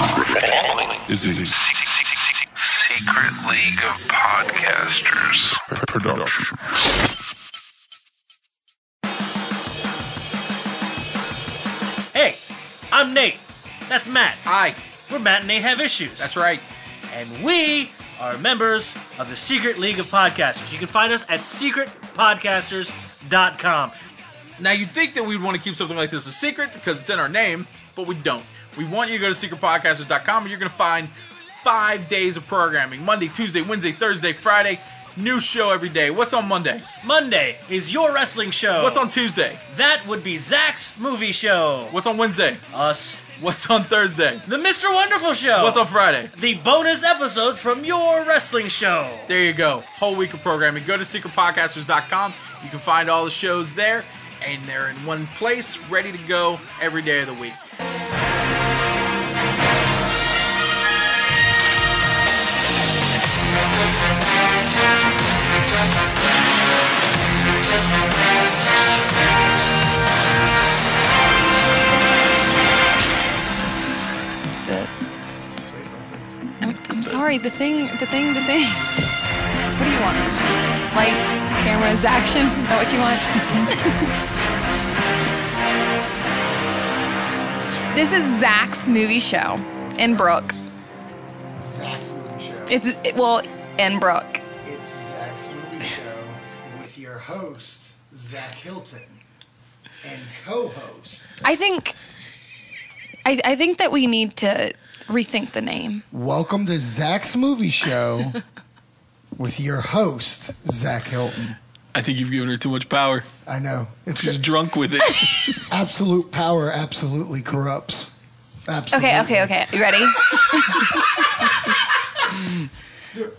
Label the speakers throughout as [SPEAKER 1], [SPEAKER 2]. [SPEAKER 1] Finagling
[SPEAKER 2] is a
[SPEAKER 3] Secret League of Podcasters.
[SPEAKER 2] production.
[SPEAKER 4] Hey, I'm Nate. That's Matt.
[SPEAKER 5] Hi,
[SPEAKER 4] We're Matt and Nate Have Issues.
[SPEAKER 5] that's right.
[SPEAKER 4] And we are members of the Secret League of Podcasters. You can find us at secretpodcasters.com.
[SPEAKER 5] Now, you'd think that we'd want to keep something like this a secret because it's in our name, but we don't. We want you to go to secretpodcasters.com and you're going to find five days of programming Monday, Tuesday, Wednesday, Thursday, Friday. New show every day. What's on Monday?
[SPEAKER 4] Monday is your wrestling show.
[SPEAKER 5] What's on Tuesday?
[SPEAKER 4] That would be Zach's movie show.
[SPEAKER 5] What's on Wednesday?
[SPEAKER 4] Us.
[SPEAKER 5] What's on Thursday?
[SPEAKER 4] The Mr. Wonderful show.
[SPEAKER 5] What's on Friday?
[SPEAKER 4] The bonus episode from your wrestling show.
[SPEAKER 5] There you go. Whole week of programming. Go to secretpodcasters.com. You can find all the shows there, and they're in one place, ready to go every day of the week.
[SPEAKER 6] The, I'm, I'm sorry. The thing. The thing. The thing. What do you want? Lights, cameras, action. Is that what you want? this is Zach's movie show in Brook.
[SPEAKER 7] Zach's Movie Show.
[SPEAKER 6] It's it, well in Brook.
[SPEAKER 7] it's Zach's Movie Show with your host, Zach Hilton, and co host.
[SPEAKER 6] I think. I, I think that we need to rethink the name.
[SPEAKER 7] Welcome to Zach's Movie Show with your host, Zach Hilton.
[SPEAKER 8] I think you've given her too much power.
[SPEAKER 7] I know. It's
[SPEAKER 8] She's
[SPEAKER 7] just
[SPEAKER 8] drunk with it.
[SPEAKER 7] absolute power absolutely corrupts. Absolutely.
[SPEAKER 6] Okay. Okay. Okay. You ready?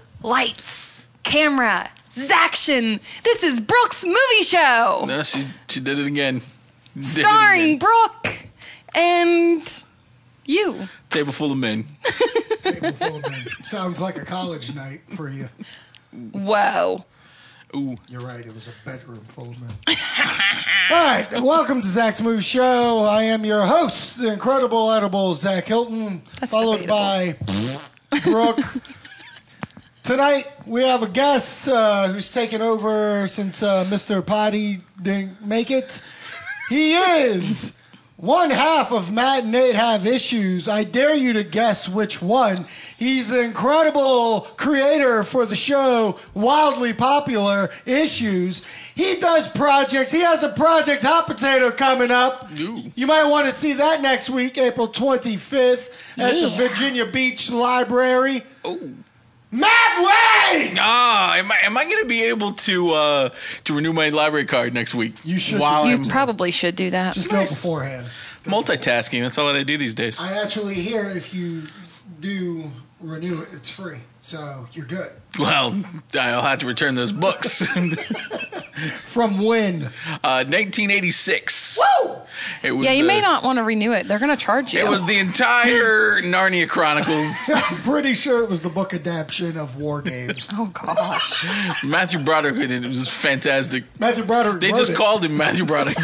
[SPEAKER 6] Lights, camera, Zaction. This is Brooke's movie show.
[SPEAKER 8] no, she she did it again. Did it
[SPEAKER 6] starring
[SPEAKER 8] again.
[SPEAKER 6] Brooke and you.
[SPEAKER 8] table full of men.
[SPEAKER 7] Table full of men. Sounds like a college night for you.
[SPEAKER 6] Whoa.
[SPEAKER 8] Ooh,
[SPEAKER 7] You're right. It was a bedroom full of men. All right. Welcome to Zach's Move Show. I am your host, the incredible edible Zach Hilton,
[SPEAKER 6] That's
[SPEAKER 7] followed by Brooke. Tonight, we have a guest uh, who's taken over since uh, Mr. Potty didn't make it. He is one half of Matt and Nate have issues. I dare you to guess which one. He's the incredible creator for the show, wildly popular issues. He does projects. He has a project hot potato coming up.
[SPEAKER 8] Ooh.
[SPEAKER 7] You might want to see that next week, April 25th, at the
[SPEAKER 6] Yeah.
[SPEAKER 7] Virginia Beach Library. Oh. Matt Wade!
[SPEAKER 8] ah, am I am I gonna be able to uh to renew my library card next week?
[SPEAKER 7] You should.
[SPEAKER 8] While
[SPEAKER 6] You
[SPEAKER 8] I'm
[SPEAKER 6] probably should do that.
[SPEAKER 7] Just
[SPEAKER 8] Nice.
[SPEAKER 7] go beforehand.
[SPEAKER 8] multitasking, that's all that I do these days.
[SPEAKER 7] I actually hear if you do renew it, it's free. So you're good.
[SPEAKER 8] Well, I'll have to return those books.
[SPEAKER 7] From when?
[SPEAKER 8] Uh, 1986. Whoa! It was,
[SPEAKER 6] Yeah, you
[SPEAKER 8] uh,
[SPEAKER 6] may not want to renew it. They're going to charge you.
[SPEAKER 8] It was the entire Narnia Chronicles.
[SPEAKER 7] I'm pretty sure it was the book adaptation of War Games.
[SPEAKER 6] oh, gosh.
[SPEAKER 8] Matthew Broderick, and it was fantastic.
[SPEAKER 7] Matthew Broderick.
[SPEAKER 8] They
[SPEAKER 7] wrote
[SPEAKER 8] just
[SPEAKER 7] it.
[SPEAKER 8] called him Matthew Broderick.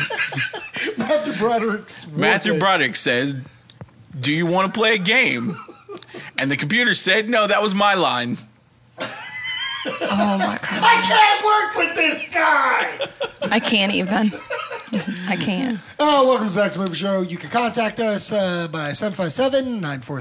[SPEAKER 7] Matthew Broderick's. War
[SPEAKER 8] Matthew
[SPEAKER 7] Games.
[SPEAKER 8] Broderick says, Do you want to play a game? And the computer said, No, that was my line.
[SPEAKER 6] Oh, my God.
[SPEAKER 7] I can't work with this guy.
[SPEAKER 6] I can't even. I can't.
[SPEAKER 7] Oh, welcome to Zach's Movie Show. You can contact us uh, by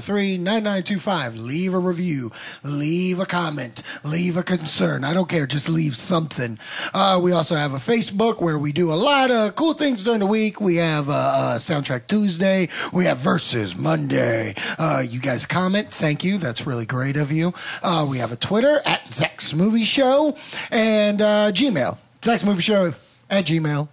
[SPEAKER 7] 757-943-9925. Leave a review. Leave a comment. Leave a concern. I don't care. Just leave something. Uh, we also have a Facebook where we do a lot of cool things during the week. We have uh, uh, Soundtrack Tuesday. We have Versus Monday. Uh, you guys comment. Thank you. That's really great of you. Uh, we have a Twitter at Zach's Movie Show and uh, Gmail. Zach's Movie Show at Gmail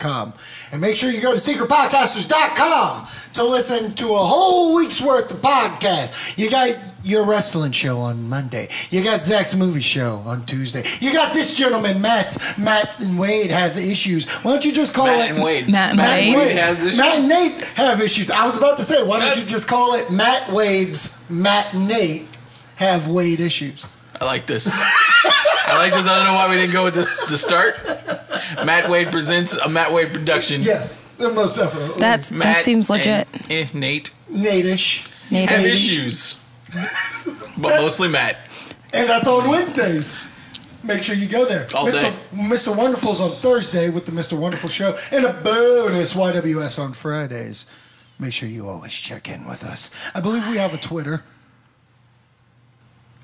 [SPEAKER 7] com. And make sure you go to secretpodcasters.com to listen to a whole week's worth of podcasts. You got your wrestling show on Monday. You got Zach's movie show on Tuesday. You got this gentleman, Matt's. Matt and Wade have issues. Why don't you just call it
[SPEAKER 8] Matt and Wade.
[SPEAKER 6] Matt and
[SPEAKER 7] Matt and
[SPEAKER 6] Wade.
[SPEAKER 7] Wade.
[SPEAKER 8] has issues?
[SPEAKER 7] Matt and Nate have issues. I was about to say, why don't
[SPEAKER 8] That's-
[SPEAKER 7] you just call it Matt Wade's Matt and Nate have Wade issues?
[SPEAKER 8] I like this. I like this. I don't know why we didn't go with this to start. Matt Wade presents a Matt Wade production.
[SPEAKER 7] Yes, most definitely.
[SPEAKER 6] That's,
[SPEAKER 8] Matt
[SPEAKER 6] that seems legit.
[SPEAKER 8] And, eh, Nate.
[SPEAKER 7] Nate-ish.
[SPEAKER 6] Nate,
[SPEAKER 8] have
[SPEAKER 6] are you-
[SPEAKER 8] issues, but mostly Matt.
[SPEAKER 7] And that's on Wednesdays. Make sure you go there.
[SPEAKER 8] All
[SPEAKER 7] Mr.
[SPEAKER 8] day.
[SPEAKER 7] Mr. Wonderful's on Thursday with the Mr. Wonderful Show and a bonus YWS on Fridays. Make sure you always check in with us. I believe we have a Twitter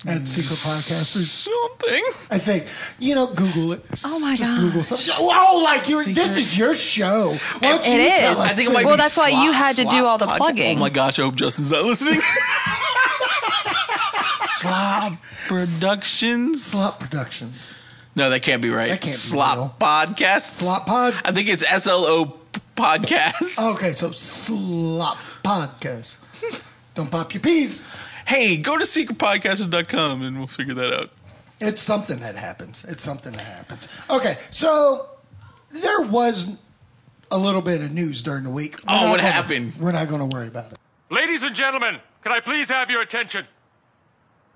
[SPEAKER 7] at Secret Podcasters.
[SPEAKER 8] Something.
[SPEAKER 7] I think you know. Google it.
[SPEAKER 6] Oh my
[SPEAKER 7] Just
[SPEAKER 6] gosh.
[SPEAKER 7] Google something. Oh, like you're, this is your show. Why don't
[SPEAKER 6] It
[SPEAKER 7] you
[SPEAKER 6] is.
[SPEAKER 7] tell us?
[SPEAKER 6] I think it might Well, be that's why Slop- you had to Slop do all the Podca- plugging.
[SPEAKER 8] Oh my gosh, I hope Justin's not listening. Slob Productions.
[SPEAKER 7] Slop Productions.
[SPEAKER 8] No, that can't be right.
[SPEAKER 7] That can't be
[SPEAKER 8] Slop
[SPEAKER 7] real.
[SPEAKER 8] Podcast.
[SPEAKER 7] Slop Pod.
[SPEAKER 8] I think it's S L O Podcast.
[SPEAKER 7] Okay, so Slop Podcast. Don't pop your peas.
[SPEAKER 8] Hey, go to secretpodcasters.com and we'll figure that out.
[SPEAKER 7] It's something that happens. It's something that happens. Okay, so there was a little bit of news during the week. We're
[SPEAKER 8] Oh,
[SPEAKER 7] not
[SPEAKER 8] what
[SPEAKER 7] gonna-
[SPEAKER 8] happened?
[SPEAKER 7] We're not going to worry about it.
[SPEAKER 1] Ladies and gentlemen, can I please have your attention?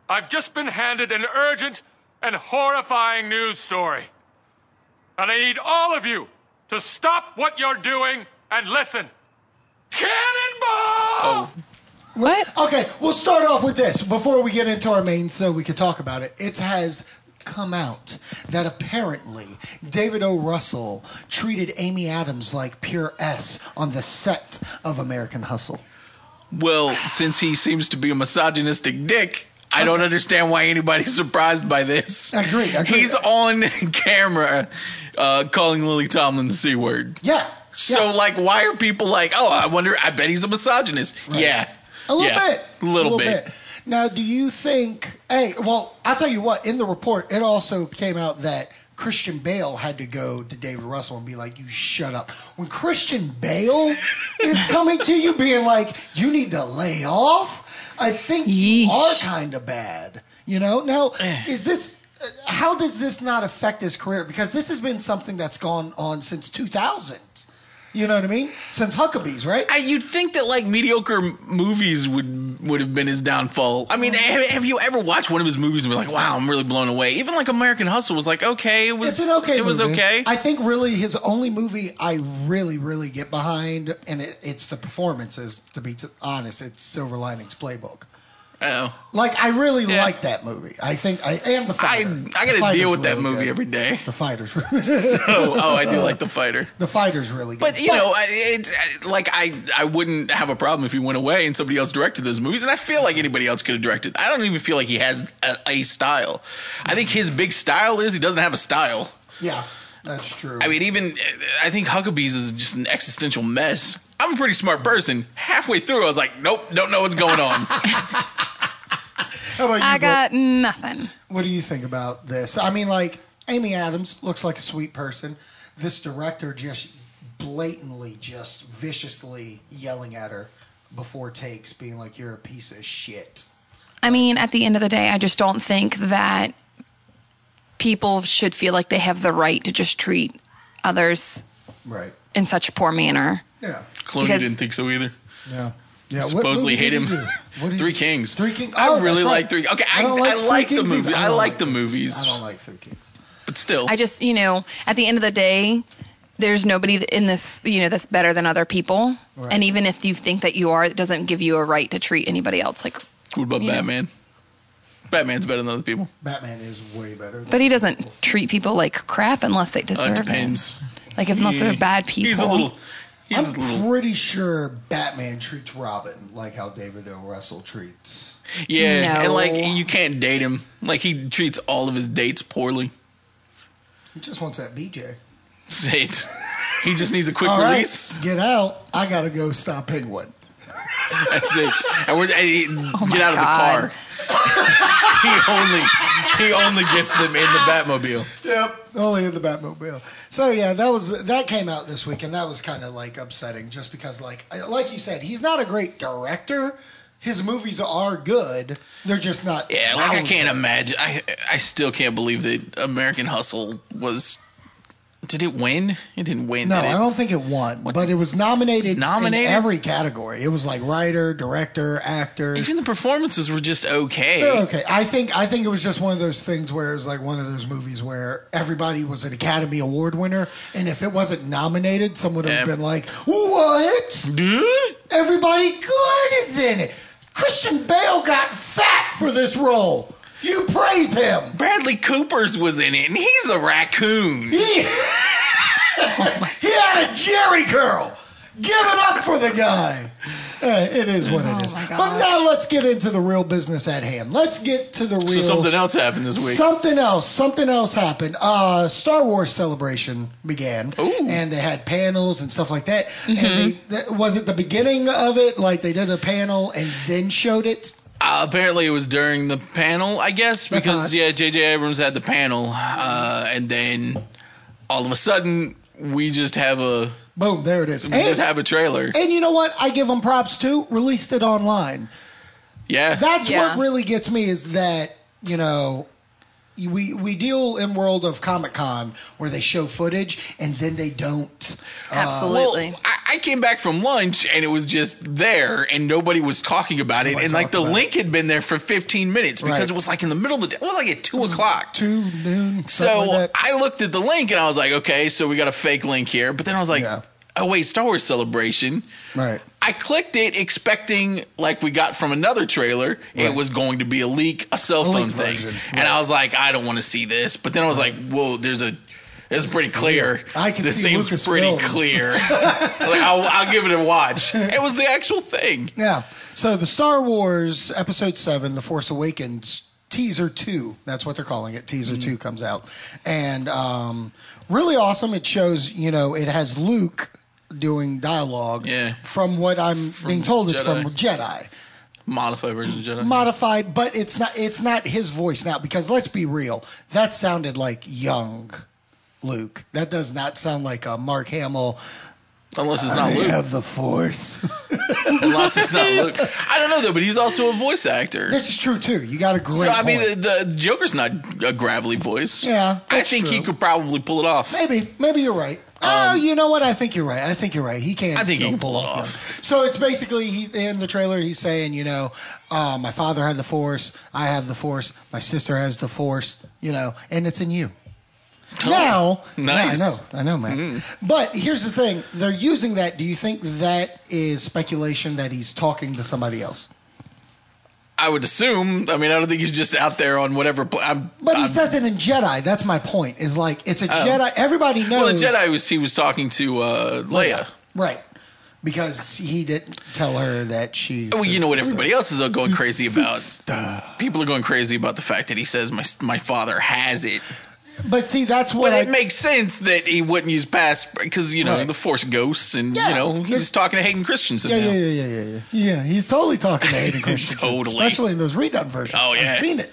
[SPEAKER 1] I've just been handed an urgent and horrifying news story. And I need all of you to stop what you're doing and listen. Cannonball!
[SPEAKER 6] What?
[SPEAKER 7] Okay, we'll start off with this before we get into our main so we can talk about it. It has come out that apparently David O. Russell treated Amy Adams like pure S on the set of American Hustle.
[SPEAKER 8] Well, since he seems to be a misogynistic dick, I don't understand why anybody's surprised by this.
[SPEAKER 7] Agreed, agreed.
[SPEAKER 8] He's on camera uh, calling Lily Tomlin the C word.
[SPEAKER 7] Yeah.
[SPEAKER 8] So,
[SPEAKER 7] yeah.
[SPEAKER 8] like, why are people like, oh, I wonder, I bet he's a misogynist? Yeah.
[SPEAKER 7] a little
[SPEAKER 8] Yeah.
[SPEAKER 7] bit.
[SPEAKER 8] A little, bit.
[SPEAKER 7] Now, do you think, hey, well, I'll tell you what, in the report, it also came out that Christian Bale had to go to David Russell and be like, you shut up. When Christian Bale is coming to you being like, you need to lay off, I think
[SPEAKER 6] Yeesh.
[SPEAKER 7] you are kind of bad. You know? Now,
[SPEAKER 8] Eh.
[SPEAKER 7] is this. uh, How does this not affect his career? Because this has been something that's gone on since 2000. You know what I mean? Since Huckabee's, right?
[SPEAKER 8] I, you'd think that like mediocre m- movies would would have been his downfall. I
[SPEAKER 7] Mm.
[SPEAKER 8] mean, have, have you ever watched one of his movies and be like, "Wow, I'm really blown away"? Even like American Hustle was like, "Okay, it was
[SPEAKER 7] it's an okay.
[SPEAKER 8] It was
[SPEAKER 7] movie.
[SPEAKER 8] okay."
[SPEAKER 7] I think really his only movie I really really get behind, and it, it's the performances. To be t- honest, it's Silver Linings Playbook.
[SPEAKER 8] oh.
[SPEAKER 7] Like I really
[SPEAKER 8] Yeah.
[SPEAKER 7] like that movie. I think I and
[SPEAKER 8] I I
[SPEAKER 7] the fighter. The
[SPEAKER 8] gotta
[SPEAKER 7] Fighter's
[SPEAKER 8] deal with that
[SPEAKER 7] really
[SPEAKER 8] movie
[SPEAKER 7] good.
[SPEAKER 8] every day.
[SPEAKER 7] The fighters.
[SPEAKER 8] Oh, oh, I do like the fighter.
[SPEAKER 7] the fighters really. Good.
[SPEAKER 8] But you know, I, it, I- like I, I wouldn't have a problem if he went away and somebody else directed those movies. And I feel like anybody else could have directed. I don't even feel like he has a, a style. I think his big style is he doesn't have a style.
[SPEAKER 7] yeah, that's true.
[SPEAKER 8] I mean, even uh, I think Huckabee's is just an existential mess. I'm a pretty smart person. Halfway through, I was like, "Nope, don't know what's going on."
[SPEAKER 7] How about you,
[SPEAKER 6] I
[SPEAKER 7] Bo?
[SPEAKER 6] got nothing.
[SPEAKER 7] What do you think about this? I mean, like Amy Adams looks like a sweet person. This director just blatantly, just viciously yelling at her before takes, being like, "You're a piece of shit."
[SPEAKER 6] I mean, at the end of the day, I just don't think that people should feel like they have the right to just treat others
[SPEAKER 7] Right.
[SPEAKER 6] in such a poor manner.
[SPEAKER 7] Yeah.
[SPEAKER 8] Clooney
[SPEAKER 6] Because-
[SPEAKER 8] didn't think so either.
[SPEAKER 7] Yeah. Yeah. what
[SPEAKER 8] Supposedly
[SPEAKER 7] movie
[SPEAKER 8] hate
[SPEAKER 7] did
[SPEAKER 8] him.
[SPEAKER 7] he do? What did
[SPEAKER 8] Three
[SPEAKER 7] he-
[SPEAKER 8] Kings.
[SPEAKER 7] Three Kings. Oh,
[SPEAKER 8] I
[SPEAKER 7] that's
[SPEAKER 8] really
[SPEAKER 7] right.
[SPEAKER 8] like Three. Okay, I,
[SPEAKER 7] I
[SPEAKER 8] I
[SPEAKER 7] don't like
[SPEAKER 8] like,
[SPEAKER 7] Three
[SPEAKER 8] the
[SPEAKER 7] Kings either.
[SPEAKER 8] movie.
[SPEAKER 7] I
[SPEAKER 8] I,
[SPEAKER 7] don't
[SPEAKER 8] like
[SPEAKER 7] like
[SPEAKER 8] the
[SPEAKER 7] it.
[SPEAKER 8] movies.
[SPEAKER 7] I don't like Three Kings.
[SPEAKER 8] but still,
[SPEAKER 6] I just, you know, at the end of the day, there's nobody in this, you know, that's better than other people.
[SPEAKER 7] Right.
[SPEAKER 6] And even if you think that you are, it doesn't give you a right to treat anybody else like.
[SPEAKER 8] what about Batman? Batman's better than other people.
[SPEAKER 7] Batman is way better.
[SPEAKER 6] But he doesn't treat people like crap unless they
[SPEAKER 8] Uh,
[SPEAKER 6] deserve
[SPEAKER 8] it depends.
[SPEAKER 6] it. Like if unless they're bad people. Um,
[SPEAKER 8] He's a little. He's
[SPEAKER 7] I'm
[SPEAKER 8] a little.
[SPEAKER 7] pretty sure Batman treats Robin like how David O. Russell treats
[SPEAKER 8] Yeah, and like
[SPEAKER 6] No.
[SPEAKER 8] you can't date him. Like he treats all of his dates poorly.
[SPEAKER 7] He just wants that BJ.
[SPEAKER 8] Say it. He just needs a quick
[SPEAKER 7] All right,
[SPEAKER 8] release.
[SPEAKER 7] get out. I gotta go stop Penguin.
[SPEAKER 6] Oh.
[SPEAKER 8] That's it. And we're and
[SPEAKER 7] Oh
[SPEAKER 8] he-
[SPEAKER 6] my
[SPEAKER 8] get out
[SPEAKER 6] God.
[SPEAKER 8] of the car. he only he only gets them in the Batmobile.
[SPEAKER 7] Yep, only in the Batmobile. So yeah, that was that came out this week, and that was kind of like upsetting, just because like like you said, he's not a great director. His movies are good. They're just not.
[SPEAKER 8] Yeah, like I
[SPEAKER 7] wowzers.
[SPEAKER 8] can't imagine. I I still can't believe that American Hustle was. Did it win? It didn't win.
[SPEAKER 7] No,
[SPEAKER 8] did it?
[SPEAKER 7] I don't think it won, but it was nominated,
[SPEAKER 8] Nominated?
[SPEAKER 7] in every category. It was like writer, director, actor.
[SPEAKER 8] Even the performances were just okay.
[SPEAKER 7] Yeah, Okay, I think I think it was just one of those things where it was like one of those movies where everybody was an Academy Award winner, and if it wasn't nominated, someone would have
[SPEAKER 8] Yeah. Hmm?
[SPEAKER 7] been like, "What?
[SPEAKER 8] Dude?
[SPEAKER 7] Everybody good is in it." Christian Bale got fat for this role. You praise him.
[SPEAKER 8] Bradley Cooper's was in it, and he's a raccoon.
[SPEAKER 7] He, he had a jerry curl. Give it up for the guy. Uh, it is what it is.
[SPEAKER 6] Oh my
[SPEAKER 7] But
[SPEAKER 6] gosh.
[SPEAKER 7] now let's get into the real business at hand. Let's get to the real.
[SPEAKER 8] So something else happened this week.
[SPEAKER 7] Something else. Something else happened. Uh, Star Wars celebration began,
[SPEAKER 8] Ooh.
[SPEAKER 7] and they had panels and stuff like that. And they, that, was it the beginning of it? Like they did a panel and then showed it.
[SPEAKER 8] Uh, apparently, it was during the panel, I guess,
[SPEAKER 7] That's
[SPEAKER 8] because
[SPEAKER 7] odd.
[SPEAKER 8] yeah, J.J. Abrams had the panel, uh, and then all of a sudden we just have a
[SPEAKER 7] Boom! There it is.
[SPEAKER 8] we just
[SPEAKER 7] And,
[SPEAKER 8] have a trailer.
[SPEAKER 7] and you know what? I give them props too. Released it online.
[SPEAKER 8] Yeah,
[SPEAKER 7] That's
[SPEAKER 6] Yeah.
[SPEAKER 7] what really gets me is that you know. We, we deal in world of Comic Con where they show footage and then they don't.
[SPEAKER 8] Uh,
[SPEAKER 6] Absolutely.
[SPEAKER 8] Well, I, I came back from lunch and it was just there and nobody was talking about it.
[SPEAKER 7] Nobody
[SPEAKER 8] and like
[SPEAKER 7] talked
[SPEAKER 8] the
[SPEAKER 7] about
[SPEAKER 8] link had been there for 15 minutes because
[SPEAKER 7] Right. Mm-hmm.
[SPEAKER 8] it was like in the middle of the day. It was like at 2 o'clock.
[SPEAKER 7] Two noon.
[SPEAKER 8] so
[SPEAKER 7] something like that.
[SPEAKER 8] I looked at the link and I was like, okay, so we got a fake link here. But then I was like,
[SPEAKER 7] Yeah.
[SPEAKER 8] oh, wait, Star Wars Celebration.
[SPEAKER 7] right.
[SPEAKER 8] I clicked it expecting, like we got from another trailer, it
[SPEAKER 7] Right.
[SPEAKER 8] was going to be a leak, a cell phone
[SPEAKER 7] leak
[SPEAKER 8] thing.
[SPEAKER 7] version,
[SPEAKER 8] And I was like, I don't want to see this. But then I was like, whoa, there's a. This is pretty clear.
[SPEAKER 7] I can
[SPEAKER 8] this
[SPEAKER 7] see
[SPEAKER 8] seems
[SPEAKER 7] Lucasfilm.
[SPEAKER 8] pretty clear. like I'll, I'll give it a watch. It was the actual thing.
[SPEAKER 7] Yeah. So the Star Wars Episode 7, The Force Awakens teaser 2, that's what they're calling it, teaser
[SPEAKER 8] Mm-hmm.
[SPEAKER 7] 2 comes out. And um, really awesome. It shows, you know, it has Luke doing dialogue
[SPEAKER 8] Yeah.
[SPEAKER 7] from what I'm being told it's
[SPEAKER 8] Jedi.
[SPEAKER 7] from Jedi.
[SPEAKER 8] Modified version of Jedi.
[SPEAKER 7] Modified, but it's not it's not his voice now because let's be real, that sounded like young Luke. That does not sound like a Mark Hamill.
[SPEAKER 8] Unless it's not Luke.
[SPEAKER 7] the Force.
[SPEAKER 8] Unless it's not Luke. I don't know though, but he's also a voice actor.
[SPEAKER 7] This is true too. You got a great.
[SPEAKER 8] So I mean,
[SPEAKER 7] point.
[SPEAKER 8] the, the Joker's not a gravelly voice.
[SPEAKER 7] Yeah,
[SPEAKER 8] I
[SPEAKER 7] that's
[SPEAKER 8] think he
[SPEAKER 7] true.
[SPEAKER 8] could probably pull it off.
[SPEAKER 7] Maybe, maybe you're right. oh, you know what? I think you're right. I think you're right. He can.
[SPEAKER 8] Um, I think he
[SPEAKER 7] still
[SPEAKER 8] can pull it
[SPEAKER 7] that.
[SPEAKER 8] off.
[SPEAKER 7] So it's basically he in the trailer. He's saying, you know, uh, my father had the force. I have the force. My sister has the force. You know, and it's in you. Now,
[SPEAKER 8] nice. Mm-hmm.
[SPEAKER 7] now I know, I know, man. But here's the thing: they're using that. Do you think that is speculation that he's talking to somebody else?
[SPEAKER 8] I would assume. I mean, I don't think he's just out there on whatever. Pl- I'm,
[SPEAKER 7] But he
[SPEAKER 8] I'm-
[SPEAKER 7] says it in Jedi. That's my point. Is like it's a Jedi. Everybody knows.
[SPEAKER 8] oh. well, the Jedi was he was talking to uh, Leia.
[SPEAKER 7] Right. Because he didn't tell her that she's.
[SPEAKER 8] Well, Oh, you know what
[SPEAKER 7] his
[SPEAKER 8] everybody else is going crazy about. People are going crazy about the fact that he says my my father has it,
[SPEAKER 7] sister. But see, that's what
[SPEAKER 8] but
[SPEAKER 7] I.
[SPEAKER 8] it makes sense that he wouldn't use past because you know
[SPEAKER 7] Right.
[SPEAKER 8] the Force ghosts and
[SPEAKER 7] Yeah.
[SPEAKER 8] you know he's
[SPEAKER 7] It's-
[SPEAKER 8] talking to Hayden Christensen.
[SPEAKER 7] yeah,
[SPEAKER 8] now.
[SPEAKER 7] yeah, yeah, yeah, yeah, yeah. Yeah, he's totally talking to Hayden Christensen.
[SPEAKER 8] Totally.
[SPEAKER 7] Especially in those redone versions.
[SPEAKER 8] Oh, yeah.
[SPEAKER 7] I've seen it.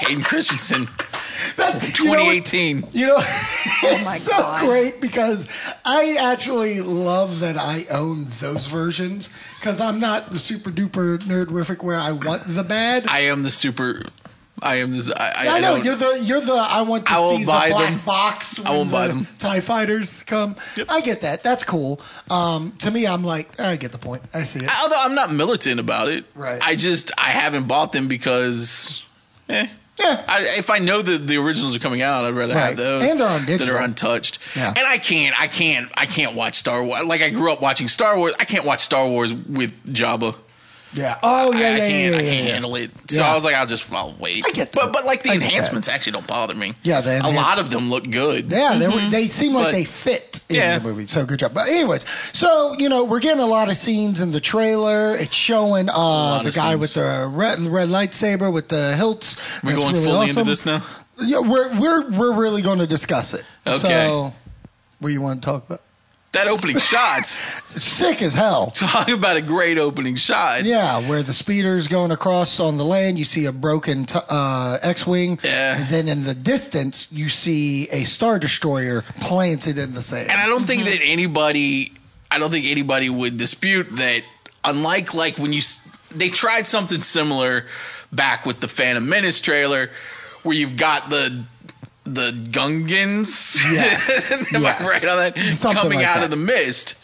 [SPEAKER 8] Hayden Christensen,
[SPEAKER 7] That's, you know what-
[SPEAKER 8] 2018.
[SPEAKER 7] You know, it's
[SPEAKER 6] Oh my
[SPEAKER 7] so
[SPEAKER 6] God.
[SPEAKER 7] great because I actually love that I own those versions because I'm not the super duper nerdrific where I want the bad.
[SPEAKER 8] I am the super. I am this. I,
[SPEAKER 7] I,
[SPEAKER 8] I,
[SPEAKER 7] know
[SPEAKER 8] don't-
[SPEAKER 7] you're the you're the I want to
[SPEAKER 8] I will
[SPEAKER 7] see the
[SPEAKER 8] buy
[SPEAKER 7] black
[SPEAKER 8] them.
[SPEAKER 7] box. When
[SPEAKER 8] I will buy
[SPEAKER 7] the
[SPEAKER 8] them.
[SPEAKER 7] Tie fighters come. I get that. That's cool. Um, to me, I'm like I get the point. I see it.
[SPEAKER 8] Although I'm not militant about it,
[SPEAKER 7] Right.
[SPEAKER 8] I just I haven't bought them because, eh,
[SPEAKER 7] Yeah.
[SPEAKER 8] I, if I know that the originals are coming out, I'd rather
[SPEAKER 7] Right.
[SPEAKER 8] have those.
[SPEAKER 7] And they're on
[SPEAKER 8] That
[SPEAKER 7] digital.
[SPEAKER 8] are untouched.
[SPEAKER 7] Yeah.
[SPEAKER 8] And I can't, I can't, I can't watch Star Wars. Like I grew up watching Star Wars. I can't watch Star Wars with Jabba.
[SPEAKER 7] Yeah. Oh yeah
[SPEAKER 8] I, I
[SPEAKER 7] yeah
[SPEAKER 8] can't,
[SPEAKER 7] yeah
[SPEAKER 8] I
[SPEAKER 7] yeah.
[SPEAKER 8] can't
[SPEAKER 7] yeah.
[SPEAKER 8] handle it. So
[SPEAKER 7] Yeah.
[SPEAKER 8] I was like, I'll just, I'll wait.
[SPEAKER 7] I get
[SPEAKER 8] But
[SPEAKER 7] that.
[SPEAKER 8] but like the
[SPEAKER 7] I get that.
[SPEAKER 8] enhancements actually don't bother me.
[SPEAKER 7] Yeah, the
[SPEAKER 8] a lot
[SPEAKER 7] enhancements.
[SPEAKER 8] of them look good.
[SPEAKER 7] Yeah, they, were, they seem like
[SPEAKER 8] Mm-hmm. But-
[SPEAKER 7] they fit in
[SPEAKER 8] Yeah.
[SPEAKER 7] the movie. So good job. But anyways, so you know we're getting a lot of scenes in the trailer. It's showing uh, the
[SPEAKER 8] of
[SPEAKER 7] guy
[SPEAKER 8] scenes.
[SPEAKER 7] with the red, red lightsaber with the hilts.
[SPEAKER 8] We're
[SPEAKER 7] That's
[SPEAKER 8] going
[SPEAKER 7] really
[SPEAKER 8] fully into
[SPEAKER 7] awesome.
[SPEAKER 8] this now.
[SPEAKER 7] Yeah, we're we're we're really going to discuss it.
[SPEAKER 8] Okay.
[SPEAKER 7] So, what do you want to talk about?
[SPEAKER 8] That opening shot.
[SPEAKER 7] sick as hell.
[SPEAKER 8] Talk about a great opening shot.
[SPEAKER 7] Yeah, where the speeder's going across on the land, you see a broken t- uh, X-wing,
[SPEAKER 8] Yeah.
[SPEAKER 7] and then in the distance, you see a star destroyer planted in the sand.
[SPEAKER 8] And I don't think that anybody, I don't think anybody would dispute that. Unlike like when you, s- they tried something similar back with the Phantom Menace trailer, where you've got the the Gungans.
[SPEAKER 7] Yes.
[SPEAKER 8] Am I
[SPEAKER 7] Yes.
[SPEAKER 8] right on that?
[SPEAKER 7] Something
[SPEAKER 8] Coming
[SPEAKER 7] like
[SPEAKER 8] out
[SPEAKER 7] that.
[SPEAKER 8] of the mist.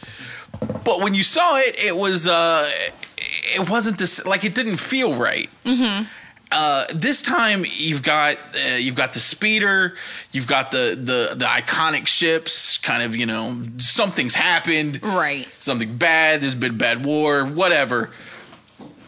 [SPEAKER 8] But when you saw it, it was uh, it wasn't this like it didn't feel right. Uh, this time you've got uh, you've got the speeder, you've got the the the iconic ships. Kind of you know something's happened,
[SPEAKER 6] Right.
[SPEAKER 8] Something bad. There's been bad war, whatever.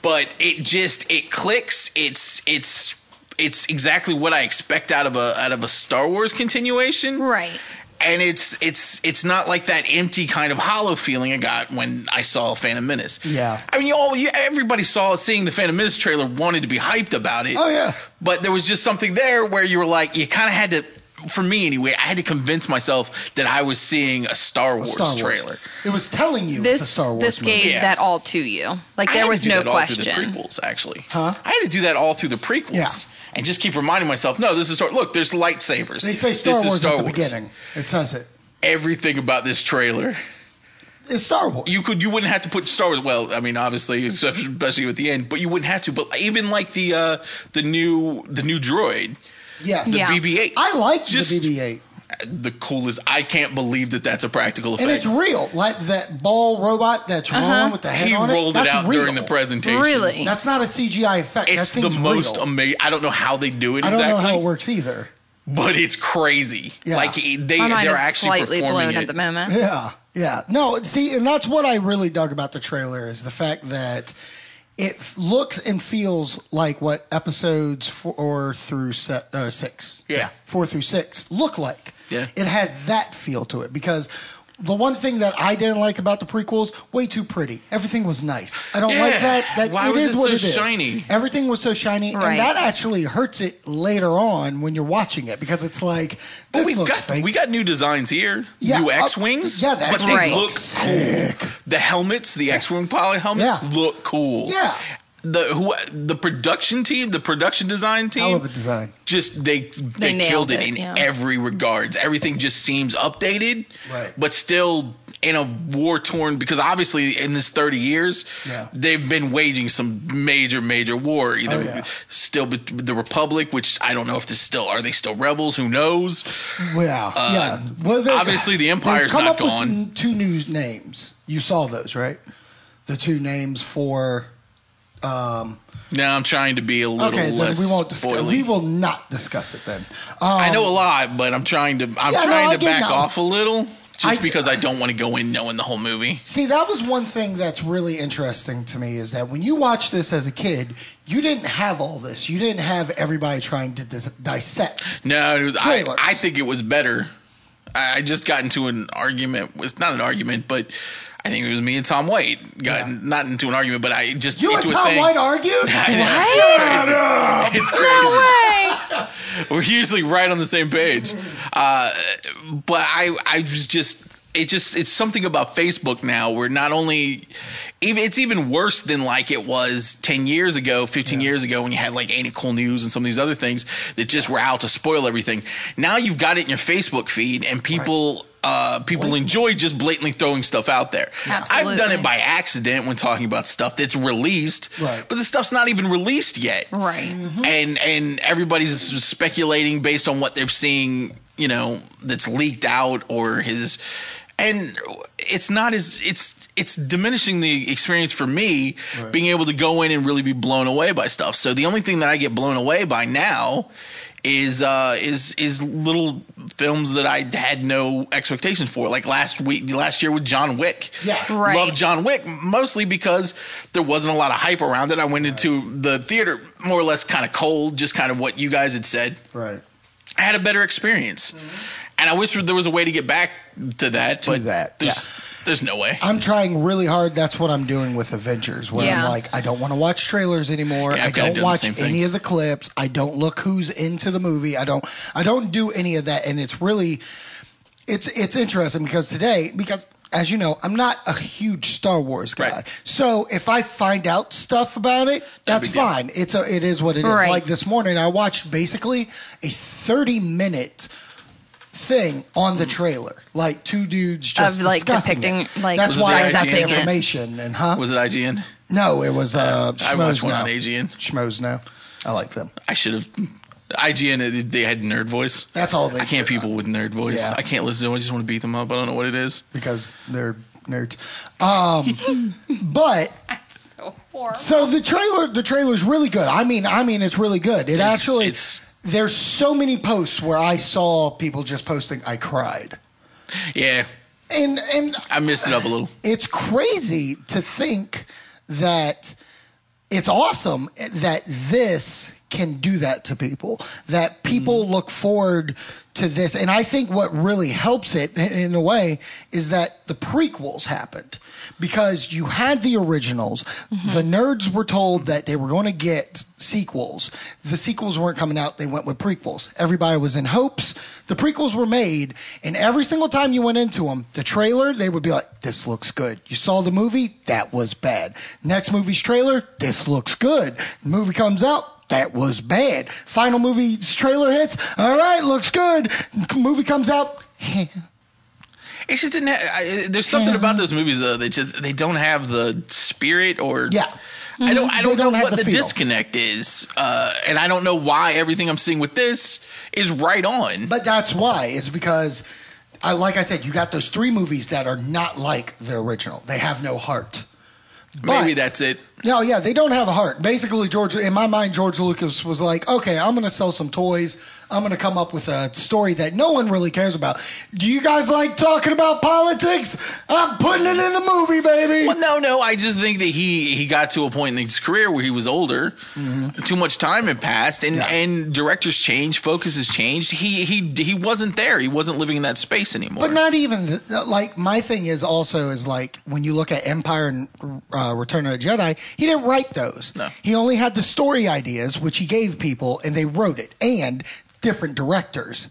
[SPEAKER 8] but it just it clicks. It's it's it's exactly what I expect out of a out of a Star Wars continuation.
[SPEAKER 6] Right.
[SPEAKER 8] And it's it's it's not like that empty kind of hollow feeling I got when I saw Phantom Menace.
[SPEAKER 7] Yeah.
[SPEAKER 8] I mean, you all you, everybody saw seeing the Phantom Menace trailer wanted to be hyped about it.
[SPEAKER 7] Oh, yeah.
[SPEAKER 8] But there was just something there where you were like, you kind of had to, for me anyway, I had to convince myself that I was seeing a Star Wars,
[SPEAKER 7] Star Wars
[SPEAKER 8] trailer.
[SPEAKER 7] It was telling you it's a
[SPEAKER 6] This
[SPEAKER 7] Star Wars
[SPEAKER 6] this
[SPEAKER 7] movie.
[SPEAKER 6] gave
[SPEAKER 8] Yeah.
[SPEAKER 6] that all to you. Like
[SPEAKER 8] I had
[SPEAKER 6] there
[SPEAKER 8] to
[SPEAKER 6] was
[SPEAKER 8] do
[SPEAKER 6] no
[SPEAKER 8] that all through the
[SPEAKER 6] question.
[SPEAKER 8] prequels, actually.
[SPEAKER 7] Huh?
[SPEAKER 8] I had to do that all through the prequels.
[SPEAKER 7] Yeah.
[SPEAKER 8] And just keep reminding myself, no, this is Star. Look, there's lightsabers.
[SPEAKER 7] They say Star
[SPEAKER 8] This is
[SPEAKER 7] Wars
[SPEAKER 8] Star
[SPEAKER 7] at the
[SPEAKER 8] Wars.
[SPEAKER 7] beginning. It says it.
[SPEAKER 8] Everything about this trailer,
[SPEAKER 7] It's Star Wars.
[SPEAKER 8] you could, you wouldn't have to put Star Wars. Well, I mean, obviously, especially with the end, but you wouldn't have to. But even like the uh, the new the new droid,
[SPEAKER 7] yes.
[SPEAKER 6] Yeah.
[SPEAKER 8] BB-8.
[SPEAKER 7] I like
[SPEAKER 8] Just-
[SPEAKER 7] the BB-8.
[SPEAKER 8] the coolest. I can't believe that that's a practical effect.
[SPEAKER 7] And it's real. Like that ball robot that's
[SPEAKER 6] Uh-huh.
[SPEAKER 7] rolling with the head
[SPEAKER 8] he
[SPEAKER 7] on it.
[SPEAKER 8] rolled it
[SPEAKER 7] that's
[SPEAKER 8] out
[SPEAKER 7] real.
[SPEAKER 8] during the presentation.
[SPEAKER 6] Really?
[SPEAKER 7] That's not a CGI effect.
[SPEAKER 8] It's
[SPEAKER 7] that
[SPEAKER 8] the
[SPEAKER 7] thing's
[SPEAKER 8] most
[SPEAKER 7] real.
[SPEAKER 8] amazing. I don't know how they do it
[SPEAKER 7] I don't
[SPEAKER 8] exactly,
[SPEAKER 7] know how it works either.
[SPEAKER 8] but it's crazy.
[SPEAKER 7] Yeah.
[SPEAKER 8] Like they
[SPEAKER 6] My mind
[SPEAKER 8] they're
[SPEAKER 6] is
[SPEAKER 8] actually
[SPEAKER 6] slightly
[SPEAKER 8] performing
[SPEAKER 6] blown
[SPEAKER 8] it.
[SPEAKER 6] at the moment.
[SPEAKER 7] Yeah, yeah. No, see, and that's what I really dug about the trailer is the fact that it f- looks and feels like what episodes four through se- uh, six,
[SPEAKER 8] Yeah.
[SPEAKER 7] four through six look like.
[SPEAKER 8] Yeah.
[SPEAKER 7] it has that feel to it because. The one thing that I didn't like about the prequels, way too pretty. Everything was nice. I don't like
[SPEAKER 8] Yeah.
[SPEAKER 7] that. That
[SPEAKER 8] Why was
[SPEAKER 7] is
[SPEAKER 8] it
[SPEAKER 7] what
[SPEAKER 8] so
[SPEAKER 7] it is.
[SPEAKER 8] shiny?
[SPEAKER 7] Everything was so shiny,
[SPEAKER 6] Right.
[SPEAKER 7] and that actually hurts it later on when you're watching it because it's like this
[SPEAKER 8] But we
[SPEAKER 7] looks
[SPEAKER 8] got
[SPEAKER 7] fake.
[SPEAKER 8] we got new designs here.
[SPEAKER 7] Yeah,
[SPEAKER 8] new
[SPEAKER 7] uh,
[SPEAKER 8] X wings.
[SPEAKER 7] yeah, the
[SPEAKER 8] but they
[SPEAKER 6] X-Wings
[SPEAKER 8] look
[SPEAKER 6] look
[SPEAKER 8] cool. The helmets, the X wing poly helmets,
[SPEAKER 7] Yeah.
[SPEAKER 8] look cool.
[SPEAKER 7] Yeah.
[SPEAKER 8] The who the production team, the production design team,
[SPEAKER 7] hell of a design.
[SPEAKER 8] just they they,
[SPEAKER 6] nailed
[SPEAKER 8] killed it,
[SPEAKER 6] it,
[SPEAKER 8] in
[SPEAKER 6] yeah.
[SPEAKER 8] every regards. Everything just seems updated,
[SPEAKER 7] Right.
[SPEAKER 8] But still in a war torn because obviously in this thirty years,
[SPEAKER 7] Yeah.
[SPEAKER 8] they've been waging some major major war. Either
[SPEAKER 7] Oh, yeah.
[SPEAKER 8] still bet- the Republic, which I don't know if they're still are they still rebels? Who knows?
[SPEAKER 7] Yeah,
[SPEAKER 8] Uh,
[SPEAKER 7] yeah. Well, they-
[SPEAKER 8] obviously the Empire's
[SPEAKER 7] they've come
[SPEAKER 8] not
[SPEAKER 7] up with
[SPEAKER 8] gone.
[SPEAKER 7] n- two new names. You saw those, right? The two names for. Um,
[SPEAKER 8] Now I'm trying to be a little
[SPEAKER 7] okay, then
[SPEAKER 8] less.
[SPEAKER 7] we won't discuss.
[SPEAKER 8] spoily.
[SPEAKER 7] We will not discuss it then. Um,
[SPEAKER 8] I know a lot, but I'm trying to I'm
[SPEAKER 7] Yeah, no,
[SPEAKER 8] trying
[SPEAKER 7] I
[SPEAKER 8] to
[SPEAKER 7] get
[SPEAKER 8] back
[SPEAKER 7] that.
[SPEAKER 8] off a little just
[SPEAKER 7] I-
[SPEAKER 8] because I don't want to go in knowing the whole movie.
[SPEAKER 7] See, that was one thing that's really interesting to me is that when you watch this as a kid, you didn't have all this. You didn't have everybody trying to dis- dissect.
[SPEAKER 8] No, it was, I,
[SPEAKER 7] Trailers.
[SPEAKER 8] I think it was better. I I just got into an argument with not an argument, but I think it was me and Tom White got not into an argument, but I just
[SPEAKER 7] You
[SPEAKER 8] into
[SPEAKER 7] and
[SPEAKER 8] a
[SPEAKER 7] Tom
[SPEAKER 8] thing.
[SPEAKER 7] White argued.
[SPEAKER 8] I know, It's crazy. It's crazy.
[SPEAKER 6] Hey!
[SPEAKER 8] We're usually right on the same page. Uh, but I, I was just, it just, it's something about Facebook now where not only, even it's even worse than like it was 10 years ago, 15 years ago when you had like Ain't It Cool News and some of these other things that just were out to spoil everything. Now you've got it in your Facebook feed and people, uh, people enjoy just blatantly throwing stuff out there. I've done
[SPEAKER 6] Absolutely.
[SPEAKER 8] it by accident when talking about stuff that's released,
[SPEAKER 7] Right.
[SPEAKER 8] but the stuff's not even released yet
[SPEAKER 6] Right.
[SPEAKER 8] Mm-hmm. and and everybody's speculating based on what they're seeing you know that's leaked out or his and it's not as it's it's diminishing the experience for me being able to go in and really be blown away by stuff so the only thing that i get blown away by now is uh is is little films that i had no expectations for like last week last year with john wick
[SPEAKER 7] Yeah.
[SPEAKER 6] Right.
[SPEAKER 8] love John Wick mostly because there wasn't a lot of hype around it. I went into the theater more or less kind of cold, just kind of what you guys had said.
[SPEAKER 7] Right. Mm-hmm.
[SPEAKER 8] I had a better experience, and I wish there was a way to get back to that. To but
[SPEAKER 7] that,
[SPEAKER 8] there's there's no way.
[SPEAKER 7] I'm trying really hard. That's what I'm doing with Avengers, where
[SPEAKER 6] Yeah.
[SPEAKER 7] I'm like, I don't want to watch trailers anymore.
[SPEAKER 8] Yeah,
[SPEAKER 7] I
[SPEAKER 8] I've kinda done
[SPEAKER 7] don't
[SPEAKER 8] the
[SPEAKER 7] watch
[SPEAKER 8] same thing.
[SPEAKER 7] any of the clips. I don't look who's into the movie. I don't. I don't do any of that. And it's really, it's it's interesting because today, because as you know, I'm not a huge Star Wars guy.
[SPEAKER 8] Right.
[SPEAKER 7] So if I find out stuff about it, that's
[SPEAKER 8] big deal.
[SPEAKER 7] fine. It's a it is what it is.
[SPEAKER 6] Right.
[SPEAKER 7] Like this morning, I watched basically a 30 minute thing on the trailer, like two dudes just
[SPEAKER 6] Of, like,
[SPEAKER 7] discussing
[SPEAKER 6] depicting,
[SPEAKER 7] it.
[SPEAKER 6] like,
[SPEAKER 7] that's
[SPEAKER 8] Was it
[SPEAKER 7] why I got
[SPEAKER 8] dissecting
[SPEAKER 7] the
[SPEAKER 8] it?
[SPEAKER 7] information and huh?
[SPEAKER 8] Was it IGN?
[SPEAKER 7] no, it was uh,
[SPEAKER 8] I
[SPEAKER 7] Schmoes
[SPEAKER 8] watched one
[SPEAKER 7] now.
[SPEAKER 8] on AGN.
[SPEAKER 7] Schmoes now. I like them.
[SPEAKER 8] I should have. IGN they had nerd voice.
[SPEAKER 7] That's all they
[SPEAKER 8] I can't
[SPEAKER 7] do.
[SPEAKER 8] people with nerd voice.
[SPEAKER 7] Yeah.
[SPEAKER 8] I can't listen to. them. I just want to beat them up. I don't know what it is.
[SPEAKER 7] because they're nerds. Um, but so the trailer, the trailer's really good. I mean, I mean, it's really good. It actually,
[SPEAKER 8] it's-
[SPEAKER 7] there's so many posts where I saw people just posting, "I cried,"
[SPEAKER 8] Yeah,
[SPEAKER 7] and and
[SPEAKER 8] I messed it up a little.
[SPEAKER 7] it's crazy to think that it's awesome that this can do that to people that people look forward to this and i think what really helps it in- in a way is that the prequels happened because you had the originals the nerds were told that they were going to get sequels the sequels weren't coming out they went with prequels everybody was in hopes the prequels were made and every single time you went into them the trailer they would be like this looks good you saw the movie that was bad next movie's trailer this looks good movie comes out that was bad. Final movie's trailer hits. All right, looks good. Movie comes out.
[SPEAKER 8] It just didn't. Have, I, there's something
[SPEAKER 7] Yeah.
[SPEAKER 8] about those movies though that just they don't have the spirit or
[SPEAKER 7] Yeah. Mm-hmm.
[SPEAKER 8] I don't. I
[SPEAKER 7] They
[SPEAKER 8] don't,
[SPEAKER 7] don't
[SPEAKER 8] know what
[SPEAKER 7] have
[SPEAKER 8] the,
[SPEAKER 7] the feel.
[SPEAKER 8] disconnect is, uh, and I don't know why everything I'm seeing with this is right on.
[SPEAKER 7] But that's why is because, I, like I said, you got those three movies that are not like the original. They have no heart.
[SPEAKER 8] Maybe
[SPEAKER 7] but-
[SPEAKER 8] that's it.
[SPEAKER 7] No, yeah, they don't have a heart. Basically, George, in my mind, George Lucas was like, okay, I'm going to sell some toys. I'm going to come up with a story that no one really cares about. Do you guys like talking about politics? I'm putting it in the movie, baby.
[SPEAKER 8] Well, no, no. I just think that he he got to a point in his career where he was older. Too much time had passed, and
[SPEAKER 7] Mm-hmm. Yeah.
[SPEAKER 8] and directors changed, focus has changed. He he he wasn't there. He wasn't living in that space anymore.
[SPEAKER 7] But not even th- like my thing is also is like when you look at Empire and uh, Return of the Jedi, he didn't write those.
[SPEAKER 8] No.
[SPEAKER 7] He only had the story ideas which he gave people, and they wrote it and different directors.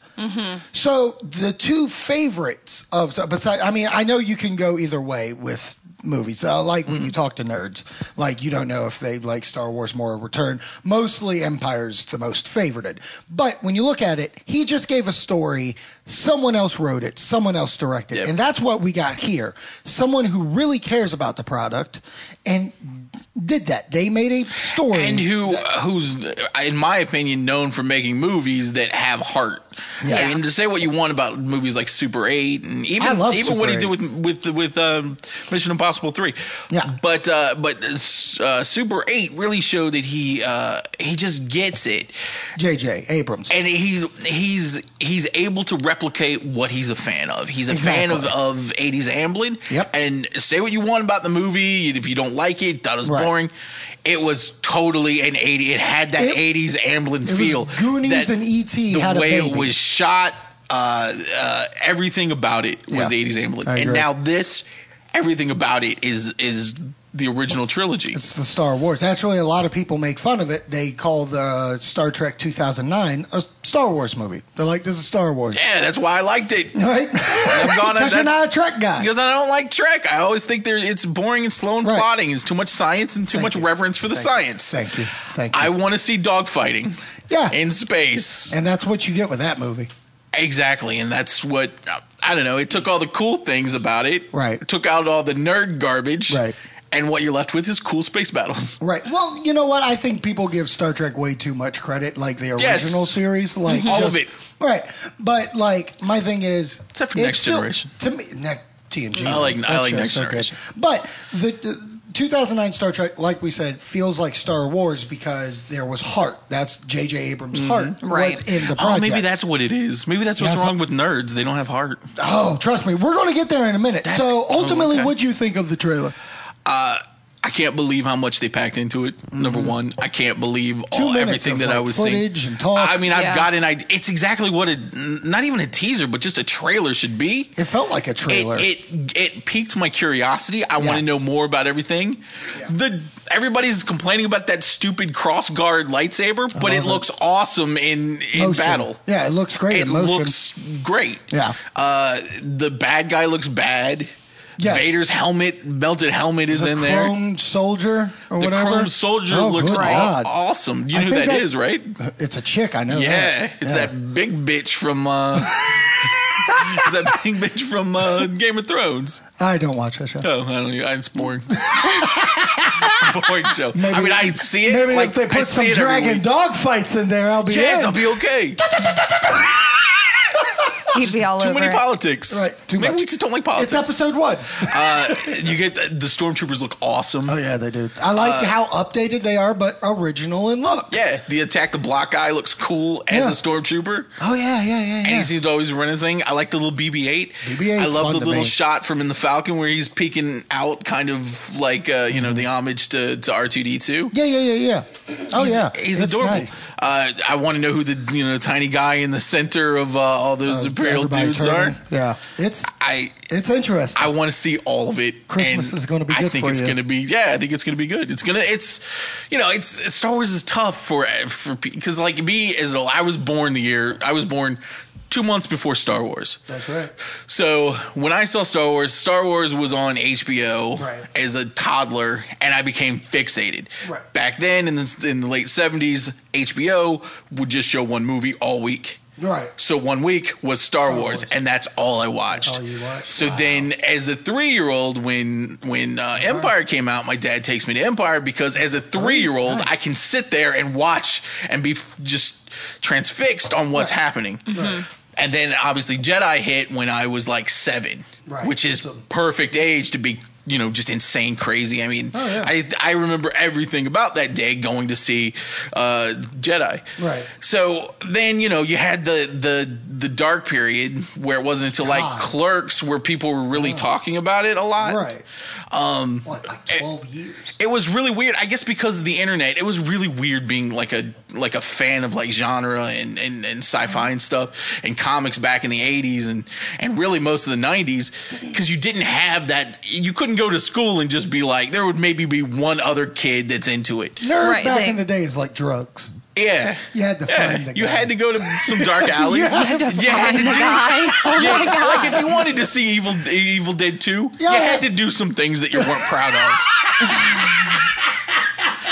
[SPEAKER 7] So the two favorites of so besides, I mean, I know you can go either way with movies. Uh, like
[SPEAKER 8] Mm-hmm.
[SPEAKER 7] when you talk to nerds, like you don't know if they like Star Wars more or Return. Mostly Empire's the most favorited. But when you look at it, he just gave a story. Someone else wrote it. Someone else directed,
[SPEAKER 8] Yeah.
[SPEAKER 7] it. and that's what we got here. Someone who really cares about the product and did that. They made a story.
[SPEAKER 8] and who who's in my opinion known for making movies that have heart.
[SPEAKER 7] Yeah.
[SPEAKER 8] I mean, to say what you want about movies like Super Eight and even
[SPEAKER 7] I love
[SPEAKER 8] even
[SPEAKER 7] Super
[SPEAKER 8] what he
[SPEAKER 7] 8.
[SPEAKER 8] did with with with um, Mission Impossible Three.
[SPEAKER 7] Yeah.
[SPEAKER 8] but uh, but uh, Super Eight really showed that he uh, he just gets it,
[SPEAKER 7] J.J. Abrams.
[SPEAKER 8] and he's he's he's able to replicate what he's a fan of. He's a fan of
[SPEAKER 7] Exactly.
[SPEAKER 8] of eighties Amblin.
[SPEAKER 7] Yep.
[SPEAKER 8] And say what you want about the movie, and if you don't like it, that was
[SPEAKER 7] Right.
[SPEAKER 8] boring. It was totally an eighty. It had that
[SPEAKER 7] It-
[SPEAKER 8] eighties Amblin
[SPEAKER 7] was
[SPEAKER 8] feel.
[SPEAKER 7] Goonies
[SPEAKER 8] that
[SPEAKER 7] and E.T.
[SPEAKER 8] The
[SPEAKER 7] had a
[SPEAKER 8] way it
[SPEAKER 7] baby.
[SPEAKER 8] was shot, uh, uh, everything about it was
[SPEAKER 7] Yeah.
[SPEAKER 8] eighties Amblin.
[SPEAKER 7] I
[SPEAKER 8] And
[SPEAKER 7] agree.
[SPEAKER 8] now this, everything about it is is the original trilogy.
[SPEAKER 7] It's the Star Wars. Actually, a lot of people make fun of it. They call the Star Trek 2009 a Star Wars movie. They're like, this is Star Wars.
[SPEAKER 8] yeah, that's why I liked it.
[SPEAKER 7] Right?
[SPEAKER 8] I'm gonna-
[SPEAKER 7] Because you're
[SPEAKER 8] that's-
[SPEAKER 7] not a Trek guy.
[SPEAKER 8] Because I don't like Trek. I always think there it's boring and slow and
[SPEAKER 7] Right.
[SPEAKER 8] plotting. It's too much science and too
[SPEAKER 7] Thank
[SPEAKER 8] much
[SPEAKER 7] you.
[SPEAKER 8] reverence for the
[SPEAKER 7] Thank you.
[SPEAKER 8] science.
[SPEAKER 7] Thank you. Thank you.
[SPEAKER 8] I want to see dogfighting.
[SPEAKER 7] Yeah.
[SPEAKER 8] In space.
[SPEAKER 7] and that's what you get with that movie.
[SPEAKER 8] Exactly. And that's what I don't know. It took all the cool things about it.
[SPEAKER 7] Right.
[SPEAKER 8] It took out all the nerd garbage.
[SPEAKER 7] Right.
[SPEAKER 8] And what you're left with is cool space battles.
[SPEAKER 7] Right. Well, you know what? I think people give Star Trek way too much credit, like the
[SPEAKER 8] Yes. Mm-hmm.
[SPEAKER 7] original series, like
[SPEAKER 8] All of it.
[SPEAKER 7] just- Right. But like my thing is,
[SPEAKER 8] Except for
[SPEAKER 7] it's
[SPEAKER 8] Next Generation.
[SPEAKER 7] To me, ne- TNG.
[SPEAKER 8] I like- I
[SPEAKER 7] That
[SPEAKER 8] like
[SPEAKER 7] show's
[SPEAKER 8] Next
[SPEAKER 7] so good.
[SPEAKER 8] Generation.
[SPEAKER 7] But the, the 2009 Star Trek, like we said, feels like Star Wars because there was heart. That's J.J. Abrams' heart
[SPEAKER 6] Right.
[SPEAKER 7] was in the
[SPEAKER 8] Mm-hmm. Oh,
[SPEAKER 7] project.
[SPEAKER 8] maybe that's what it is. Maybe that's what's
[SPEAKER 7] Yes.
[SPEAKER 8] wrong with nerds. They don't have heart.
[SPEAKER 7] Oh, trust me, we're going to get there in a minute.
[SPEAKER 8] That's-
[SPEAKER 7] so
[SPEAKER 8] oh,
[SPEAKER 7] ultimately,
[SPEAKER 8] okay.
[SPEAKER 7] what'd you think of the trailer?
[SPEAKER 8] I can't believe how much they packed into it. Number one, I can't believe all
[SPEAKER 7] Mm-hmm. minutes
[SPEAKER 8] everything
[SPEAKER 7] of,
[SPEAKER 8] that I
[SPEAKER 7] like,
[SPEAKER 8] was
[SPEAKER 7] footage
[SPEAKER 8] seeing.
[SPEAKER 7] and talk.
[SPEAKER 8] I mean, I've
[SPEAKER 6] Yeah.
[SPEAKER 8] got an idea. It's exactly what a not even a teaser, but just a trailer should be.
[SPEAKER 7] It felt like a trailer.
[SPEAKER 8] It, it it piqued my curiosity. I
[SPEAKER 7] Yeah.
[SPEAKER 8] want to know more about everything. The everybody's complaining about that stupid cross guard lightsaber, but it looks awesome in in
[SPEAKER 7] Motion.
[SPEAKER 8] battle.
[SPEAKER 7] Yeah, it looks great.
[SPEAKER 8] It
[SPEAKER 7] in motion.
[SPEAKER 8] looks great.
[SPEAKER 7] Yeah.
[SPEAKER 8] Uh, the bad guy looks bad.
[SPEAKER 7] Yes.
[SPEAKER 8] Vader's helmet, melted helmet, is
[SPEAKER 7] the
[SPEAKER 8] in there.
[SPEAKER 7] chrome soldier or
[SPEAKER 8] The
[SPEAKER 7] whatever.
[SPEAKER 8] Chrome Soldier
[SPEAKER 7] Oh,
[SPEAKER 8] looks
[SPEAKER 7] good
[SPEAKER 8] aw-
[SPEAKER 7] God.
[SPEAKER 8] awesome. You
[SPEAKER 7] I
[SPEAKER 8] know who
[SPEAKER 7] think
[SPEAKER 8] that
[SPEAKER 7] that-
[SPEAKER 8] is, right?
[SPEAKER 7] It's a chick, I know.
[SPEAKER 8] Yeah,
[SPEAKER 7] that.
[SPEAKER 8] it's
[SPEAKER 7] Yeah.
[SPEAKER 8] that big bitch from. Uh, it's that big bitch from uh, Game of Thrones.
[SPEAKER 7] I don't watch that show.
[SPEAKER 8] Oh, I don't. know. It's boring. it's a boring show. I mean, I see it.
[SPEAKER 7] Maybe
[SPEAKER 8] like,
[SPEAKER 7] if they
[SPEAKER 8] I
[SPEAKER 7] put
[SPEAKER 8] see
[SPEAKER 7] some
[SPEAKER 8] it every
[SPEAKER 7] dragon
[SPEAKER 8] week.
[SPEAKER 7] dog fights in there, I'll be
[SPEAKER 8] Yes,
[SPEAKER 7] in.
[SPEAKER 8] I'll be okay.
[SPEAKER 6] He'd be all
[SPEAKER 8] too
[SPEAKER 6] over
[SPEAKER 8] many
[SPEAKER 6] it.
[SPEAKER 8] politics.
[SPEAKER 7] Right, too
[SPEAKER 8] Maybe
[SPEAKER 7] much.
[SPEAKER 8] we just don't like politics.
[SPEAKER 7] It's episode one.
[SPEAKER 8] uh, you get the, the stormtroopers look awesome.
[SPEAKER 7] Oh yeah, they do. I like
[SPEAKER 8] Uh,
[SPEAKER 7] how updated they are, but original in look.
[SPEAKER 8] Yeah, the attack the block guy looks cool as
[SPEAKER 7] Yeah.
[SPEAKER 8] a stormtrooper.
[SPEAKER 7] Oh yeah, yeah, yeah,
[SPEAKER 8] And
[SPEAKER 7] yeah.
[SPEAKER 8] he seems to always run a thing. I like the little BB-8.
[SPEAKER 7] BB-8 's
[SPEAKER 8] I love
[SPEAKER 7] fun
[SPEAKER 8] the
[SPEAKER 7] to
[SPEAKER 8] little
[SPEAKER 7] make.
[SPEAKER 8] shot from in the Falcon where he's peeking out, kind of like uh, you know the homage to to R2D2.
[SPEAKER 7] Yeah, yeah, yeah, yeah. Oh yeah,
[SPEAKER 8] He's
[SPEAKER 7] It's
[SPEAKER 8] adorable.
[SPEAKER 7] nice.
[SPEAKER 8] Uh, I want to know who the you know tiny guy in the center of uh, all those
[SPEAKER 7] Uh,
[SPEAKER 8] imperial
[SPEAKER 7] everybody
[SPEAKER 8] dudes
[SPEAKER 7] turning.
[SPEAKER 8] are.
[SPEAKER 7] Yeah, it's
[SPEAKER 8] I
[SPEAKER 7] it's interesting.
[SPEAKER 8] I want to see all of it.
[SPEAKER 7] Christmas
[SPEAKER 8] and
[SPEAKER 7] is gonna be
[SPEAKER 8] I
[SPEAKER 7] good
[SPEAKER 8] think
[SPEAKER 7] for
[SPEAKER 8] it's
[SPEAKER 7] you.
[SPEAKER 8] going to be. Yeah, I think it's going to be good. It's gonna. It's you know, it's Star Wars is tough for for because like me as an old, I was born the year I was born two months before Star Wars.
[SPEAKER 7] That's right.
[SPEAKER 8] So when I saw Star Wars, Star Wars was on HBO
[SPEAKER 7] Right.
[SPEAKER 8] as a toddler, and I became fixated.
[SPEAKER 7] Right.
[SPEAKER 8] Back then, in the, in the late seventies, HBO would just show one movie all week.
[SPEAKER 7] Right.
[SPEAKER 8] So one week was Star,
[SPEAKER 7] Star
[SPEAKER 8] Wars,
[SPEAKER 7] Wars. Oh,
[SPEAKER 8] and that's all I watched.
[SPEAKER 7] all you watched?
[SPEAKER 8] So then, as a three-year-old, when when uh, Empire came out, my dad takes me to Empire because as a three-year-old,
[SPEAKER 7] Oh, nice.
[SPEAKER 8] I can sit there and watch and be f- just transfixed on what's happening. And then obviously Jedi hit when I was like seven,
[SPEAKER 7] Right.
[SPEAKER 8] which is
[SPEAKER 7] So-
[SPEAKER 8] perfect age to be. You know, just insane, crazy. I mean,
[SPEAKER 7] Oh, yeah.
[SPEAKER 8] I I remember everything about that day going to see uh, Jedi.
[SPEAKER 7] Right.
[SPEAKER 8] So then you know you had the the the dark period where it wasn't until like
[SPEAKER 7] God.
[SPEAKER 8] Clerks where people were really talking about it a lot.
[SPEAKER 7] right.
[SPEAKER 8] Um,
[SPEAKER 7] What like
[SPEAKER 8] it-
[SPEAKER 7] twelve years?
[SPEAKER 8] it was really weird. I guess because of the internet, it was really weird being like a like a fan of like genre and and, and sci-fi and stuff and comics back in the eighties and and really most of the nineties because you didn't have that. You couldn't go to school and just be like. There would maybe be one other kid that's into it.
[SPEAKER 7] Nerd
[SPEAKER 6] Right,
[SPEAKER 7] back
[SPEAKER 6] they-
[SPEAKER 7] in the day is like drugs.
[SPEAKER 8] Yeah.
[SPEAKER 7] You had to
[SPEAKER 8] Yeah,
[SPEAKER 7] find the
[SPEAKER 8] you
[SPEAKER 7] guy.
[SPEAKER 8] had to go to some dark alleys.
[SPEAKER 7] You had
[SPEAKER 6] to
[SPEAKER 8] You had
[SPEAKER 6] find
[SPEAKER 8] to
[SPEAKER 6] the
[SPEAKER 8] do-
[SPEAKER 6] guy. Oh
[SPEAKER 8] Yeah,
[SPEAKER 6] my god.
[SPEAKER 8] Like if you wanted to see Evil Evil Dead 2,
[SPEAKER 7] Yeah.
[SPEAKER 8] you had to do some things that you weren't proud of.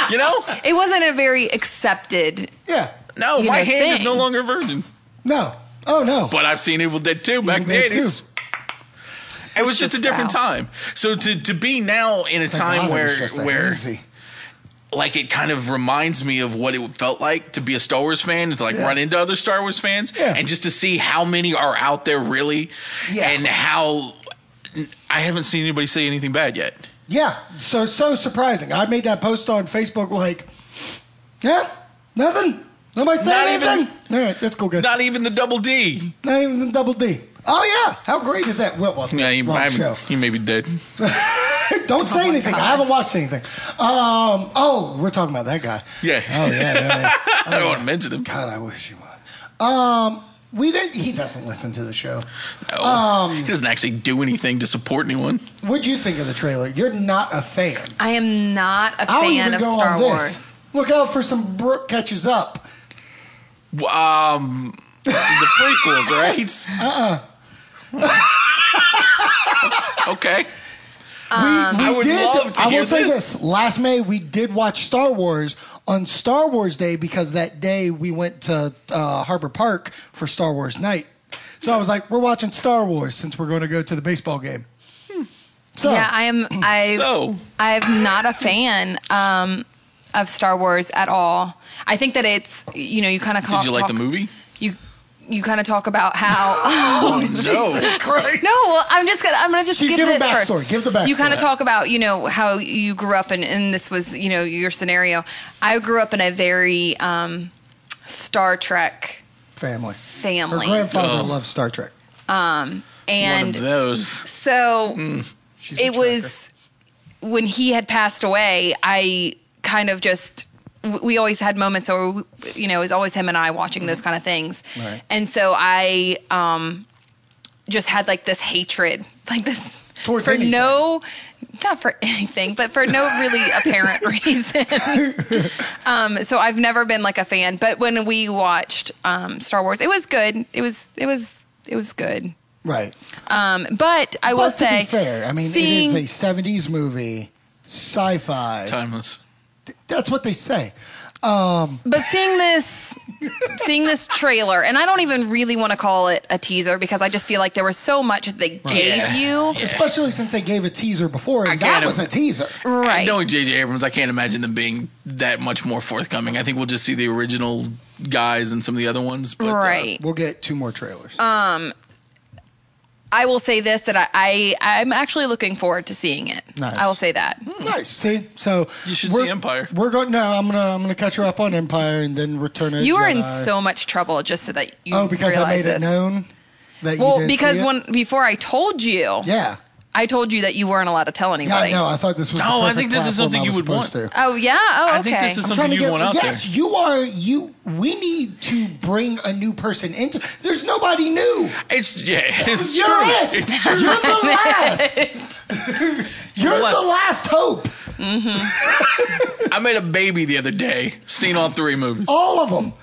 [SPEAKER 8] you know?
[SPEAKER 6] it wasn't a very accepted.
[SPEAKER 7] Yeah.
[SPEAKER 8] No,
[SPEAKER 6] You
[SPEAKER 8] my
[SPEAKER 6] know,
[SPEAKER 8] hand is
[SPEAKER 6] thing.
[SPEAKER 8] no longer a virgin.
[SPEAKER 7] No. Oh no.
[SPEAKER 8] But I've seen Evil Dead 2 back
[SPEAKER 7] Evil
[SPEAKER 8] in
[SPEAKER 7] Dead
[SPEAKER 8] the 80s.
[SPEAKER 7] 2.
[SPEAKER 8] It was
[SPEAKER 6] It's
[SPEAKER 8] just a
[SPEAKER 6] just
[SPEAKER 8] different
[SPEAKER 6] out.
[SPEAKER 8] time. So to, to be now in a
[SPEAKER 7] Thank God
[SPEAKER 8] time
[SPEAKER 7] it was
[SPEAKER 8] where
[SPEAKER 7] just that
[SPEAKER 8] where
[SPEAKER 7] easy.
[SPEAKER 8] like it kind of reminds me of what it felt like to be a Star Wars fan and to like
[SPEAKER 7] Yeah.
[SPEAKER 8] run into other Star Wars fans
[SPEAKER 7] Yeah.
[SPEAKER 8] and just to see how many are out there really
[SPEAKER 7] Yeah.
[SPEAKER 8] and how I haven't seen anybody say anything bad yet.
[SPEAKER 7] Yeah, so so surprising. I made that post on Facebook like, yeah, nothing. Nobody said
[SPEAKER 8] Not even-
[SPEAKER 7] anything. All right, let's go good. Not,
[SPEAKER 8] Not even the double D.
[SPEAKER 7] even the double D. Oh yeah, how great is that? Well, well
[SPEAKER 8] Yeah, he,
[SPEAKER 7] wrong
[SPEAKER 8] I
[SPEAKER 7] show.
[SPEAKER 8] haven't- he may be dead.
[SPEAKER 7] Don't
[SPEAKER 8] Oh
[SPEAKER 7] say anything. I haven't watched anything. Um. Oh, we're talking about that guy.
[SPEAKER 8] Yeah.
[SPEAKER 7] Oh yeah. yeah, yeah.
[SPEAKER 8] I don't want to mention him.
[SPEAKER 7] God, I wish you would. Um. We didn't. He doesn't listen to the show.
[SPEAKER 8] No. Oh.
[SPEAKER 7] Um,
[SPEAKER 8] he doesn't actually do anything to support anyone.
[SPEAKER 7] What'd you think of the trailer? You're not a fan.
[SPEAKER 6] I am not a
[SPEAKER 7] I'll
[SPEAKER 6] fan
[SPEAKER 7] even
[SPEAKER 6] of
[SPEAKER 7] go
[SPEAKER 6] Star
[SPEAKER 7] on this.
[SPEAKER 6] Wars.
[SPEAKER 7] Look out for some Brooke catches up.
[SPEAKER 8] Um, the prequels, right? Uh uh
[SPEAKER 7] Uh-uh.
[SPEAKER 8] okay.
[SPEAKER 7] we, we
[SPEAKER 6] Um,
[SPEAKER 8] I would
[SPEAKER 7] did,
[SPEAKER 8] love to
[SPEAKER 7] I
[SPEAKER 8] hear
[SPEAKER 7] will say
[SPEAKER 8] this.
[SPEAKER 7] this. Last May, we did watch Star Wars on Star Wars Day because that day we went to uh, Harbor Park for Star Wars night. So I was like, we're watching Star Wars since we're going to go to the baseball game. So,
[SPEAKER 6] Yeah, I am. I
[SPEAKER 8] So.
[SPEAKER 6] I'm not a fan um, of Star Wars at all. I think that it's you know you kind of
[SPEAKER 8] Did you like the movie?
[SPEAKER 6] You you kind of talk about how
[SPEAKER 8] No.
[SPEAKER 7] Christ.
[SPEAKER 6] No, well, I'm just gonna I'm gonna just
[SPEAKER 7] She's
[SPEAKER 6] give
[SPEAKER 7] giving
[SPEAKER 6] this first.
[SPEAKER 7] backstory. Give the backstory.
[SPEAKER 6] You kind of talk about you know how you grew up and and this was you know your scenario. I grew up in a very um, Star Trek
[SPEAKER 7] family. Her
[SPEAKER 6] family,
[SPEAKER 7] grandfather loved Star Trek.
[SPEAKER 8] One of Mm.
[SPEAKER 6] and
[SPEAKER 8] those.
[SPEAKER 6] so
[SPEAKER 7] She's a
[SPEAKER 6] it was when he had passed away. I kind of just w- we always had moments where we, you know it was always him and I watching those kind of things,
[SPEAKER 7] Mm-hmm. Right.
[SPEAKER 6] and so I um, just had like this hatred, like this
[SPEAKER 7] Towards
[SPEAKER 6] for
[SPEAKER 7] anything.
[SPEAKER 6] no. Not for anything, but for no really apparent reason. um, so I've never been like a fan. But when we watched um, Star Wars, it was good. It was it was it was good.
[SPEAKER 7] Right.
[SPEAKER 6] Um, but I will
[SPEAKER 7] but to
[SPEAKER 6] say,
[SPEAKER 7] be fair, I mean,
[SPEAKER 6] seeing-
[SPEAKER 7] it is a 70s movie, sci fi.
[SPEAKER 8] Timeless.
[SPEAKER 7] That's what they say. Um,
[SPEAKER 6] but seeing this, seeing this trailer, and I don't even really want to call it a teaser because I just feel like there was so much that they gave
[SPEAKER 8] Yeah.
[SPEAKER 6] you.
[SPEAKER 7] Especially since they gave a teaser before, and
[SPEAKER 8] I
[SPEAKER 7] that
[SPEAKER 8] can't-
[SPEAKER 7] was a teaser.
[SPEAKER 6] Right.
[SPEAKER 8] Knowing J.J. Abrams, I can't imagine them being that much more forthcoming. I think we'll just see the original guys and some of the other ones. But, uh,
[SPEAKER 6] right. Um,
[SPEAKER 7] We'll get two more trailers.
[SPEAKER 6] I will say this that I, I I'm actually looking forward to seeing it.
[SPEAKER 7] Nice.
[SPEAKER 6] I will say that.
[SPEAKER 7] Nice. See, so
[SPEAKER 8] You should
[SPEAKER 7] we're-
[SPEAKER 8] see Empire.
[SPEAKER 7] We're going no. I'm gonna I'm gonna catch her up on Empire and then Return of
[SPEAKER 6] You are in
[SPEAKER 7] Jedi.
[SPEAKER 6] so much trouble just so that you
[SPEAKER 7] oh because I
[SPEAKER 6] realize
[SPEAKER 7] made
[SPEAKER 6] this.
[SPEAKER 7] it known that you
[SPEAKER 6] Well,
[SPEAKER 7] didn't
[SPEAKER 6] because
[SPEAKER 7] see it?
[SPEAKER 6] when before I told you,
[SPEAKER 7] yeah
[SPEAKER 6] I told you that you weren't allowed to tell
[SPEAKER 7] yeah
[SPEAKER 6] anybody.
[SPEAKER 7] I know I thought this was the
[SPEAKER 8] No, I
[SPEAKER 7] perfect
[SPEAKER 8] think this is
[SPEAKER 7] platform
[SPEAKER 8] something
[SPEAKER 7] I
[SPEAKER 8] you
[SPEAKER 7] was
[SPEAKER 8] would want.
[SPEAKER 7] supposed to.
[SPEAKER 6] Oh yeah. Oh okay.
[SPEAKER 8] I think this is
[SPEAKER 7] I'm
[SPEAKER 8] something
[SPEAKER 7] trying to
[SPEAKER 8] you
[SPEAKER 7] get,
[SPEAKER 8] want out
[SPEAKER 7] yes,
[SPEAKER 8] there.
[SPEAKER 7] you are. You, we need to bring a new person into. There's nobody new.
[SPEAKER 8] It's yeah, it's
[SPEAKER 7] You're
[SPEAKER 8] true.
[SPEAKER 7] it. You're the last. You're
[SPEAKER 8] What?
[SPEAKER 7] the last hope.
[SPEAKER 8] I made a baby the other day. Seen all three movies.
[SPEAKER 7] All of them.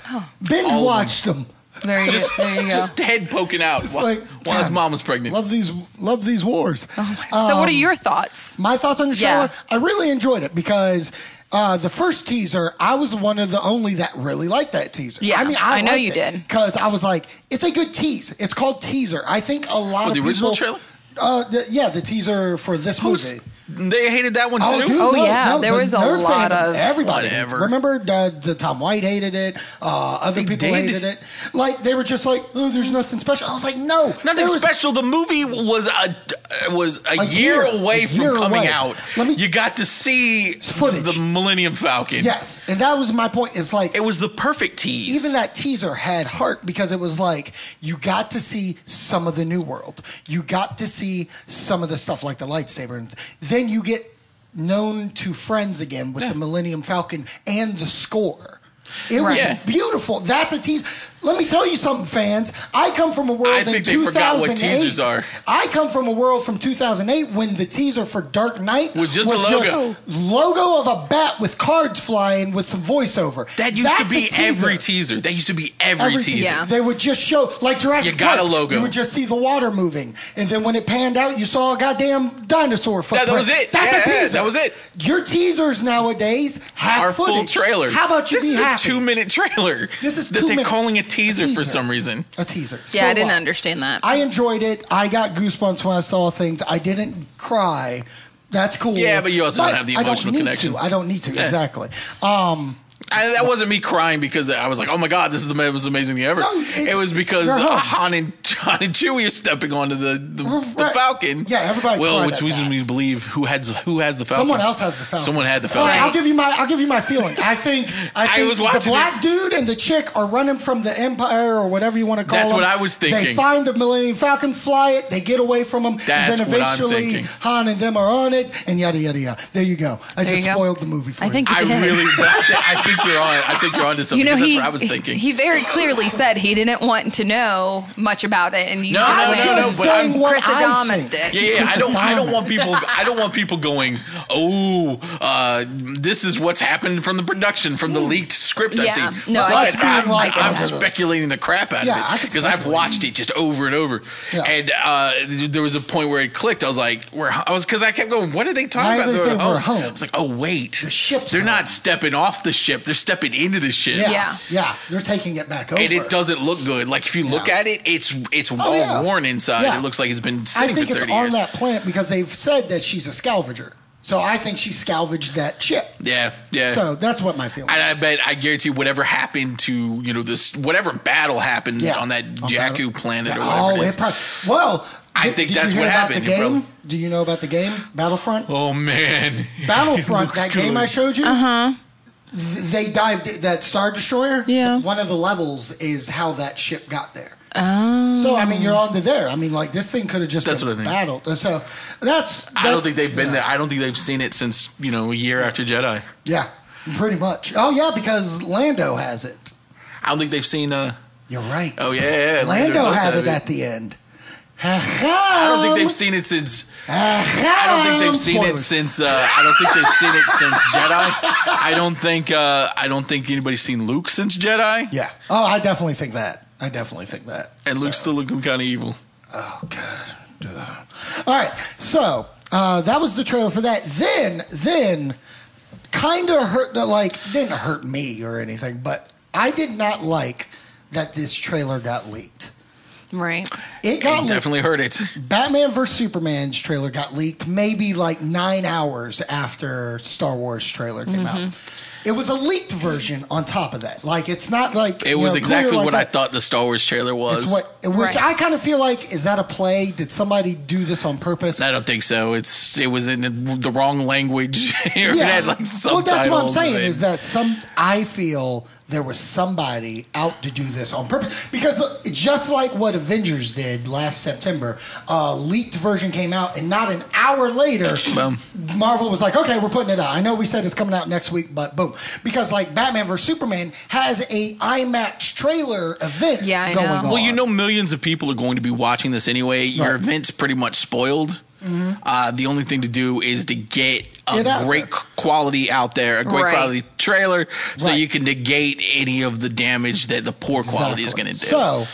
[SPEAKER 7] Binge watched them.
[SPEAKER 6] there you,
[SPEAKER 8] Just,
[SPEAKER 6] there you go.
[SPEAKER 8] just head poking out while,
[SPEAKER 7] Like,
[SPEAKER 8] while his
[SPEAKER 7] God,
[SPEAKER 8] mom was pregnant.
[SPEAKER 7] Love these. Love these wars.
[SPEAKER 6] so what are
[SPEAKER 7] Um,
[SPEAKER 6] your thoughts?
[SPEAKER 7] My thoughts on the
[SPEAKER 6] Yeah.
[SPEAKER 7] trailer? I really enjoyed it because uh, the first teaser, I was one of the only that really liked that teaser.
[SPEAKER 6] Yeah,
[SPEAKER 7] I mean,
[SPEAKER 6] I
[SPEAKER 7] I,
[SPEAKER 6] know you did.
[SPEAKER 7] because I was like, it's a good tease. It's called teaser. I think a lot
[SPEAKER 8] What,
[SPEAKER 7] of
[SPEAKER 8] the original
[SPEAKER 7] people-
[SPEAKER 8] trailer?
[SPEAKER 7] Uh, the, yeah, the teaser for this
[SPEAKER 8] Who's-
[SPEAKER 7] movie.
[SPEAKER 8] they hated that one too.
[SPEAKER 6] Oh, yeah, there was a
[SPEAKER 7] nerd
[SPEAKER 6] lot
[SPEAKER 7] fandom,
[SPEAKER 6] of-
[SPEAKER 7] everybody.
[SPEAKER 8] Whatever.
[SPEAKER 7] Remember, uh, the Tom White hated it. Uh, other people
[SPEAKER 8] did.
[SPEAKER 7] hated it. Like they were just like, "Oh, there's nothing special." I was like, "No,
[SPEAKER 8] Nothing
[SPEAKER 7] there was-
[SPEAKER 8] special. The movie was a uh, was a, year,
[SPEAKER 7] year.
[SPEAKER 8] away
[SPEAKER 7] A
[SPEAKER 8] from
[SPEAKER 7] year
[SPEAKER 8] coming
[SPEAKER 7] away.
[SPEAKER 8] out.
[SPEAKER 7] Let me-
[SPEAKER 8] you got to see
[SPEAKER 7] Footage.
[SPEAKER 8] the Millennium Falcon.
[SPEAKER 7] Yes, and that was my point. It's like
[SPEAKER 8] it was the perfect tease.
[SPEAKER 7] even that teaser had heart because it was like you got to see some of the new world. You got to see some of the stuff like the lightsaber, and then you get known to friends again with
[SPEAKER 8] Yeah.
[SPEAKER 7] the Millennium Falcon and the score. It was
[SPEAKER 6] Right.
[SPEAKER 8] Yeah.
[SPEAKER 7] beautiful. That's a tease. Let me tell you something, fans. I come from a world
[SPEAKER 8] I
[SPEAKER 7] in
[SPEAKER 8] think they
[SPEAKER 7] 2008.
[SPEAKER 8] forgot what teasers are.
[SPEAKER 7] I come from a world from 2008 when the teaser for Dark Knight
[SPEAKER 8] Was just a logo.
[SPEAKER 7] logo of a bat with cards flying with some voiceover.
[SPEAKER 8] that used to
[SPEAKER 7] That's
[SPEAKER 8] be
[SPEAKER 7] a teaser.
[SPEAKER 8] every teaser. That used to be every,
[SPEAKER 7] Every
[SPEAKER 8] teaser.
[SPEAKER 7] teaser.
[SPEAKER 6] Yeah.
[SPEAKER 7] They would just show like Jurassic
[SPEAKER 8] You got
[SPEAKER 7] Park,
[SPEAKER 8] a logo.
[SPEAKER 7] You would just see the water moving, and then when it panned out, you saw a goddamn dinosaur footprint.
[SPEAKER 8] that was it. Yeah,
[SPEAKER 7] That's a
[SPEAKER 8] yeah,
[SPEAKER 7] teaser.
[SPEAKER 8] that was it.
[SPEAKER 7] Your teasers nowadays have
[SPEAKER 8] Our
[SPEAKER 7] footage.
[SPEAKER 8] full trailer.
[SPEAKER 7] How about you
[SPEAKER 8] This
[SPEAKER 7] be
[SPEAKER 8] is
[SPEAKER 7] happy?
[SPEAKER 8] a two-minute trailer.
[SPEAKER 7] This is
[SPEAKER 8] that
[SPEAKER 7] two
[SPEAKER 8] they're
[SPEAKER 7] minutes.
[SPEAKER 8] calling a teaser, for
[SPEAKER 7] Teaser.
[SPEAKER 8] some reason.
[SPEAKER 7] a teaser.
[SPEAKER 6] Yeah,
[SPEAKER 7] So
[SPEAKER 6] I didn't
[SPEAKER 7] what?
[SPEAKER 6] understand that.
[SPEAKER 7] I enjoyed it. I got goosebumps when I saw things. I didn't cry. That's cool.
[SPEAKER 8] Yeah, but you also don't have the
[SPEAKER 7] I
[SPEAKER 8] emotional
[SPEAKER 7] need
[SPEAKER 8] connection.
[SPEAKER 7] To. I don't need to. Exactly. Um,
[SPEAKER 8] I, that wasn't me crying because I was like, "Oh my god, this is the most amazing thing ever."
[SPEAKER 7] No, it's-
[SPEAKER 8] it was because
[SPEAKER 7] you're hooked.
[SPEAKER 8] Han and Han and Chewie are stepping onto the the, the
[SPEAKER 7] Right.
[SPEAKER 8] Falcon.
[SPEAKER 7] Yeah, everybody
[SPEAKER 8] Well,
[SPEAKER 7] cried
[SPEAKER 8] which
[SPEAKER 7] at
[SPEAKER 8] reason
[SPEAKER 7] that.
[SPEAKER 8] we believe who has who has the Falcon?
[SPEAKER 7] Someone else has the Falcon.
[SPEAKER 8] Someone had the
[SPEAKER 7] All
[SPEAKER 8] Falcon.
[SPEAKER 7] right, I'll give you my I'll give you my feeling. I think I
[SPEAKER 8] I
[SPEAKER 7] think
[SPEAKER 8] was watching
[SPEAKER 7] the black dude and the chick are running from the Empire or whatever you want to call
[SPEAKER 8] That's
[SPEAKER 7] them.
[SPEAKER 8] what I was
[SPEAKER 7] They
[SPEAKER 8] thinking.
[SPEAKER 7] find the Millennium Falcon, fly it, they get away from them,
[SPEAKER 8] That's
[SPEAKER 7] and
[SPEAKER 8] what
[SPEAKER 7] then
[SPEAKER 8] I'm
[SPEAKER 7] eventually
[SPEAKER 8] thinking.
[SPEAKER 7] Han and them are on it, and yada yada yada. There you go. I
[SPEAKER 6] There
[SPEAKER 7] just
[SPEAKER 6] you go.
[SPEAKER 7] spoiled the movie for
[SPEAKER 6] I
[SPEAKER 7] you.
[SPEAKER 6] think
[SPEAKER 8] I
[SPEAKER 6] you did.
[SPEAKER 8] really, but I, I think you're on. I think you're onto something.
[SPEAKER 6] You know,
[SPEAKER 8] 'cause
[SPEAKER 6] he,
[SPEAKER 8] that's what I was thinking.
[SPEAKER 6] he very clearly said he didn't want to know much about it, and you
[SPEAKER 8] No,
[SPEAKER 6] just
[SPEAKER 8] no,
[SPEAKER 6] went,
[SPEAKER 8] no, no, but I'm-
[SPEAKER 7] saying what
[SPEAKER 6] Chris
[SPEAKER 7] I
[SPEAKER 6] Adamas
[SPEAKER 7] think.
[SPEAKER 6] did.
[SPEAKER 8] yeah, yeah. I don't. I don't want
[SPEAKER 7] Christadamus.
[SPEAKER 8] people. I don't want people going. Oh, uh, this is what's happened from the production, from the leaked script
[SPEAKER 6] Yeah.
[SPEAKER 8] I've seen.
[SPEAKER 6] No, I
[SPEAKER 8] But
[SPEAKER 6] get
[SPEAKER 7] that.
[SPEAKER 8] I'm,
[SPEAKER 7] Mm. I get
[SPEAKER 8] I'm
[SPEAKER 7] that.
[SPEAKER 8] speculating the crap out
[SPEAKER 7] Yeah,
[SPEAKER 8] of
[SPEAKER 7] I
[SPEAKER 8] it
[SPEAKER 7] could
[SPEAKER 8] because I've
[SPEAKER 7] speculate.
[SPEAKER 8] watched it just over and over.
[SPEAKER 7] Yeah.
[SPEAKER 8] And uh, th- there was a point where it clicked. I was like, "Where?" I was because I kept going. What are they talking
[SPEAKER 7] Why
[SPEAKER 8] about?
[SPEAKER 7] are they
[SPEAKER 8] They're
[SPEAKER 7] saying
[SPEAKER 8] like,
[SPEAKER 7] we're
[SPEAKER 8] oh.
[SPEAKER 7] home?
[SPEAKER 8] I was like, "Oh, wait,
[SPEAKER 7] The ship's
[SPEAKER 8] They're
[SPEAKER 7] home.
[SPEAKER 8] not stepping off the ship. They're stepping into the ship."
[SPEAKER 7] yeah,
[SPEAKER 6] Yeah.
[SPEAKER 7] yeah, they're taking it back over.
[SPEAKER 8] and it doesn't look good. Like if you look
[SPEAKER 7] Yeah. Oh,
[SPEAKER 8] at it, it's it's all
[SPEAKER 7] yeah.
[SPEAKER 8] worn inside.
[SPEAKER 7] Yeah.
[SPEAKER 8] It looks like it's been
[SPEAKER 7] I
[SPEAKER 8] sitting
[SPEAKER 7] think
[SPEAKER 8] for
[SPEAKER 7] it's
[SPEAKER 8] thirty
[SPEAKER 7] on
[SPEAKER 8] years.
[SPEAKER 7] that planet because they've said that she's a scalvager. So I think she scalvaged that ship.
[SPEAKER 8] Yeah, yeah.
[SPEAKER 7] So that's what my feeling.
[SPEAKER 8] and
[SPEAKER 7] is.
[SPEAKER 8] I bet I guarantee whatever happened to you know this whatever battle happened on that Jakku
[SPEAKER 7] that-
[SPEAKER 8] planet or
[SPEAKER 7] Yeah,
[SPEAKER 8] whatever.
[SPEAKER 7] Oh,
[SPEAKER 8] it
[SPEAKER 7] it
[SPEAKER 8] is.
[SPEAKER 7] prob- well,
[SPEAKER 8] I
[SPEAKER 7] did-
[SPEAKER 8] think
[SPEAKER 7] did you
[SPEAKER 8] that's
[SPEAKER 7] hear
[SPEAKER 8] what
[SPEAKER 7] about
[SPEAKER 8] happened.
[SPEAKER 7] The
[SPEAKER 8] It
[SPEAKER 7] game?
[SPEAKER 8] prob-
[SPEAKER 7] Do you know about the game Battlefront?
[SPEAKER 8] oh man,
[SPEAKER 7] Battlefront, that game I showed you. Uh
[SPEAKER 6] Uh-huh.
[SPEAKER 7] They dived that Star Destroyer.
[SPEAKER 6] Yeah.
[SPEAKER 7] One of the levels is how that ship got there.
[SPEAKER 6] Oh.
[SPEAKER 7] So I mean, you're on to there. I mean, like this thing could have just
[SPEAKER 8] That's
[SPEAKER 7] been
[SPEAKER 8] what I
[SPEAKER 7] battled. So that's,
[SPEAKER 8] I don't
[SPEAKER 7] that's-
[SPEAKER 8] think they've been
[SPEAKER 7] yeah.
[SPEAKER 8] there. I don't think they've seen it since you know a year after Jedi.
[SPEAKER 7] Yeah, pretty much. Oh yeah, because Lando has it.
[SPEAKER 8] I don't think they've seen. Uh,
[SPEAKER 7] You're right.
[SPEAKER 8] Oh, yeah, yeah, Lando
[SPEAKER 7] Lando
[SPEAKER 8] does
[SPEAKER 7] had
[SPEAKER 8] have
[SPEAKER 7] it
[SPEAKER 8] it.
[SPEAKER 7] at the end.
[SPEAKER 8] I don't think
[SPEAKER 7] Um,
[SPEAKER 8] they've seen it since. I don't think they've seen it since. Uh, I don't think they've seen it since Jedi. I don't think. Uh, I don't think anybody's seen Luke since Jedi.
[SPEAKER 7] Yeah. Oh, I definitely think that. I definitely think that.
[SPEAKER 8] and Luke's still looking kind of evil.
[SPEAKER 7] Oh god. Ugh. All right. So uh, that was the trailer for that. Then, then, kind of hurt. Like, didn't hurt me or anything, but I did not like that this trailer got leaked.
[SPEAKER 6] Right.
[SPEAKER 7] It got leaked.
[SPEAKER 8] Definitely heard it.
[SPEAKER 7] Batman vs Superman's trailer got leaked maybe like nine hours after Star Wars trailer came out. It was a leaked version on top of that. Like it's not like
[SPEAKER 8] It
[SPEAKER 7] you
[SPEAKER 8] was
[SPEAKER 7] know, clear
[SPEAKER 8] exactly
[SPEAKER 7] like
[SPEAKER 8] what I
[SPEAKER 7] that.
[SPEAKER 8] thought the Star Wars trailer was.
[SPEAKER 7] It's what, which
[SPEAKER 6] Right.
[SPEAKER 7] I kind of feel like is that a play? Did somebody do this on purpose?
[SPEAKER 8] I don't think so. It's it was in the, the wrong language. yeah.
[SPEAKER 7] well, that's what I'm saying is that some. I feel there was somebody out to do this on purpose because look, just like what Avengers did last September, a leaked version came out, and not an hour later,
[SPEAKER 8] Boom.
[SPEAKER 7] Marvel was like, "Okay, we're putting it out." I know we said it's coming out next week, but boom, because like Batman vs Superman has a IMAX trailer event
[SPEAKER 6] Yeah, I
[SPEAKER 7] going
[SPEAKER 6] know.
[SPEAKER 7] on.
[SPEAKER 8] Well, you know, millions of people are going to be watching this anyway. Your
[SPEAKER 7] Right. Mm-hmm.
[SPEAKER 8] event's pretty much spoiled. Uh, the only thing to do is to get a
[SPEAKER 7] Get out
[SPEAKER 8] great quality out there, a great
[SPEAKER 6] Right.
[SPEAKER 8] quality trailer, so
[SPEAKER 7] Right.
[SPEAKER 8] you can negate any of the damage that the poor quality is going to do.
[SPEAKER 7] So,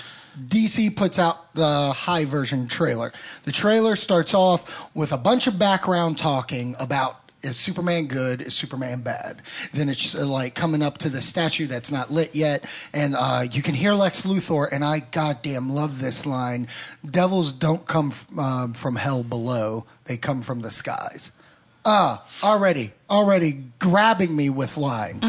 [SPEAKER 7] DC puts out the high version trailer. The trailer starts off with a bunch of background talking about is Superman good? Is Superman bad? Then it's uh, like coming up to the statue that's not lit yet, and uh, you can hear Lex Luthor, and I goddamn love this line: "Devils don't come f- um, from hell below; they come from the skies." Ah, already, already grabbing me with lines.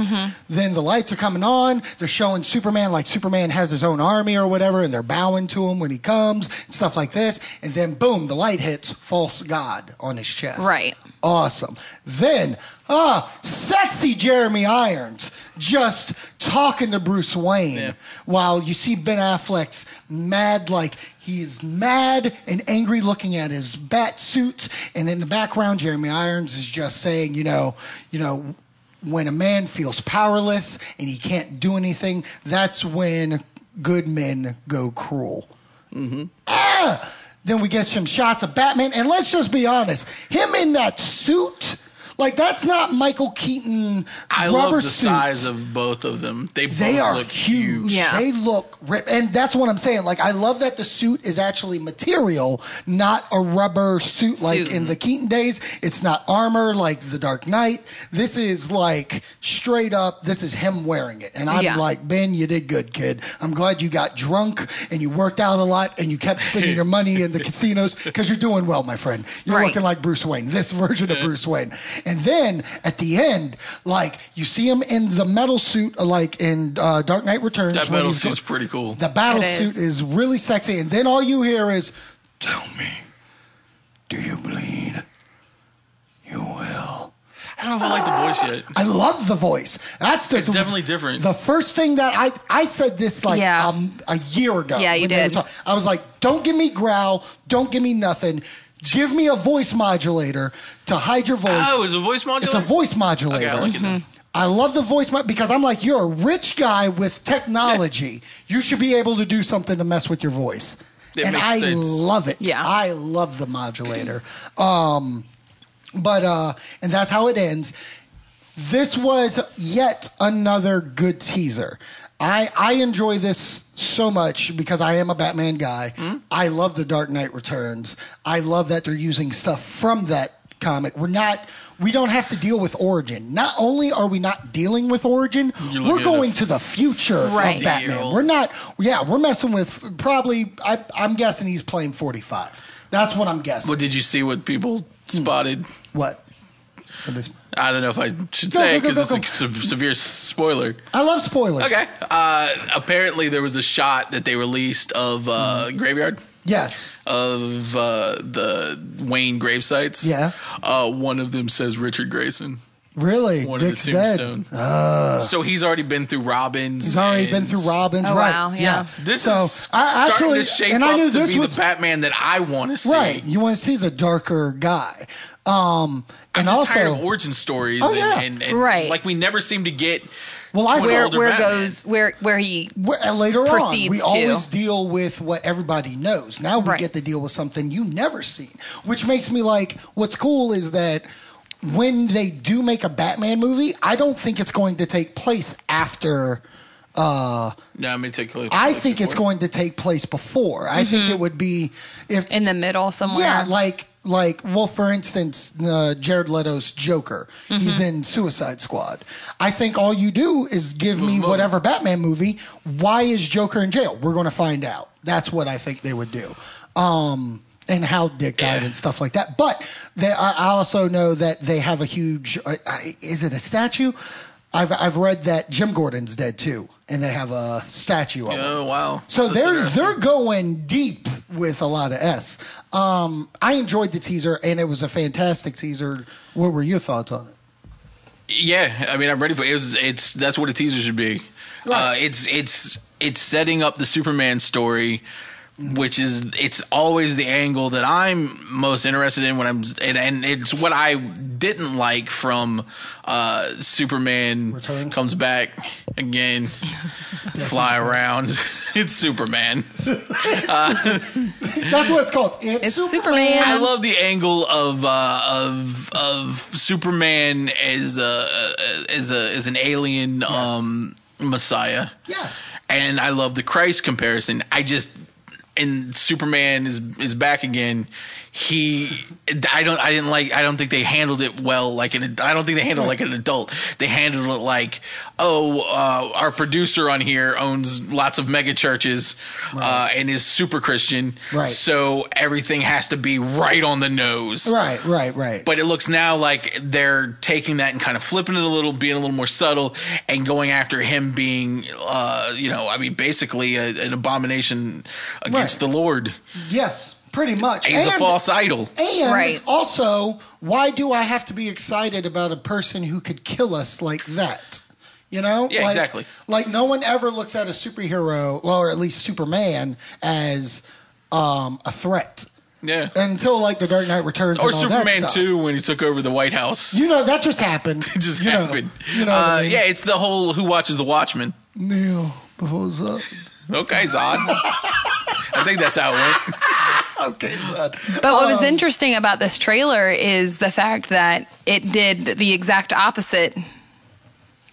[SPEAKER 7] Then the lights are coming on. They're showing Superman like Superman has his own army or whatever, and they're bowing to him when he comes, and stuff like this. And then boom, the light hits false god on his chest.
[SPEAKER 6] Right.
[SPEAKER 7] Awesome. Then, ah, sexy Jeremy Irons just talking to Bruce Wayne while you see Ben Affleck's mad, like he is mad and angry looking at his bat suit. And in the background, Jeremy Irons is just saying, you know, you know, when a man feels powerless and he can't do anything, that's when good men go cruel. Then we get some shots of Batman. And let's just be honest, him in that suit, like that's not Michael Keaton
[SPEAKER 8] I
[SPEAKER 7] rubber
[SPEAKER 8] love the
[SPEAKER 7] suit.
[SPEAKER 8] size of both of them. They both
[SPEAKER 7] They are
[SPEAKER 8] look
[SPEAKER 7] huge.
[SPEAKER 6] Yeah.
[SPEAKER 7] They look ripped. And that's what I'm saying. Like, I love that the suit is actually material, not a rubber suit like
[SPEAKER 6] Suit.
[SPEAKER 7] in the Keaton days. It's not armor like the Dark Knight. This is like straight up, this is him wearing it. And I'm
[SPEAKER 6] Yeah.
[SPEAKER 7] like, Ben, you did good, kid. I'm glad you got drunk and you worked out a lot and you kept spending your money in the casinos because you're doing well, my friend. You're
[SPEAKER 6] Right.
[SPEAKER 7] looking like Bruce Wayne, this version of Bruce Wayne. And then at the end, like you see him in the metal suit, like in uh, Dark Knight Returns.
[SPEAKER 8] That
[SPEAKER 7] when
[SPEAKER 8] metal
[SPEAKER 7] he's-
[SPEAKER 8] suit's pretty cool.
[SPEAKER 7] The battle
[SPEAKER 6] It
[SPEAKER 7] suit
[SPEAKER 6] is.
[SPEAKER 7] is really sexy. And then all you hear is, "Tell me, do you bleed? You will."
[SPEAKER 8] I don't know if I like the voice yet.
[SPEAKER 7] I love the voice. That's the,
[SPEAKER 8] It's definitely different.
[SPEAKER 7] The first thing that I I said this like
[SPEAKER 6] Yeah.
[SPEAKER 7] um, a year ago.
[SPEAKER 6] Yeah, you
[SPEAKER 7] when they were
[SPEAKER 6] did.
[SPEAKER 7] talk- I was like, don't give me growl, don't give me nothing. Give me a voice modulator to hide your voice.
[SPEAKER 8] Oh, is it a voice
[SPEAKER 7] It's
[SPEAKER 8] modulator?
[SPEAKER 7] a voice modulator. Mm-hmm.
[SPEAKER 8] Okay, I like it now.
[SPEAKER 7] I love the voice mo- because I'm like, you're a rich guy with technology. You should be able to do something to mess with your voice.
[SPEAKER 8] It
[SPEAKER 7] and
[SPEAKER 8] makes
[SPEAKER 7] I
[SPEAKER 8] sense.
[SPEAKER 7] love it.
[SPEAKER 6] Yeah.
[SPEAKER 7] I love the modulator. Um, but uh, and that's how it ends. This was yet another good teaser. I I enjoy this so much because I am a Batman guy.
[SPEAKER 6] Hmm?
[SPEAKER 7] I love the Dark Knight Returns. I love that they're using stuff from that comic. We're not we don't have to deal with origin. Not only are we not dealing with origin, we're
[SPEAKER 8] looking at
[SPEAKER 7] going
[SPEAKER 8] a
[SPEAKER 7] to the future
[SPEAKER 6] Right.
[SPEAKER 7] of Batman.
[SPEAKER 8] 50-year-old.
[SPEAKER 7] We're not yeah, we're messing with probably I I'm guessing he's playing 45. That's what I'm guessing.
[SPEAKER 8] What did you see? What people spotted?
[SPEAKER 7] What? What is-
[SPEAKER 8] I don't know if I should
[SPEAKER 7] Go,
[SPEAKER 8] say
[SPEAKER 7] go, go,
[SPEAKER 8] because
[SPEAKER 7] go,
[SPEAKER 8] it's
[SPEAKER 7] go.
[SPEAKER 8] a se- severe spoiler.
[SPEAKER 7] I love spoilers.
[SPEAKER 8] Okay. Uh, apparently, there was a shot that they released of uh, graveyard
[SPEAKER 7] Yes.
[SPEAKER 8] of uh, the Wayne gravesites.
[SPEAKER 7] Yeah.
[SPEAKER 8] Uh, one of them says Richard Grayson.
[SPEAKER 7] Really?
[SPEAKER 8] One
[SPEAKER 7] Dick's
[SPEAKER 8] of the
[SPEAKER 7] dead. Ah.
[SPEAKER 8] tombstone. so he's already been through Robbins.
[SPEAKER 7] He's already
[SPEAKER 8] and-
[SPEAKER 7] been through Robbins.
[SPEAKER 6] Oh,
[SPEAKER 7] right.
[SPEAKER 6] wow, yeah.
[SPEAKER 8] This
[SPEAKER 7] so
[SPEAKER 8] is
[SPEAKER 7] I
[SPEAKER 8] starting
[SPEAKER 7] actually
[SPEAKER 8] to shape
[SPEAKER 7] and
[SPEAKER 8] up
[SPEAKER 7] I knew
[SPEAKER 8] to
[SPEAKER 7] this
[SPEAKER 8] be
[SPEAKER 7] was
[SPEAKER 8] the Batman that I want to see.
[SPEAKER 7] right. You want to see the darker guy. Um
[SPEAKER 8] I'm
[SPEAKER 7] and
[SPEAKER 8] just
[SPEAKER 7] also
[SPEAKER 8] tired of origin stories.
[SPEAKER 7] Oh,
[SPEAKER 8] and,
[SPEAKER 7] yeah.
[SPEAKER 8] and, and
[SPEAKER 6] Right.
[SPEAKER 8] Like we never seem to get.
[SPEAKER 7] well, I
[SPEAKER 8] Twin
[SPEAKER 6] where
[SPEAKER 8] older
[SPEAKER 6] where
[SPEAKER 8] Batman.
[SPEAKER 6] goes where where he
[SPEAKER 7] Well, and later on,
[SPEAKER 6] proceeds
[SPEAKER 7] we
[SPEAKER 6] to.
[SPEAKER 7] always deal with what everybody knows. Now we
[SPEAKER 6] Right.
[SPEAKER 7] get to deal with something you've never seen, which makes me like. What's cool is that when they do make a Batman movie, I don't think it's going to take place after. Uh,
[SPEAKER 8] No, I'm gonna take a look.
[SPEAKER 7] I think it's
[SPEAKER 8] before.
[SPEAKER 6] Mm-hmm.
[SPEAKER 7] going to take place before. I think it would be if
[SPEAKER 6] in the middle somewhere?
[SPEAKER 7] yeah, like Like, well, for instance, uh, Jared Leto's Joker. He's in Suicide Squad. I think all you do is give me whatever Batman movie. Why is Joker in jail? We're going to find out. That's what I think they would do. Um, and how Dick died and stuff like that. But they, I I also know that they have a huge. Uh, I- is it a statue? I've I've read that Jim Gordon's dead too, and they have a statue of him.
[SPEAKER 8] Oh wow!
[SPEAKER 7] So
[SPEAKER 8] That's
[SPEAKER 7] they're
[SPEAKER 8] interesting.
[SPEAKER 7] they're going deep with a lot of S. Um, I enjoyed the teaser, and it was a fantastic teaser. What were your thoughts on it?
[SPEAKER 8] Yeah, I mean, I'm ready for it. It's, it's that's what a teaser should be. Uh, it's it's it's setting up the Superman story, which is it's always the angle that I'm most interested in when I'm and, and it's what I didn't like from uh, Superman
[SPEAKER 7] Returns?
[SPEAKER 8] comes back again, fly around. it's Superman.
[SPEAKER 7] That's what it's called. It's,
[SPEAKER 6] It's
[SPEAKER 7] Super-
[SPEAKER 6] Superman.
[SPEAKER 8] I love the angle of uh, of of Superman as a as a as an alien um, messiah.
[SPEAKER 7] Yeah.
[SPEAKER 8] and I love the Christ comparison. I just and Superman is is back again. He, I don't, I didn't like. I don't think they handled it well. Like an, I don't think they handled it like an adult. They handled it like, oh, uh, our producer on here owns lots of mega churches uh, and is super Christian,
[SPEAKER 7] Right.
[SPEAKER 8] So everything has to be right on the nose,
[SPEAKER 7] right, right, right.
[SPEAKER 8] but it looks now like they're taking that and kind of flipping it a little, being a little more subtle, and going after him being, uh, you know, I mean, basically a, an abomination against
[SPEAKER 7] Right.
[SPEAKER 8] the Lord.
[SPEAKER 7] yes, pretty much.
[SPEAKER 8] He's a
[SPEAKER 7] And-
[SPEAKER 8] false idol.
[SPEAKER 7] And
[SPEAKER 6] Right.
[SPEAKER 7] also, why do I have to be excited about a person who could kill us like that? You know?
[SPEAKER 8] Yeah,
[SPEAKER 7] like,
[SPEAKER 8] exactly.
[SPEAKER 7] Like, no one ever looks at a superhero, well, or at least Superman, as um, a threat.
[SPEAKER 8] Yeah.
[SPEAKER 7] Until, like, The Dark Knight Returns
[SPEAKER 8] Or
[SPEAKER 7] and all that
[SPEAKER 8] Superman
[SPEAKER 7] stuff.
[SPEAKER 8] 2 when he took over the White House.
[SPEAKER 7] You know, that just happened.
[SPEAKER 8] it just
[SPEAKER 7] you know,
[SPEAKER 8] happened.
[SPEAKER 7] You know,
[SPEAKER 8] uh,
[SPEAKER 7] what I mean?
[SPEAKER 8] Yeah, it's the whole who watches the Watchmen.
[SPEAKER 7] Neil, before it's up.
[SPEAKER 8] Okay, Zod. I think that's how it went.
[SPEAKER 7] Okay, son.
[SPEAKER 6] But
[SPEAKER 8] um,
[SPEAKER 6] what was interesting about this trailer is the fact that it did the exact opposite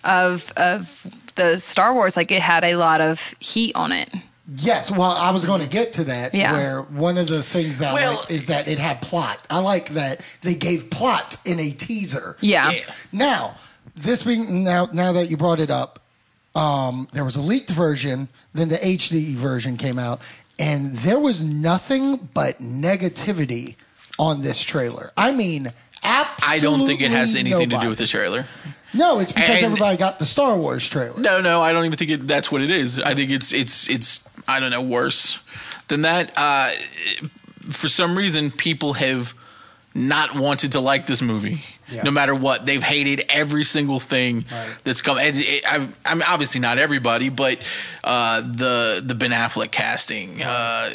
[SPEAKER 6] of of the Star Wars. Like it had a lot of heat on it.
[SPEAKER 7] Yes, well, I was going to get to that.
[SPEAKER 6] Yeah.
[SPEAKER 7] Where one of the things that I
[SPEAKER 8] Well-
[SPEAKER 7] like is that it had plot. I like that they gave plot in a teaser.
[SPEAKER 6] Yeah.
[SPEAKER 8] Yeah.
[SPEAKER 7] Now, this being now now that you brought it up, um, there was a leaked version, then the HD version came out, and there was nothing but negativity on this trailer. I mean, absolutely.
[SPEAKER 8] I don't think it has anything to do with
[SPEAKER 7] nobody.
[SPEAKER 8] the trailer.
[SPEAKER 7] No, it's because
[SPEAKER 8] And-
[SPEAKER 7] everybody got the Star Wars trailer.
[SPEAKER 8] No, no, I don't even think it, that's what it is. I think it's it's it's I don't know worse than that. Uh, for some reason, people have not wanted to like this movie,
[SPEAKER 7] Yeah.
[SPEAKER 8] no matter what. They've hated every single thing
[SPEAKER 7] Right.
[SPEAKER 8] that's come. And it, I, I'm obviously not everybody, but uh, the the Ben Affleck casting, uh,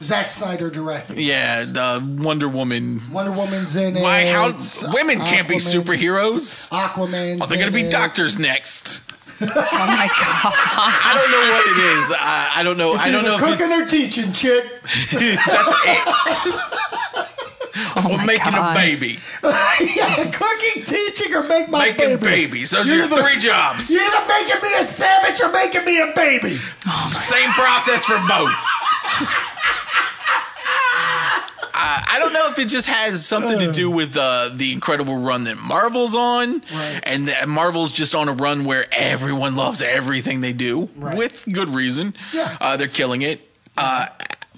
[SPEAKER 7] Zack Snyder directed.
[SPEAKER 8] yeah, the Wonder Woman.
[SPEAKER 7] Wonder Woman's in it.
[SPEAKER 8] Why? How women
[SPEAKER 7] Aquaman-
[SPEAKER 8] can't be superheroes?
[SPEAKER 7] Aquaman's.
[SPEAKER 8] Oh, they're gonna be
[SPEAKER 7] in it.
[SPEAKER 8] doctors next.
[SPEAKER 6] Oh my god!
[SPEAKER 8] I don't know what it is. I, I don't know. I don't
[SPEAKER 7] Either
[SPEAKER 8] know if it's
[SPEAKER 7] cooking or teaching, chick.
[SPEAKER 8] or
[SPEAKER 6] Oh my
[SPEAKER 8] making
[SPEAKER 6] God.
[SPEAKER 8] a baby.
[SPEAKER 7] yeah, cooking, teaching, or make my
[SPEAKER 8] Making
[SPEAKER 7] baby.
[SPEAKER 8] babies. Those are your
[SPEAKER 7] either-
[SPEAKER 8] three jobs.
[SPEAKER 7] You're either making me a sandwich or making me a baby.
[SPEAKER 8] Same process for both. I I don't know if it just has something to do with uh, the incredible run that Marvel's on,
[SPEAKER 7] Right.
[SPEAKER 8] and that Marvel's just on a run where everyone loves everything they do
[SPEAKER 7] Right.
[SPEAKER 8] with good reason.
[SPEAKER 7] Yeah.
[SPEAKER 8] Uh, they're killing it, uh,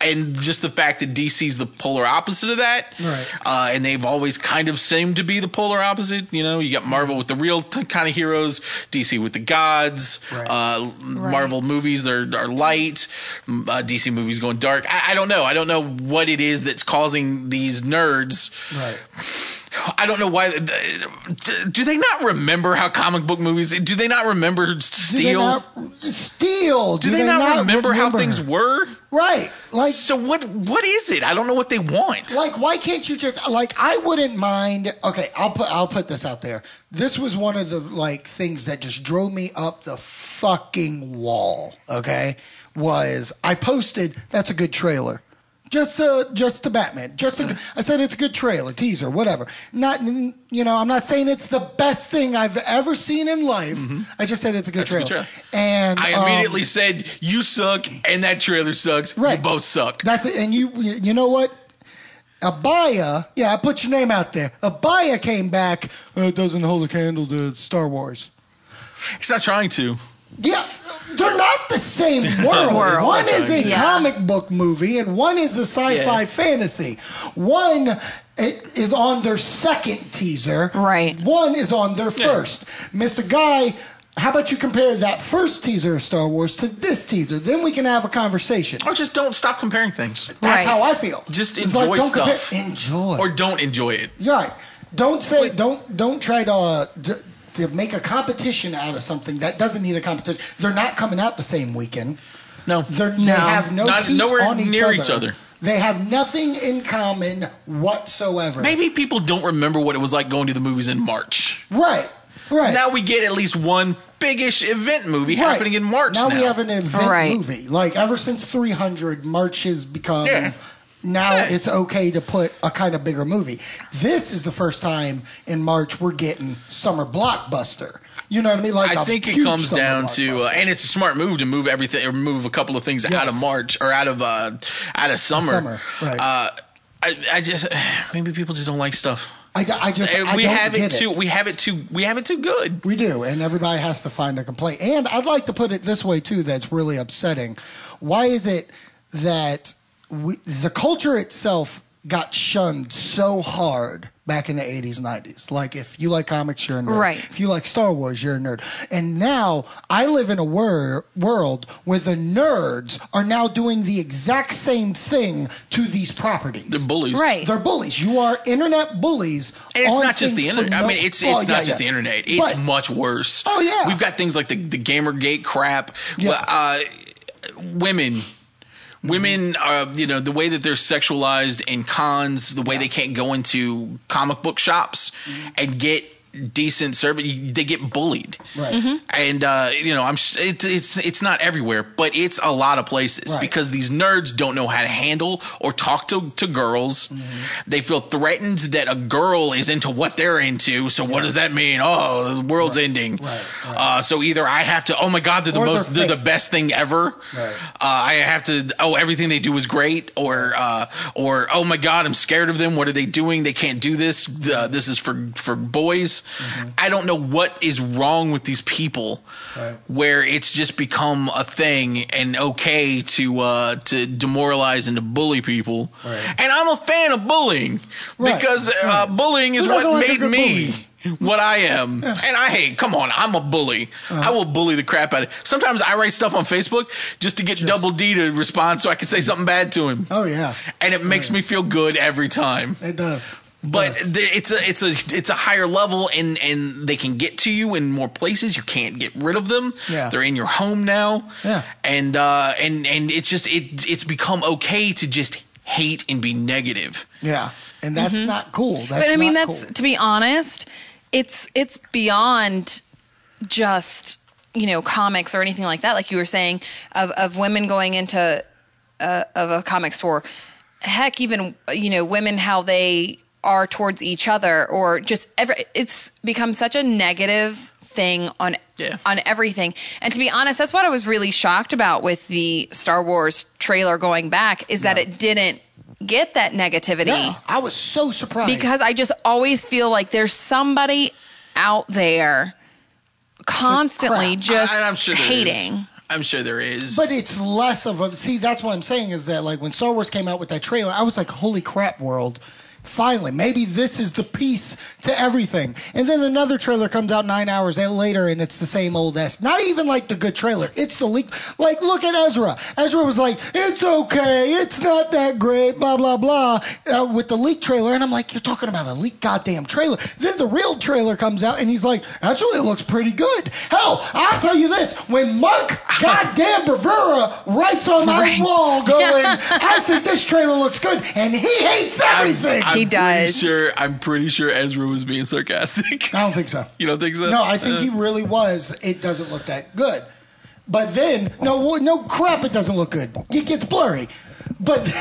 [SPEAKER 8] and just the fact that DC's the polar opposite of that,
[SPEAKER 7] Right.
[SPEAKER 8] uh, and they've always kind of seemed to be the polar opposite. You know, you got Marvel with the real t- kind of heroes, DC with the gods,
[SPEAKER 7] Right.
[SPEAKER 8] uh, Marvel movies are, are light, m- uh, DC movies going dark. I, I don't know. I don't know what it is that's causing these nerds.
[SPEAKER 7] Right.
[SPEAKER 8] I don't know why. th- th- Do they not remember how comic book movies? Do they not remember
[SPEAKER 7] Do they
[SPEAKER 8] Steel?
[SPEAKER 7] not, steal.
[SPEAKER 8] do they, not, remember, how things were?
[SPEAKER 7] Right. Like,
[SPEAKER 8] So what? What is it? I don't know what they want.
[SPEAKER 7] like why can't you just like i wouldn't mind okay i'll put i'll put this out there this was one of the like things that just drove me up the fucking wall okay was i posted that's a good trailer just uh just the batman just a, I said it's a good trailer teaser whatever not you know i'm not saying it's the best thing i've ever seen in life i just said it's a good,
[SPEAKER 8] Mm-hmm. a
[SPEAKER 7] trailer.
[SPEAKER 8] good trailer.
[SPEAKER 7] and
[SPEAKER 8] I
[SPEAKER 7] um,
[SPEAKER 8] immediately said, "You suck," and that trailer sucks. You both suck.
[SPEAKER 7] that's it. And you, you know what? Abaya, yeah, I put your name out there. Abaya came back. Uh, it doesn't hold a candle to Star Wars.
[SPEAKER 8] He's not trying to.
[SPEAKER 7] Yeah, they're not the same world.
[SPEAKER 6] World.
[SPEAKER 7] One is a
[SPEAKER 6] Yeah.
[SPEAKER 7] comic book movie, and one is a sci-fi
[SPEAKER 8] Yeah.
[SPEAKER 7] fantasy. One i- is on their second teaser.
[SPEAKER 6] Right.
[SPEAKER 7] One is on their first. Mr. Guy, how about you compare that first teaser of Star Wars to this teaser? Then we can have a conversation.
[SPEAKER 8] Or just don't stop comparing things.
[SPEAKER 6] Right.
[SPEAKER 7] That's how I feel.
[SPEAKER 8] Just
[SPEAKER 7] It's
[SPEAKER 8] enjoy
[SPEAKER 7] don't compare-
[SPEAKER 8] stuff.
[SPEAKER 7] Enjoy.
[SPEAKER 8] Or don't enjoy it.
[SPEAKER 7] You're right. Don't say don't don't try to, uh, to to make a competition out of something that doesn't need a competition. They're not coming out the same weekend.
[SPEAKER 8] No.
[SPEAKER 7] They're, They have no
[SPEAKER 8] Not-
[SPEAKER 7] heat
[SPEAKER 8] nowhere
[SPEAKER 7] on each
[SPEAKER 8] near
[SPEAKER 7] other.
[SPEAKER 8] each other.
[SPEAKER 7] They have nothing in common whatsoever.
[SPEAKER 8] Maybe people don't remember what it was like going to the movies in March.
[SPEAKER 7] Right. Right.
[SPEAKER 8] Now we get at least one biggish event movie
[SPEAKER 7] Right.
[SPEAKER 8] happening in March. Now,
[SPEAKER 7] Now, we have an event
[SPEAKER 6] Right.
[SPEAKER 7] movie. Like ever since 300, March has become.
[SPEAKER 8] Yeah.
[SPEAKER 7] Now
[SPEAKER 8] Yeah.
[SPEAKER 7] it's okay to put a kind of bigger movie. This is the first time in March we're getting summer blockbuster. You know what I mean? Like
[SPEAKER 8] I
[SPEAKER 7] a
[SPEAKER 8] think it
[SPEAKER 7] huge
[SPEAKER 8] comes
[SPEAKER 7] summer
[SPEAKER 8] down to, uh,
[SPEAKER 7] blockbuster.
[SPEAKER 8] and it's a smart move to move everything or move a couple of things out of
[SPEAKER 7] Yes.
[SPEAKER 8] March or out of uh, out of summer.
[SPEAKER 7] Summer, right.
[SPEAKER 8] Uh, I, I just maybe people just don't like stuff.
[SPEAKER 7] I, I just
[SPEAKER 8] And
[SPEAKER 7] I
[SPEAKER 8] we
[SPEAKER 7] don't
[SPEAKER 8] have it
[SPEAKER 7] get
[SPEAKER 8] too. We have it too. We have it too good.
[SPEAKER 7] We do, and everybody has to find a complaint. And I'd like to put it this way too. That's really upsetting. Why is it that we, the culture itself got shunned so hard back in the eighties, nineties? Like, if you like comics, you're a nerd.
[SPEAKER 6] Right.
[SPEAKER 7] If you like Star Wars, you're a nerd. And now I live in a wor- world where the nerds are now doing the exact same thing to these properties.
[SPEAKER 8] They're bullies.
[SPEAKER 6] Right.
[SPEAKER 7] They're bullies. You are internet bullies.
[SPEAKER 8] And it's
[SPEAKER 7] on
[SPEAKER 8] not just
[SPEAKER 7] things
[SPEAKER 8] the
[SPEAKER 7] for
[SPEAKER 8] internet. I
[SPEAKER 7] no-
[SPEAKER 8] mean, it's it's
[SPEAKER 7] Well,
[SPEAKER 8] not
[SPEAKER 7] yeah,
[SPEAKER 8] just
[SPEAKER 7] yeah.
[SPEAKER 8] the internet. It's
[SPEAKER 7] But-
[SPEAKER 8] much worse.
[SPEAKER 7] Oh, yeah.
[SPEAKER 8] we've got things like the the GamerGate crap.
[SPEAKER 7] Yeah.
[SPEAKER 8] Well, Uh, women. Mm-hmm. Women are, you know, the way that they're sexualized in cons, the way they can't go into comic book shops
[SPEAKER 7] Mm-hmm.
[SPEAKER 8] and get decent service, you- they get bullied.
[SPEAKER 7] Right. Mhm.
[SPEAKER 8] And uh, you know, I'm sh- it, it's it's not everywhere, but it's a lot of places
[SPEAKER 7] Right.
[SPEAKER 8] because these nerds don't know how to handle or talk to to girls.
[SPEAKER 7] Mm-hmm.
[SPEAKER 8] They feel threatened that a girl is into what they're into. So what does that mean? Oh, the world's ending.
[SPEAKER 7] Right, right.
[SPEAKER 8] Uh, so either I have to. Oh my God, they're the
[SPEAKER 7] Or they're
[SPEAKER 8] most. They're, the
[SPEAKER 7] fake.
[SPEAKER 8] best thing ever.
[SPEAKER 7] Right.
[SPEAKER 8] Uh, I have to. Oh, everything they do is great. Or uh, or oh my God, I'm scared of them. What are they doing? They can't do this. Uh, this is for for boys.
[SPEAKER 7] Mm-hmm.
[SPEAKER 8] I don't know what is wrong with these people.
[SPEAKER 7] Right.
[SPEAKER 8] Where it's just become a thing and okay to uh, to demoralize and to bully people,
[SPEAKER 7] Right.
[SPEAKER 8] and I'm a fan of bullying
[SPEAKER 7] Right,
[SPEAKER 8] because uh,
[SPEAKER 7] right.
[SPEAKER 8] bullying is
[SPEAKER 7] Who doesn't
[SPEAKER 8] what
[SPEAKER 7] like a
[SPEAKER 8] made
[SPEAKER 7] good
[SPEAKER 8] me
[SPEAKER 7] bully?
[SPEAKER 8] what I am. And I hate, come on, I'm a bully.
[SPEAKER 7] Uh-huh.
[SPEAKER 8] I will bully the crap out of Sometimes I write stuff on Facebook just to get Double D to respond so I can say something bad to him.
[SPEAKER 7] Oh yeah.
[SPEAKER 8] And it makes me feel good every time.
[SPEAKER 7] It does. It
[SPEAKER 8] But
[SPEAKER 7] does.
[SPEAKER 8] th- it's a it's a it's a higher level, and and they can get to you in more places. You can't get rid of them.
[SPEAKER 7] Yeah.
[SPEAKER 8] they're in your home now.
[SPEAKER 7] Yeah.
[SPEAKER 8] and uh, and and it's just it it's become okay to just hate and be negative.
[SPEAKER 7] yeah, and that's not cool. That's
[SPEAKER 6] Mm-hmm. but I mean,
[SPEAKER 7] not
[SPEAKER 6] that's
[SPEAKER 7] cool.
[SPEAKER 6] to be honest, it's it's beyond just you know comics or anything like that. Like you were saying, of of women going into uh, of a comic store. Heck, even you know women how they are towards each other or just every. It's become such a negative thing on
[SPEAKER 8] Yeah.
[SPEAKER 6] on everything. And to be honest, that's what I was really shocked about with the Star Wars trailer going back is that it didn't get that negativity
[SPEAKER 7] yeah, I was so surprised
[SPEAKER 6] because I just always feel like there's somebody out there constantly just
[SPEAKER 8] And I'm sure there is.
[SPEAKER 6] hating.
[SPEAKER 8] I'm sure there is.
[SPEAKER 7] But it's less of a see. That's what I'm saying is that like when Star Wars came out with that trailer, I was like, "Holy crap, world!" Finally, maybe this is the piece to everything. And then another trailer comes out nine hours later, and it's the same old s. Not even like the good trailer. It's the leak. Like, look at Ezra. Ezra was like, "It's okay. It's not that great." Blah blah blah. Uh, with the leak trailer, and I'm like, "You're talking about a leak goddamn trailer." Then the real trailer comes out, and he's like, "Actually, it looks pretty good." Hell, I'll tell you this: when Mark goddamn Bravura writes on my
[SPEAKER 6] Right.
[SPEAKER 7] wall, going, "I think this trailer looks good," and he hates everything. I,
[SPEAKER 8] I'm
[SPEAKER 6] He does.
[SPEAKER 8] Pretty sure, I'm pretty sure Ezra was being sarcastic.
[SPEAKER 7] don't think so.
[SPEAKER 8] you don't think so?
[SPEAKER 7] No, I think
[SPEAKER 8] Uh,
[SPEAKER 7] he really was. It doesn't look that good. But then, no, wo- no crap, it doesn't look good. It gets blurry. But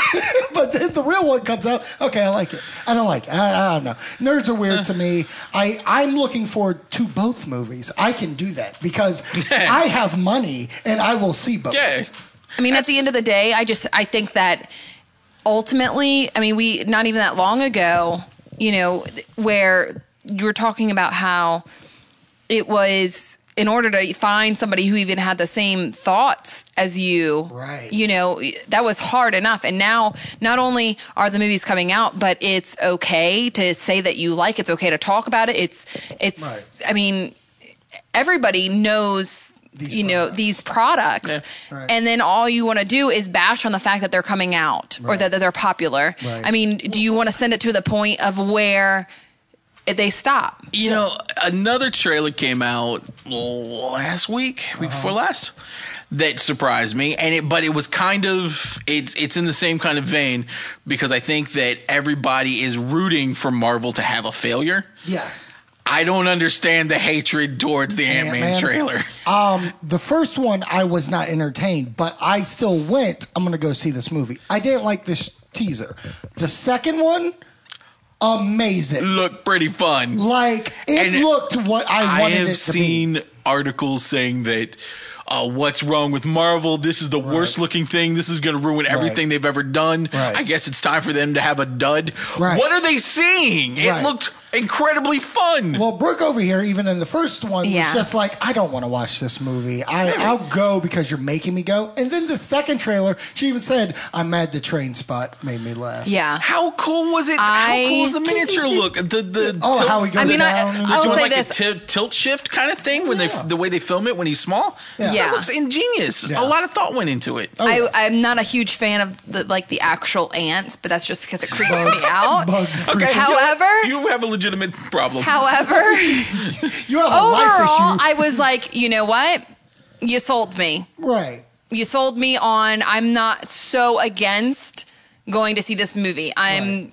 [SPEAKER 7] but then the real one comes out. Okay, I like it. I don't like it. I, I don't know. Nerds are weird to me. I, I'm looking forward to both movies. I can do that because I have money and I will see both.
[SPEAKER 8] Yeah.
[SPEAKER 6] I mean, at the end of the day, I just I think that ultimately, I mean, we not even that long ago, you know, th- where you were talking about how it was in order to find somebody who even had the same thoughts as you
[SPEAKER 7] Right.
[SPEAKER 6] you know that was hard enough and now not only are the movies coming out but it's okay to say that you like it's okay to talk about it it's it's
[SPEAKER 7] Right.
[SPEAKER 6] i mean everybody knows
[SPEAKER 7] These
[SPEAKER 6] you know
[SPEAKER 7] products.
[SPEAKER 6] these products
[SPEAKER 7] Right.
[SPEAKER 6] and then all you want to do is bash on the fact that they're coming out or
[SPEAKER 7] Right.
[SPEAKER 6] that, that they're popular
[SPEAKER 7] Right.
[SPEAKER 6] i mean do you want to send it to the point of where they stop
[SPEAKER 8] You know, another trailer came out last week, week before
[SPEAKER 7] Uh-huh.
[SPEAKER 8] last, that surprised me, and it but it was kind of it's it's in the same kind of vein because I think that everybody is rooting for Marvel to have a failure.
[SPEAKER 7] Yes.
[SPEAKER 8] I don't understand the hatred towards the Ant Man
[SPEAKER 7] Ant-Man.
[SPEAKER 8] trailer.
[SPEAKER 7] Um, the first one I was not entertained, but I still went. I'm gonna go see this movie. I didn't like this teaser. The second one, amazing.
[SPEAKER 8] Look pretty fun.
[SPEAKER 7] Like it
[SPEAKER 8] And
[SPEAKER 7] looked what I
[SPEAKER 8] I
[SPEAKER 7] wanted
[SPEAKER 8] have
[SPEAKER 7] it to
[SPEAKER 8] seen
[SPEAKER 7] be.
[SPEAKER 8] articles saying that uh, what's wrong with Marvel? This is the worst looking thing. This is going to ruin everything they've ever done.
[SPEAKER 7] Right.
[SPEAKER 8] I guess it's time for them to have a dud.
[SPEAKER 7] Right.
[SPEAKER 8] What are they seeing? It
[SPEAKER 7] Right.
[SPEAKER 8] looked incredibly fun.
[SPEAKER 7] Well, Brooke over here, even in the first one,
[SPEAKER 6] Yeah.
[SPEAKER 7] was just like, I don't want to watch this movie. I, I'll go because you're making me go. And then the second trailer, she even said, I'm mad the train spot made me laugh.
[SPEAKER 6] yeah
[SPEAKER 8] how cool was it? how cool
[SPEAKER 6] I-
[SPEAKER 8] was the miniature look? The the
[SPEAKER 7] Oh,
[SPEAKER 8] tilt-
[SPEAKER 7] how he goes
[SPEAKER 6] I mean, I-
[SPEAKER 7] down. and-
[SPEAKER 6] I'll
[SPEAKER 8] doing
[SPEAKER 6] say
[SPEAKER 8] like
[SPEAKER 6] this.
[SPEAKER 8] a ti- tilt shift kind of thing when
[SPEAKER 7] Yeah.
[SPEAKER 8] they the way they film it when he's small.
[SPEAKER 7] Yeah.
[SPEAKER 6] Yeah.
[SPEAKER 8] That looks ingenious.
[SPEAKER 7] Yeah.
[SPEAKER 8] A lot of thought went into it.
[SPEAKER 7] yeah.
[SPEAKER 6] I, I'm not a huge fan of the like the actual ants, but that's just because it creeps
[SPEAKER 7] Bugs.
[SPEAKER 6] me out.
[SPEAKER 7] Bugs
[SPEAKER 8] Okay, you know,
[SPEAKER 6] However-
[SPEAKER 8] you have a legitimate problem.
[SPEAKER 6] However,
[SPEAKER 7] You have a
[SPEAKER 6] overall,
[SPEAKER 7] life issue.
[SPEAKER 6] I was like, you know what? You sold me.
[SPEAKER 7] right.
[SPEAKER 6] You sold me on. I'm not so against going to see this movie. I'm.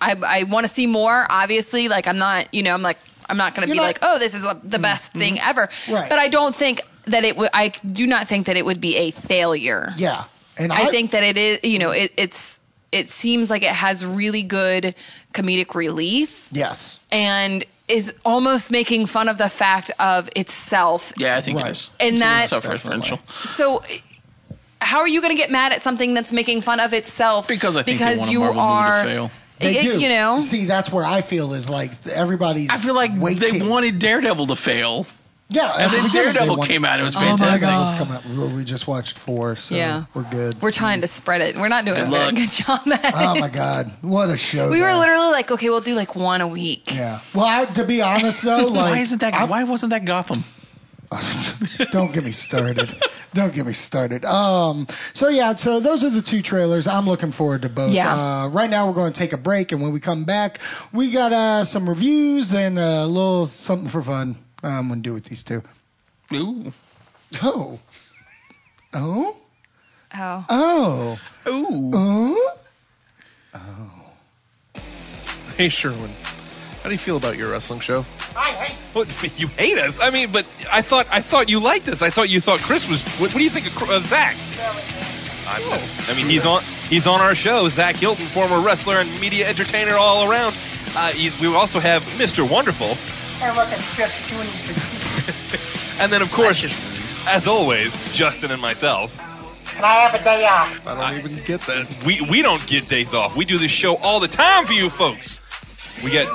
[SPEAKER 6] I, I want to see more. Obviously, like I'm not. You know, I'm like I'm not going to
[SPEAKER 7] You're
[SPEAKER 6] be
[SPEAKER 7] not- Mm,
[SPEAKER 6] like, oh, this is the best thing ever.
[SPEAKER 7] Right.
[SPEAKER 6] But I don't think that it would. I do not think that it would be a failure.
[SPEAKER 7] Yeah. And
[SPEAKER 6] I think that it is, you know, it, it's it seems like it has really good comedic relief
[SPEAKER 7] Yes.
[SPEAKER 6] and is almost making fun of the fact of itself.
[SPEAKER 8] Yeah, I think
[SPEAKER 7] Right.
[SPEAKER 8] it is.
[SPEAKER 6] And
[SPEAKER 8] it's
[SPEAKER 6] that-
[SPEAKER 8] self-referential.
[SPEAKER 6] So how are you going to get mad at something that's making fun of itself?
[SPEAKER 8] Because I think they
[SPEAKER 6] because
[SPEAKER 8] want a
[SPEAKER 6] you
[SPEAKER 8] Marvel movie to
[SPEAKER 6] are,
[SPEAKER 8] fail.
[SPEAKER 7] They
[SPEAKER 6] it-
[SPEAKER 7] do.
[SPEAKER 6] you know,
[SPEAKER 7] See, that's where I feel is like everybody's.
[SPEAKER 8] I feel like
[SPEAKER 7] waiting.
[SPEAKER 8] they wanted Daredevil to fail.
[SPEAKER 7] Yeah,
[SPEAKER 8] And then Daredevil
[SPEAKER 7] wanted-
[SPEAKER 8] came out. It was
[SPEAKER 7] Oh my
[SPEAKER 8] fantastic.
[SPEAKER 7] God. Come out. Well, We just watched four, so
[SPEAKER 6] Yeah.
[SPEAKER 7] we're good.
[SPEAKER 6] we're trying to spread it. We're not doing
[SPEAKER 8] Good
[SPEAKER 6] a very
[SPEAKER 8] luck.
[SPEAKER 6] good job. At
[SPEAKER 7] oh
[SPEAKER 6] it.
[SPEAKER 7] my God, what a show!
[SPEAKER 6] We were
[SPEAKER 7] though.
[SPEAKER 6] literally like, okay, we'll do like one a week.
[SPEAKER 7] Yeah. Well, I, to be honest though, like,
[SPEAKER 8] why isn't that? why wasn't that Gotham?
[SPEAKER 7] don't get me started. don't get me started. Um. So yeah. So those are the two trailers. I'm looking forward to both.
[SPEAKER 6] Yeah.
[SPEAKER 7] Uh, right now we're going to take a break, and when we come back, we got uh, some reviews and a little something for fun. I'm gonna do with these two.
[SPEAKER 8] Ooh,
[SPEAKER 7] Oh. Oh.
[SPEAKER 6] Oh.
[SPEAKER 7] Oh.
[SPEAKER 8] ooh.
[SPEAKER 7] Oh.
[SPEAKER 2] Hey, Sherwin, how do you feel about your wrestling show?
[SPEAKER 9] I hate
[SPEAKER 2] What, you hate us? I mean, but I thought I thought you liked us. I thought you thought Chris was. What, what do you think of, Cr- of Zach? I'm- I mean, he's on he's on our show. Zach Hilton, former wrestler and media entertainer all around. Uh, he's, we also have Mr. Wonderful,
[SPEAKER 9] and look at Chip doing the
[SPEAKER 2] and then of course, as always, Justin and myself.
[SPEAKER 9] And I have a day off.
[SPEAKER 2] I don't even get that. We we don't get days off. We do this show all the time for you folks. We get.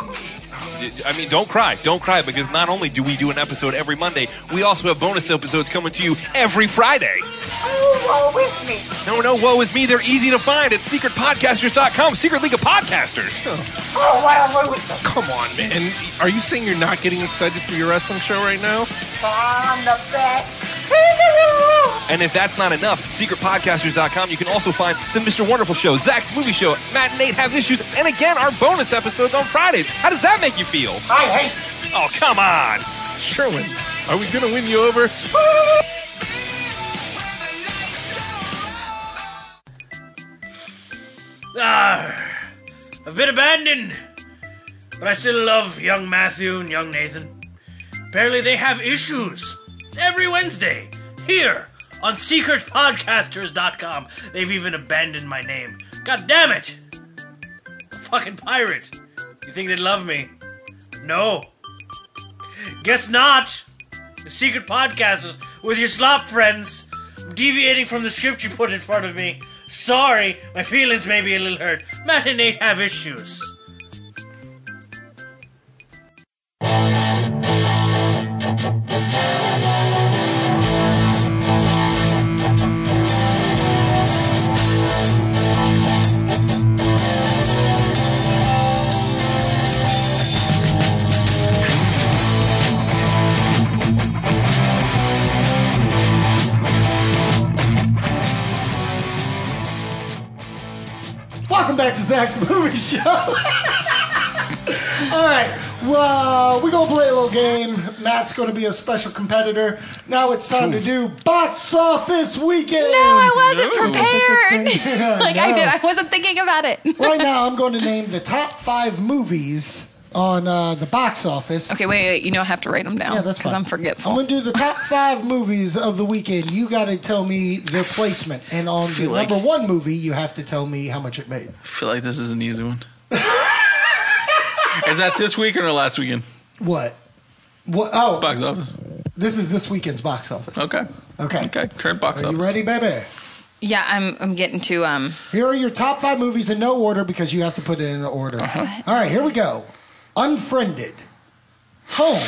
[SPEAKER 2] I mean, don't cry. Don't cry because not only do we do an episode every Monday, we also have bonus episodes coming to you every Friday.
[SPEAKER 9] Oh, woe is me.
[SPEAKER 2] No, no, woe is me. They're easy to find at secretpodcasters.com, Secret League of Podcasters.
[SPEAKER 9] Oh, what a loser.
[SPEAKER 2] Come on, man.
[SPEAKER 10] Are you saying you're not getting excited for your wrestling show right now?
[SPEAKER 9] I'm the best. in the world.
[SPEAKER 2] And if that's not enough, secretpodcasters.com, you can also find the Mr. Wonderful Show, Zach's Movie Show, Matt and Nate Have Issues, and again, our bonus episodes on Fridays. How does that make you feel?
[SPEAKER 9] I hate
[SPEAKER 2] Oh, come on.
[SPEAKER 10] Sherwin, are we going to win you over?
[SPEAKER 4] Ah, I've been abandoned, but I still love young Matthew and young Nathan. Apparently, they have issues every Wednesday here on SecretPodcasters.com. They've even abandoned my name. God damn it! Fucking pirate! You think they'd love me? No. Guess not. The Secret Podcasters with your slop friends, deviating from the script you put in front of me, Sorry, my feelings may be a little hurt. Matt and Nate have issues.
[SPEAKER 7] Welcome back to Zach's Movie Show. All right, well, we're going to play a little game. Matt's going to be a special competitor. Now it's time to do Box Office Weekend.
[SPEAKER 6] No, I wasn't prepared. like I
[SPEAKER 7] No.
[SPEAKER 6] did, I wasn't thinking about it.
[SPEAKER 7] Right now, I'm going to name the top five movies on uh, the box office.
[SPEAKER 6] Okay, wait, wait. You know I have to write them down
[SPEAKER 7] Yeah, that's
[SPEAKER 6] because
[SPEAKER 7] fine.
[SPEAKER 6] I'm forgetful.
[SPEAKER 7] I'm going to do the top five movies of the weekend. You got to tell me their placement. And on the
[SPEAKER 8] Feel like-
[SPEAKER 7] number one movie, you have to tell me how much it made.
[SPEAKER 8] I feel like this is an easy one. is that this weekend or last weekend?
[SPEAKER 7] What? What? Oh,
[SPEAKER 8] Box office.
[SPEAKER 7] this is this weekend's box office.
[SPEAKER 8] Okay.
[SPEAKER 7] Okay.
[SPEAKER 8] Okay. Current box
[SPEAKER 7] Are
[SPEAKER 8] office.
[SPEAKER 7] you ready, baby?
[SPEAKER 6] yeah, I'm. I'm getting to um.
[SPEAKER 7] Here are your top five movies in no order because you have to put it in order.
[SPEAKER 8] Uh-huh.
[SPEAKER 7] All right, here we go. Unfriended, Home,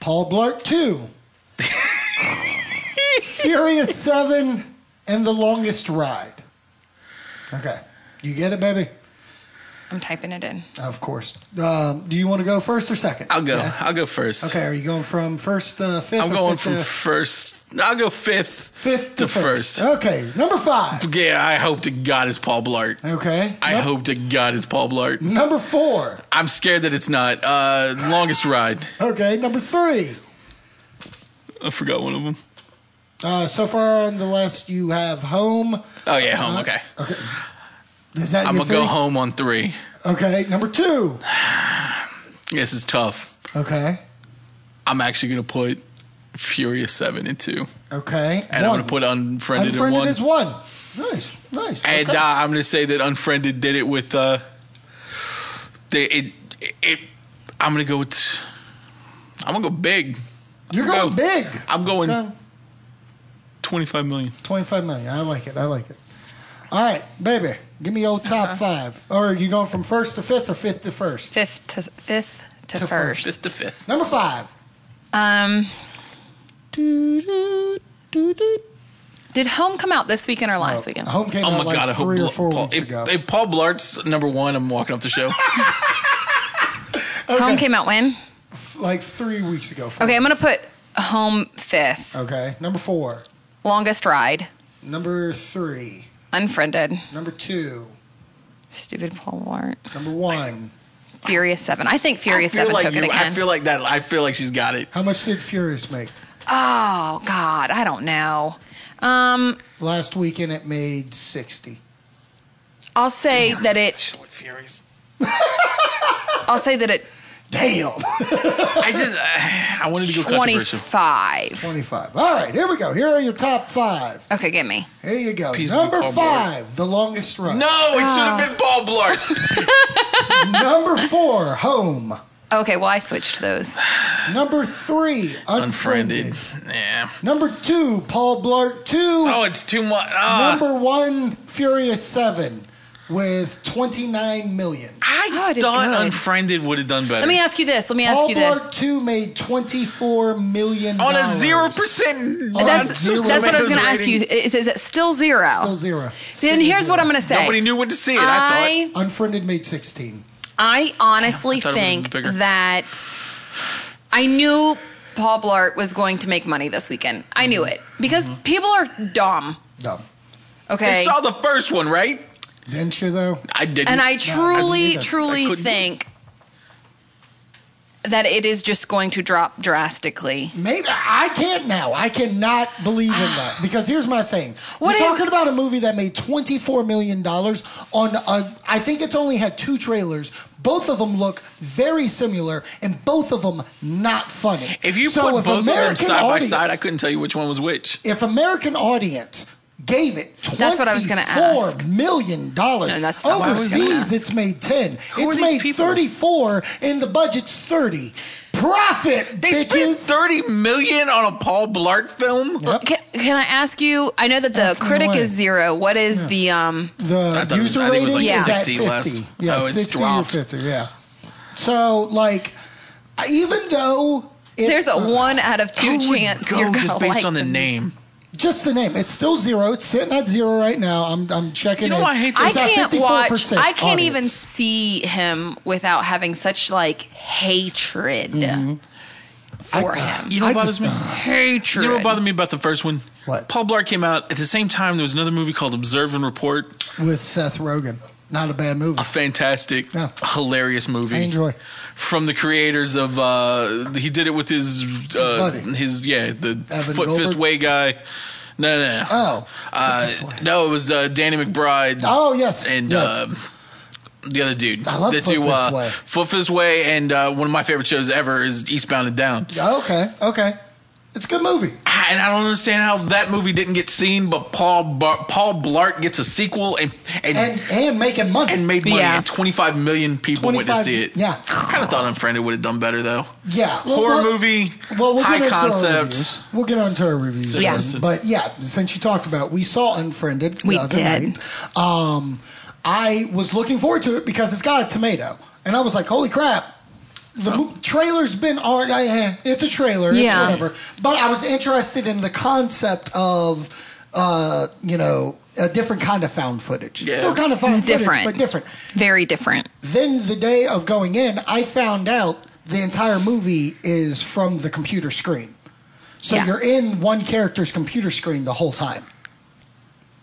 [SPEAKER 7] Paul Blart 2, Furious 7, and The Longest Ride. Okay. You get it, baby?
[SPEAKER 6] I'm typing it in.
[SPEAKER 7] Of course. Um, do you want to go first or second?
[SPEAKER 8] I'll go.
[SPEAKER 7] Yes?
[SPEAKER 8] I'll go first.
[SPEAKER 7] Okay, are you going from first, uh, fifth?
[SPEAKER 8] I'm
[SPEAKER 7] or
[SPEAKER 8] going
[SPEAKER 7] fifth
[SPEAKER 8] from
[SPEAKER 7] to-
[SPEAKER 8] first. I'll go fifth.
[SPEAKER 7] fifth to
[SPEAKER 8] to
[SPEAKER 7] first.
[SPEAKER 8] first.
[SPEAKER 7] Okay, number five.
[SPEAKER 8] Yeah, I hope to God it's Paul Blart.
[SPEAKER 7] Okay.
[SPEAKER 8] I
[SPEAKER 7] Num-
[SPEAKER 8] hope to God it's Paul Blart.
[SPEAKER 7] Number four.
[SPEAKER 8] I'm scared that it's not. Uh, longest ride.
[SPEAKER 7] Okay, number three.
[SPEAKER 8] I forgot one of them.
[SPEAKER 7] Uh, so far on the list, you have home.
[SPEAKER 8] Oh yeah, home. Okay,
[SPEAKER 7] Is that
[SPEAKER 8] I'm
[SPEAKER 7] your
[SPEAKER 8] gonna go
[SPEAKER 7] Uh, three?
[SPEAKER 8] home on three.
[SPEAKER 7] Okay, number two.
[SPEAKER 8] This is tough.
[SPEAKER 7] Okay,
[SPEAKER 8] I'm actually gonna put Furious Seven and two,
[SPEAKER 7] okay.
[SPEAKER 8] and I'm
[SPEAKER 7] one.
[SPEAKER 8] gonna put Unfriended, in
[SPEAKER 7] unfriended
[SPEAKER 8] one.
[SPEAKER 7] is one. Nice, nice.
[SPEAKER 8] And
[SPEAKER 7] okay.
[SPEAKER 8] uh, I'm gonna say that Unfriended did it with uh, they, it, it I'm gonna go with. I'm gonna go big.
[SPEAKER 7] You're going
[SPEAKER 8] go.
[SPEAKER 7] big.
[SPEAKER 8] I'm going
[SPEAKER 7] Okay.
[SPEAKER 8] 25 million.
[SPEAKER 7] Twenty-five million. I like it. I like it. All right, baby. Give me your
[SPEAKER 6] Uh-huh.
[SPEAKER 7] top five. Or are you going from first to fifth or fifth to first?
[SPEAKER 6] Fifth to fifth to,
[SPEAKER 7] To
[SPEAKER 6] first.
[SPEAKER 7] first.
[SPEAKER 8] Fifth to fifth.
[SPEAKER 7] Number five.
[SPEAKER 6] Um. Did Home come out this weekend or last weekend?
[SPEAKER 7] Home came
[SPEAKER 8] Oh
[SPEAKER 7] out
[SPEAKER 8] my
[SPEAKER 7] like
[SPEAKER 8] god! I hope
[SPEAKER 7] three or
[SPEAKER 8] Bla-
[SPEAKER 7] four
[SPEAKER 8] Paul,
[SPEAKER 7] weeks
[SPEAKER 8] if,
[SPEAKER 7] ago.
[SPEAKER 8] if Paul Blart's number one, I'm walking off the show.
[SPEAKER 6] Home came out when?
[SPEAKER 7] like three weeks ago. four
[SPEAKER 6] Okay, I'm gonna put Home fifth.
[SPEAKER 7] Okay. Number four.
[SPEAKER 6] Longest ride.
[SPEAKER 7] Number three.
[SPEAKER 6] Unfriended.
[SPEAKER 7] Number two.
[SPEAKER 6] Stupid Paul Blart.
[SPEAKER 7] Number one.
[SPEAKER 6] Furious Seven. I think
[SPEAKER 8] I
[SPEAKER 6] Furious
[SPEAKER 8] feel
[SPEAKER 6] Seven
[SPEAKER 8] like
[SPEAKER 6] took
[SPEAKER 8] you-
[SPEAKER 6] it
[SPEAKER 8] I
[SPEAKER 6] again.
[SPEAKER 8] feel like that. I feel like she's got it.
[SPEAKER 7] How much did Furious make?
[SPEAKER 6] oh God, I don't know. Um,
[SPEAKER 7] Last weekend it made 60.
[SPEAKER 6] I'll say that it.
[SPEAKER 8] What Furious?
[SPEAKER 6] I'll say that it.
[SPEAKER 7] Damn.
[SPEAKER 8] I just I wanted to go controversial.
[SPEAKER 6] Twenty-five.
[SPEAKER 7] 25. All right, here we go. Here are your top five.
[SPEAKER 6] Okay, give me.
[SPEAKER 7] Here you go.
[SPEAKER 8] Peace
[SPEAKER 7] Number
[SPEAKER 8] and love,
[SPEAKER 7] five, The Longest Run.
[SPEAKER 8] No, oh, it should have been Paul Blart.
[SPEAKER 7] Number four, Home.
[SPEAKER 6] Okay, well I switched those.
[SPEAKER 7] Number three, Unfriended.
[SPEAKER 8] Unfriended. Yeah.
[SPEAKER 7] Number two, Paul Blart 2.
[SPEAKER 8] Oh, it's too much. Ah.
[SPEAKER 7] Number one, Furious 7 with 29 million.
[SPEAKER 6] Oh, I
[SPEAKER 8] I
[SPEAKER 6] did
[SPEAKER 8] thought Oh,
[SPEAKER 6] good.
[SPEAKER 8] Unfriended would have done better.
[SPEAKER 6] Let me ask you this. Let me ask
[SPEAKER 7] Paul
[SPEAKER 6] you
[SPEAKER 7] Blart
[SPEAKER 6] this.
[SPEAKER 7] 2 made 24 million.
[SPEAKER 8] on a
[SPEAKER 7] Oh,
[SPEAKER 8] zero percent.
[SPEAKER 6] That's,
[SPEAKER 7] zero
[SPEAKER 6] that's what I was going to
[SPEAKER 8] Tomatoes
[SPEAKER 6] ask you.
[SPEAKER 8] rating.
[SPEAKER 6] Is, is it still zero?
[SPEAKER 7] Still zero.
[SPEAKER 6] Then here's what I'm going to say.
[SPEAKER 8] Nobody knew when to see it. I,
[SPEAKER 6] I
[SPEAKER 7] Unfriended made 16.
[SPEAKER 6] I honestly
[SPEAKER 8] I thought it
[SPEAKER 6] think
[SPEAKER 8] would've been bigger.
[SPEAKER 6] that I knew Paul Blart was going to make money this weekend. I knew
[SPEAKER 8] Mm-hmm.
[SPEAKER 6] it because people are dumb.
[SPEAKER 7] Dumb.
[SPEAKER 8] thought you
[SPEAKER 6] Okay.
[SPEAKER 8] saw the first one, right?
[SPEAKER 7] Didn't you, though?
[SPEAKER 8] I didn't.
[SPEAKER 6] and I
[SPEAKER 7] I
[SPEAKER 6] truly,
[SPEAKER 7] couldn't-
[SPEAKER 8] I
[SPEAKER 6] truly
[SPEAKER 8] couldn't-
[SPEAKER 6] think that it is just going to drop drastically.
[SPEAKER 7] Maybe I can't now. I cannot believe in that because here's my thing.
[SPEAKER 6] What
[SPEAKER 7] We're
[SPEAKER 6] is-
[SPEAKER 7] talking about a movie that made twenty four million dollars on a. I think it's only had two trailers. Both of them look very similar, and both of them not funny.
[SPEAKER 8] If you
[SPEAKER 7] So
[SPEAKER 8] put
[SPEAKER 7] if
[SPEAKER 8] both of them
[SPEAKER 7] American
[SPEAKER 8] side by
[SPEAKER 7] audience-
[SPEAKER 8] side, I couldn't tell you which one was which.
[SPEAKER 7] If American audience gave it
[SPEAKER 6] That's what I was gonna
[SPEAKER 7] twenty-four
[SPEAKER 6] ask.
[SPEAKER 7] million dollars
[SPEAKER 6] No, that's not what I was gonna
[SPEAKER 7] overseas,
[SPEAKER 6] ask.
[SPEAKER 7] it's made ten.
[SPEAKER 8] are
[SPEAKER 7] it's
[SPEAKER 8] these
[SPEAKER 7] made
[SPEAKER 8] people?
[SPEAKER 7] thirty four, and the budget's thirty. profit,
[SPEAKER 8] They spent
[SPEAKER 7] bitches.
[SPEAKER 8] thirty million on a Paul Blart film.
[SPEAKER 7] Yep.
[SPEAKER 6] Can, can I ask you? I know that the
[SPEAKER 7] Ask me
[SPEAKER 6] critic
[SPEAKER 7] away.
[SPEAKER 6] is zero. What is the um?
[SPEAKER 7] the
[SPEAKER 8] I thought it was-
[SPEAKER 7] user
[SPEAKER 8] I think it
[SPEAKER 7] rating
[SPEAKER 8] was
[SPEAKER 6] like
[SPEAKER 7] is at
[SPEAKER 8] 60
[SPEAKER 7] 50.
[SPEAKER 8] last.
[SPEAKER 7] Yeah,
[SPEAKER 8] Oh, it's
[SPEAKER 7] 60
[SPEAKER 8] dropped.
[SPEAKER 7] or 50, yeah. So, like, even though it's,
[SPEAKER 6] There's a
[SPEAKER 7] uh,
[SPEAKER 6] one out of two
[SPEAKER 8] Who would
[SPEAKER 6] chance
[SPEAKER 8] go
[SPEAKER 6] you're gonna
[SPEAKER 8] just based
[SPEAKER 6] like
[SPEAKER 8] on the
[SPEAKER 6] them.
[SPEAKER 8] name.
[SPEAKER 7] just the name, it's still zero. It's sitting at zero right now. I'm I'm checking.
[SPEAKER 8] You know
[SPEAKER 7] it.
[SPEAKER 8] why I hate that?
[SPEAKER 6] I
[SPEAKER 7] It's at
[SPEAKER 6] can't
[SPEAKER 7] 54%
[SPEAKER 6] watch. I can't even
[SPEAKER 7] audience.
[SPEAKER 6] see him without having such like hatred for him.
[SPEAKER 8] Mm-hmm. You know
[SPEAKER 7] I
[SPEAKER 8] what bothers
[SPEAKER 7] just
[SPEAKER 8] me?
[SPEAKER 7] don't.
[SPEAKER 6] Hatred.
[SPEAKER 8] You know what bothered me about the first one?
[SPEAKER 7] What?
[SPEAKER 8] Paul Blart came out at the same time. There was another movie called Observe and Report.
[SPEAKER 7] with Seth Rogen. Not a bad movie.
[SPEAKER 8] A fantastic,
[SPEAKER 7] Yeah.
[SPEAKER 8] hilarious movie.
[SPEAKER 7] I enjoy.
[SPEAKER 8] From the creators of, uh, he did it with his, uh,
[SPEAKER 7] buddy.
[SPEAKER 8] his yeah, the
[SPEAKER 7] Evan
[SPEAKER 8] foot
[SPEAKER 7] Goldberg?
[SPEAKER 8] fist way guy. No, no, no.
[SPEAKER 7] Oh,
[SPEAKER 8] Uh, no, it was uh, Danny McBride.
[SPEAKER 7] Oh, yes,
[SPEAKER 8] and
[SPEAKER 7] yes.
[SPEAKER 8] Uh, the other dude.
[SPEAKER 7] I love
[SPEAKER 8] that
[SPEAKER 7] Foot
[SPEAKER 8] do,
[SPEAKER 7] Fist
[SPEAKER 8] uh,
[SPEAKER 7] Way.
[SPEAKER 8] Foot Fist Way, and uh, one of my favorite shows ever is Eastbound and Down.
[SPEAKER 7] okay, okay. It's a good movie.
[SPEAKER 8] And I don't understand how that movie didn't get seen, but Paul Bar- Paul Blart gets a sequel and and
[SPEAKER 7] And
[SPEAKER 8] and,
[SPEAKER 7] and making money.
[SPEAKER 8] made money,
[SPEAKER 6] Yeah.
[SPEAKER 8] and 25 million people went
[SPEAKER 7] 25
[SPEAKER 8] to see it.
[SPEAKER 7] yeah.
[SPEAKER 8] kind of thought Unfriended would have done better though.
[SPEAKER 7] yeah, well,
[SPEAKER 8] horror
[SPEAKER 7] well-
[SPEAKER 8] movie,
[SPEAKER 7] Well, we'll
[SPEAKER 8] high
[SPEAKER 7] get into our
[SPEAKER 8] concept.
[SPEAKER 7] reviews. We'll get onto our reviews.
[SPEAKER 6] Yeah.
[SPEAKER 7] then. But yeah, since you talked about it, we saw Unfriended. the
[SPEAKER 6] We
[SPEAKER 7] other
[SPEAKER 6] did.
[SPEAKER 7] night. Um, I was looking forward to it because it's got a tomato, and I was like, "Holy crap!" The mo- trailer's been art. I, eh, it's a trailer.
[SPEAKER 6] Yeah.
[SPEAKER 7] It's whatever. But I was interested in the concept of, uh, you know, a different kind of found footage. It's
[SPEAKER 8] Yeah.
[SPEAKER 7] Still kind of found
[SPEAKER 6] It's
[SPEAKER 7] footage,
[SPEAKER 6] different.
[SPEAKER 7] but different.
[SPEAKER 6] Very different.
[SPEAKER 7] Then the day of going in, I found out the entire movie is from the computer screen. So
[SPEAKER 6] Yeah.
[SPEAKER 7] you're in one character's computer screen the whole time.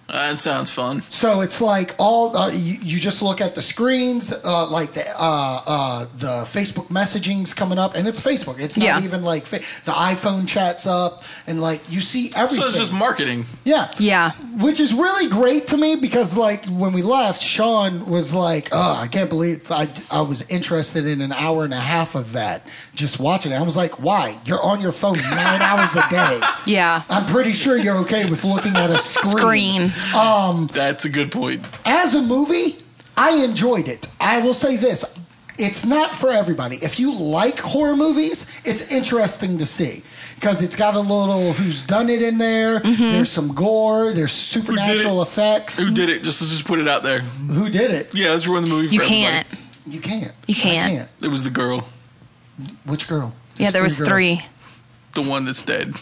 [SPEAKER 8] Uh, that sounds fun.
[SPEAKER 7] So it's like all uh, you, you just look at the screens, uh, like the uh, uh, the Facebook messaging's coming up, and it's Facebook. It's not
[SPEAKER 6] Yeah.
[SPEAKER 7] even like fa- the iPhone chats up, and like you see
[SPEAKER 8] So
[SPEAKER 7] everything.
[SPEAKER 8] it's just marketing.
[SPEAKER 7] yeah,
[SPEAKER 6] Yeah.
[SPEAKER 7] which is really great to me because like when we left sean was like oh i can't believe I, I was interested in an hour and a half of that just watching it i was like why you're on your phone nine hours a day
[SPEAKER 6] Yeah.
[SPEAKER 7] i'm pretty sure you're okay with looking at a
[SPEAKER 6] Screen.
[SPEAKER 8] That's a good point.
[SPEAKER 7] as a movie, I enjoyed it. I will say this. It's not for everybody. If you like horror movies, it's interesting to see because it's got a little who's done it in there. There's some gore. There's supernatural
[SPEAKER 8] it?
[SPEAKER 7] effects.
[SPEAKER 8] Who did it? Just just put it out there.
[SPEAKER 7] Who did it?
[SPEAKER 8] Yeah, let's ruin the movie.
[SPEAKER 6] You
[SPEAKER 8] for everybody.
[SPEAKER 6] can't.
[SPEAKER 7] You can't.
[SPEAKER 6] You
[SPEAKER 7] I
[SPEAKER 6] can't.
[SPEAKER 8] It was the girl,
[SPEAKER 7] Which girl?
[SPEAKER 6] Yeah,
[SPEAKER 7] There's
[SPEAKER 6] there was
[SPEAKER 7] girls.
[SPEAKER 6] three.
[SPEAKER 8] the one that's dead.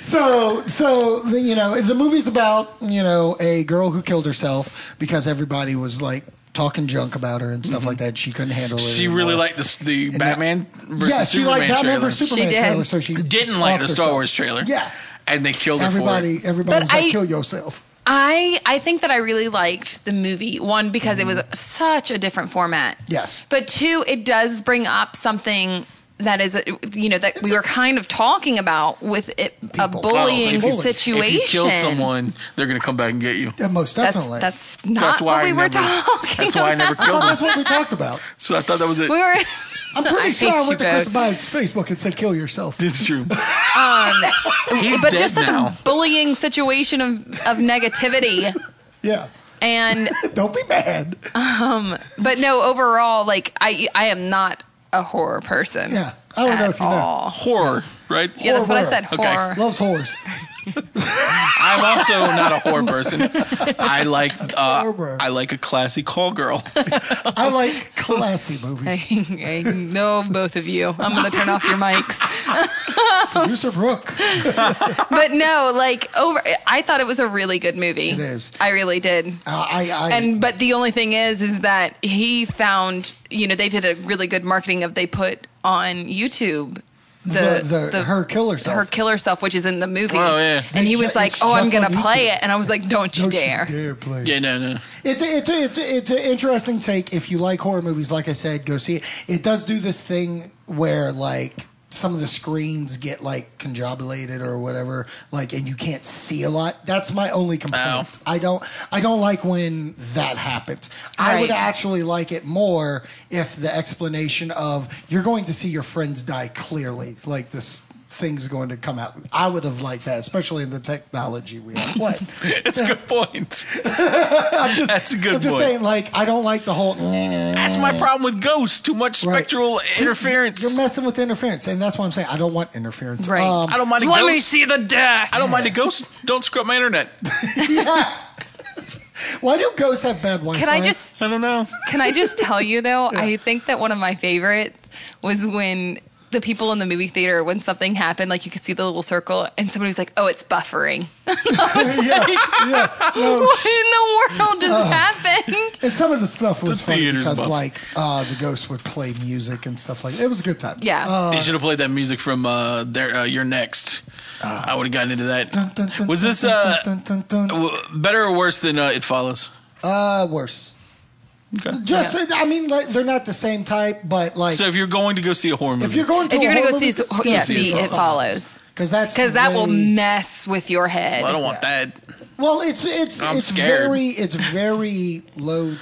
[SPEAKER 7] So, so the, you know, the movie's about you know a girl who killed herself because everybody was like talking junk about her and stuff
[SPEAKER 6] Mm-hmm.
[SPEAKER 7] like that. She couldn't handle it.
[SPEAKER 8] She really
[SPEAKER 7] anymore.
[SPEAKER 8] liked the the
[SPEAKER 7] And
[SPEAKER 8] Batman
[SPEAKER 7] that-
[SPEAKER 8] versus
[SPEAKER 7] yeah, she
[SPEAKER 8] Superman
[SPEAKER 7] liked Batman
[SPEAKER 8] trailer.
[SPEAKER 7] versus Superman
[SPEAKER 6] She did.
[SPEAKER 7] trailer, so she
[SPEAKER 8] Didn't like
[SPEAKER 7] offed
[SPEAKER 8] the Star
[SPEAKER 7] herself.
[SPEAKER 8] Wars trailer.
[SPEAKER 7] Yeah,
[SPEAKER 8] and they killed her for it.
[SPEAKER 7] everybody, everybody
[SPEAKER 6] But
[SPEAKER 7] was like,
[SPEAKER 6] I-
[SPEAKER 7] "Kill yourself."
[SPEAKER 6] I I think that I really liked the movie. One because it
[SPEAKER 8] Mm-hmm.
[SPEAKER 6] was such a different format.
[SPEAKER 7] Yes.
[SPEAKER 6] But two, it does bring up something that is you know that we were kind of talking about with it, a bullying
[SPEAKER 8] if you-
[SPEAKER 6] situation.
[SPEAKER 8] If you kill someone, they're going to come back and get you.
[SPEAKER 7] Yeah, most
[SPEAKER 6] that's
[SPEAKER 7] definitely.
[SPEAKER 6] that's not
[SPEAKER 8] That's why
[SPEAKER 6] what we
[SPEAKER 8] I
[SPEAKER 6] were
[SPEAKER 8] never-
[SPEAKER 6] talking
[SPEAKER 8] That's why I never
[SPEAKER 6] about.
[SPEAKER 7] I thought
[SPEAKER 8] killed
[SPEAKER 7] that's
[SPEAKER 8] him.
[SPEAKER 7] what we talked about.
[SPEAKER 8] So I thought that was it.
[SPEAKER 6] We were
[SPEAKER 7] I'm pretty
[SPEAKER 6] I
[SPEAKER 7] sure
[SPEAKER 6] hate
[SPEAKER 7] I
[SPEAKER 6] you
[SPEAKER 7] went to Chris
[SPEAKER 6] both.
[SPEAKER 7] Bye's Facebook and said, "Kill yourself."
[SPEAKER 8] This is true. He's
[SPEAKER 6] but
[SPEAKER 8] dead
[SPEAKER 6] just such
[SPEAKER 8] now.
[SPEAKER 6] a bullying situation of of negativity
[SPEAKER 7] Yeah,
[SPEAKER 6] and
[SPEAKER 7] don't be mad.
[SPEAKER 6] Uh, but no overall like I I am not a horror person.
[SPEAKER 7] Yeah, I don't know
[SPEAKER 6] at
[SPEAKER 7] if you know.
[SPEAKER 6] all.
[SPEAKER 8] Horror, right?
[SPEAKER 6] Yeah, that's what I said.
[SPEAKER 8] Okay.
[SPEAKER 6] Horror.
[SPEAKER 7] Loves whores.
[SPEAKER 8] I'm also not a horror person. I like uh,
[SPEAKER 7] Horror.
[SPEAKER 8] I like a classy call girl.
[SPEAKER 7] I like classy movies.
[SPEAKER 6] I know both of you. I'm going to turn off your mics.
[SPEAKER 7] Producer Brooke.
[SPEAKER 6] But no, like over I thought it was a really good movie.
[SPEAKER 7] It is.
[SPEAKER 6] I really did.
[SPEAKER 7] I, I, I
[SPEAKER 6] And but the only thing is is that he found, you know, they did a really good marketing of they put on YouTube the
[SPEAKER 7] The- the- her kill herself.
[SPEAKER 6] her kill herself, which is in the movie.
[SPEAKER 8] Oh, yeah.
[SPEAKER 6] And he
[SPEAKER 7] They
[SPEAKER 6] was
[SPEAKER 7] ju-
[SPEAKER 6] like,
[SPEAKER 7] it's
[SPEAKER 6] "Oh, I'm
[SPEAKER 7] just on
[SPEAKER 6] gonna play
[SPEAKER 7] YouTube.
[SPEAKER 6] it," and I was like, "Don't you
[SPEAKER 7] don't
[SPEAKER 6] dare!"
[SPEAKER 7] You dare play.
[SPEAKER 8] yeah, no, no.
[SPEAKER 7] It's a, it's a, it's a, it's an interesting take. If you like horror movies, like I said, go see it. It does do this thing where like some of the screens get like conjobulated or whatever, like, and you can't see a lot. That's my only complaint.
[SPEAKER 8] Oh.
[SPEAKER 7] I don't I don't like when that happens. I would
[SPEAKER 6] Right.
[SPEAKER 7] actually like it more if the explanation of you're going to see your friends die clearly, like this things going to come out. I would have liked that, especially in the technology we have. What?
[SPEAKER 8] It's a good point.
[SPEAKER 7] I'm just,
[SPEAKER 8] That's a good
[SPEAKER 7] I'm just
[SPEAKER 8] point.
[SPEAKER 7] saying, like, I don't like the whole. eh,
[SPEAKER 8] That's my problem with ghosts. Too much
[SPEAKER 7] Right.
[SPEAKER 8] spectral
[SPEAKER 7] Keep-
[SPEAKER 8] interference.
[SPEAKER 7] You're messing with interference, and that's what I'm saying. I don't want interference. Um,
[SPEAKER 6] Right.
[SPEAKER 8] I don't mind a
[SPEAKER 6] Let
[SPEAKER 8] ghost.
[SPEAKER 6] me see the death.
[SPEAKER 8] I don't mind a ghost. Don't screw up my internet.
[SPEAKER 7] Why do ghosts have bad Wi-Fi?
[SPEAKER 6] Can I just
[SPEAKER 8] I don't know.
[SPEAKER 6] Can I just tell you though? I think that one of my favorites was when the people in the movie theater, when something happened, like you could see the little circle, and somebody was like, "Oh, it's buffering."
[SPEAKER 7] yeah, yeah. Uh-huh.
[SPEAKER 6] what in the
[SPEAKER 7] No,
[SPEAKER 6] world just happened?
[SPEAKER 7] And some of the stuff was funny
[SPEAKER 8] theater's
[SPEAKER 7] because,
[SPEAKER 8] buff.
[SPEAKER 7] like, uh, the ghost would play music and stuff like. It was a good time. Uh,
[SPEAKER 6] Yeah.
[SPEAKER 8] they should have played that music from uh, their uh, You're Next. I would have gotten into that.
[SPEAKER 7] Uh. Dun, dun, dun,
[SPEAKER 8] Was
[SPEAKER 7] dun,
[SPEAKER 8] this
[SPEAKER 7] dun,
[SPEAKER 8] uh,
[SPEAKER 7] dun, dun, dun, dun.
[SPEAKER 8] w- better or worse than uh, It Follows?
[SPEAKER 7] Uh, worse. Just, I mean, like, they're not the same type, but like,
[SPEAKER 8] So if you're going to go see a horror movie,
[SPEAKER 7] if you're going to,
[SPEAKER 6] If you're
[SPEAKER 7] going
[SPEAKER 6] gonna
[SPEAKER 7] to
[SPEAKER 6] go see, s- yeah, see, it follows
[SPEAKER 7] because that's
[SPEAKER 6] because that will
[SPEAKER 7] way-
[SPEAKER 6] mess with your head.
[SPEAKER 8] I don't want that.
[SPEAKER 7] Well, it's it's
[SPEAKER 8] I'm
[SPEAKER 7] it's
[SPEAKER 8] scared.
[SPEAKER 7] very it's very low.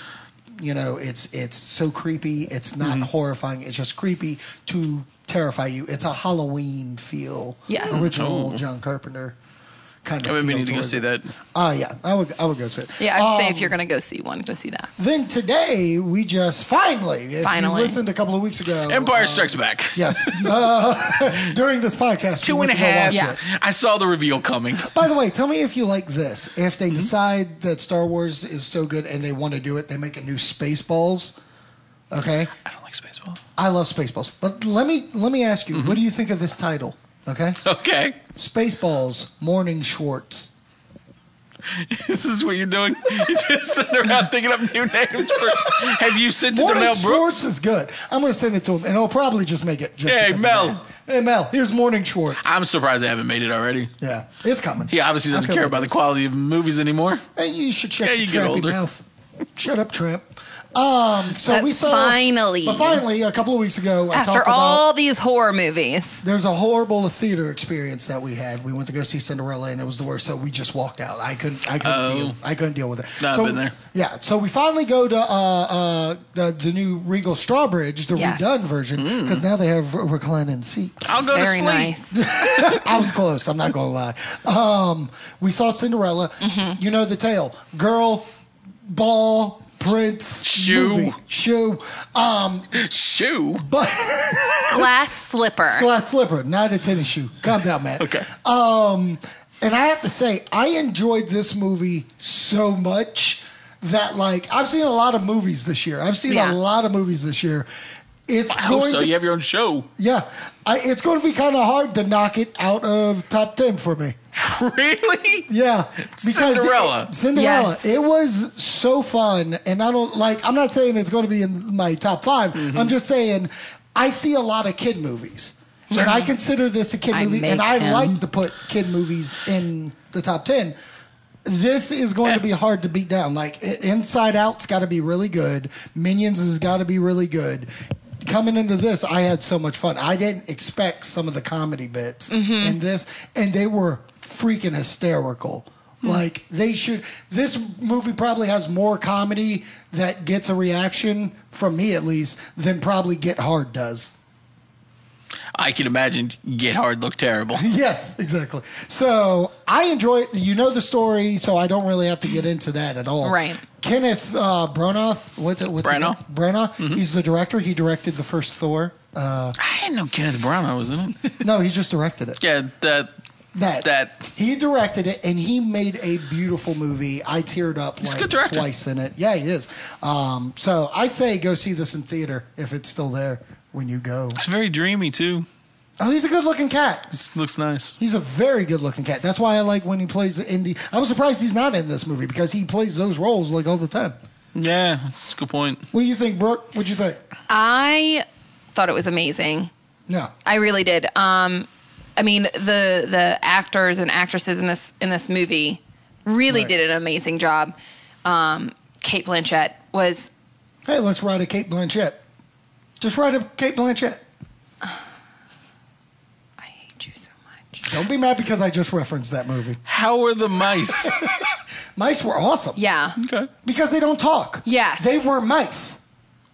[SPEAKER 7] You know, it's it's so creepy. It's not
[SPEAKER 6] Mm-hmm.
[SPEAKER 7] horrifying. It's just creepy to terrify you. It's a Halloween feel.
[SPEAKER 6] Yeah.
[SPEAKER 7] original John Carpenter kind of.
[SPEAKER 8] I mean, Oh. we
[SPEAKER 7] feel
[SPEAKER 8] need to go
[SPEAKER 7] towards
[SPEAKER 8] see
[SPEAKER 7] it.
[SPEAKER 8] that.
[SPEAKER 7] Oh yeah, I would I would go see it.
[SPEAKER 6] yeah, I'd say
[SPEAKER 7] Um,
[SPEAKER 6] if you're gonna go see one, go see that.
[SPEAKER 7] Then today we just finally, if
[SPEAKER 6] Finally.
[SPEAKER 7] you listened a couple of weeks ago,
[SPEAKER 8] Empire
[SPEAKER 7] um,
[SPEAKER 8] Strikes Back.
[SPEAKER 7] Yes, uh, during this podcast, we
[SPEAKER 8] Two
[SPEAKER 7] went
[SPEAKER 8] and a
[SPEAKER 7] to go
[SPEAKER 8] half.
[SPEAKER 7] watch
[SPEAKER 6] Yeah.
[SPEAKER 7] it.
[SPEAKER 8] I saw the reveal coming.
[SPEAKER 7] By the way, tell me if you like this. If
[SPEAKER 8] Mm-hmm.
[SPEAKER 7] they decide that Star Wars is so good and they want to do it, they make a new Spaceballs. Okay,
[SPEAKER 8] I don't like Spaceball.
[SPEAKER 7] I love Spaceballs, but let me let me ask you, what do you think of this title? Okay,
[SPEAKER 8] Mm-hmm. Okay,
[SPEAKER 7] Spaceballs, Morning Schwartz.
[SPEAKER 8] this is what you're doing. You're just sitting around thinking up new names for. Have you sent it to
[SPEAKER 7] Morning
[SPEAKER 8] Mel Brooks?
[SPEAKER 7] Schwartz is good. I'm going to send it to him, and I'll probably just make it. Just
[SPEAKER 8] Hey,
[SPEAKER 7] because of
[SPEAKER 8] Mel.
[SPEAKER 7] that. Hey Mel, here's Morning Schwartz.
[SPEAKER 8] I'm surprised they haven't made it already.
[SPEAKER 7] Yeah, it's coming.
[SPEAKER 8] He obviously doesn't
[SPEAKER 7] Okay,
[SPEAKER 8] care about the
[SPEAKER 7] this.
[SPEAKER 8] quality of movies anymore.
[SPEAKER 7] Hey, you should shut
[SPEAKER 8] Yeah,
[SPEAKER 7] your
[SPEAKER 8] you get
[SPEAKER 7] trampy
[SPEAKER 8] older.
[SPEAKER 7] mouth. Shut up, tramp. Um, so
[SPEAKER 6] But
[SPEAKER 7] we saw
[SPEAKER 6] finally.
[SPEAKER 7] but finally, a couple of weeks ago, I
[SPEAKER 6] After
[SPEAKER 7] talked about
[SPEAKER 6] all these horror movies,
[SPEAKER 7] there's a horrible theater experience that we had. We went to go see Cinderella, and it was the worst. So we just walked out. I couldn't. I couldn't.
[SPEAKER 8] Oh.
[SPEAKER 7] Deal, I couldn't deal with it.
[SPEAKER 8] No, I've
[SPEAKER 7] so,
[SPEAKER 8] been there.
[SPEAKER 7] Yeah. So we finally go to uh, uh, the, the new Regal Strawbridge, the
[SPEAKER 6] Yes.
[SPEAKER 7] redone version, because now they have re- reclining seats.
[SPEAKER 8] Mm. I'll go to
[SPEAKER 6] very
[SPEAKER 8] sleep.
[SPEAKER 6] nice.
[SPEAKER 7] I was close. I'm not gonna lie. Um, we saw Cinderella. You know the tale: girl, ball, prince,
[SPEAKER 8] Shoe.
[SPEAKER 7] movie, shoe. Um,
[SPEAKER 8] Shoo.
[SPEAKER 7] but
[SPEAKER 6] Glass slipper.
[SPEAKER 7] glass slipper, not a tennis shoe. Calm down, man.
[SPEAKER 8] Okay.
[SPEAKER 7] Um, and I have to say, I enjoyed this movie so much that like I've seen a lot of movies this year. I've seen
[SPEAKER 6] Yeah.
[SPEAKER 7] a lot of movies this year. It's
[SPEAKER 8] I hope
[SPEAKER 7] going
[SPEAKER 8] Oh, so.
[SPEAKER 7] to
[SPEAKER 8] You have your own show.
[SPEAKER 7] yeah, I, it's going to be kind of hard to knock it out of top ten for me.
[SPEAKER 8] Really?
[SPEAKER 7] Yeah, because
[SPEAKER 8] Cinderella.
[SPEAKER 7] it- Cinderella.
[SPEAKER 6] Yes.
[SPEAKER 7] It was so fun, and I don't like. I'm not saying it's going to be in my top 5 i I'm just saying I see a lot of kid movies, and I consider this a kid
[SPEAKER 6] I
[SPEAKER 7] movie, and
[SPEAKER 6] make
[SPEAKER 7] I
[SPEAKER 6] them.
[SPEAKER 7] like to put kid movies in the top ten. This is going to be hard to beat down. Like I- Inside Out's got to be really good. Minions has got to be really good. Coming into this, I had so much fun. I didn't expect some of the comedy bits
[SPEAKER 6] Mm-hmm.
[SPEAKER 7] in this, and they were freaking hysterical.
[SPEAKER 6] Hmm.
[SPEAKER 7] Like they should. This movie probably has more comedy that gets a reaction from me, at least, than probably Get Hard does.
[SPEAKER 8] I can imagine Get Hard looked terrible.
[SPEAKER 7] Yes, exactly. So I enjoy it. You know the story, so I don't really have to get into that at all.
[SPEAKER 6] Right.
[SPEAKER 7] Kenneth uh, Bronoff, what's it? What's his
[SPEAKER 8] Branagh.
[SPEAKER 7] name? Branagh.
[SPEAKER 8] Mm-hmm.
[SPEAKER 7] He's the director. He directed the first Thor. Uh,
[SPEAKER 8] I didn't know Kenneth Branagh was in it.
[SPEAKER 7] no, he just directed it.
[SPEAKER 8] yeah, that.
[SPEAKER 7] That.
[SPEAKER 8] That.
[SPEAKER 7] He directed it, and he made a beautiful movie. I teared up
[SPEAKER 8] a
[SPEAKER 7] like
[SPEAKER 8] good director.
[SPEAKER 7] twice in it. Yeah, he is. Um, so I say go see this in theater if it's still there when you go.
[SPEAKER 8] It's very dreamy too.
[SPEAKER 7] Oh, he's a good-looking cat.
[SPEAKER 8] This looks nice.
[SPEAKER 7] He's a very good looking cat. That's why I like when he plays in the. I was surprised he's not in this movie because he plays those roles like all the time.
[SPEAKER 8] Yeah, that's a good point.
[SPEAKER 7] What do you think, Brooke? What'd you think?
[SPEAKER 6] I thought it was amazing.
[SPEAKER 7] No.
[SPEAKER 6] I really did. Um, I mean, the the actors and actresses in this in this movie really
[SPEAKER 7] Right.
[SPEAKER 6] did an amazing job. Um, Kate Blanchett was
[SPEAKER 7] Hey, let's ride a Kate Blanchett. Just ride a Kate Blanchett.
[SPEAKER 6] I hate you so much.
[SPEAKER 7] Don't be mad because I just referenced that movie.
[SPEAKER 8] How are the mice?
[SPEAKER 7] Mice were awesome.
[SPEAKER 6] Yeah.
[SPEAKER 8] okay.
[SPEAKER 7] Because they don't talk.
[SPEAKER 6] Yes.
[SPEAKER 7] They were mice.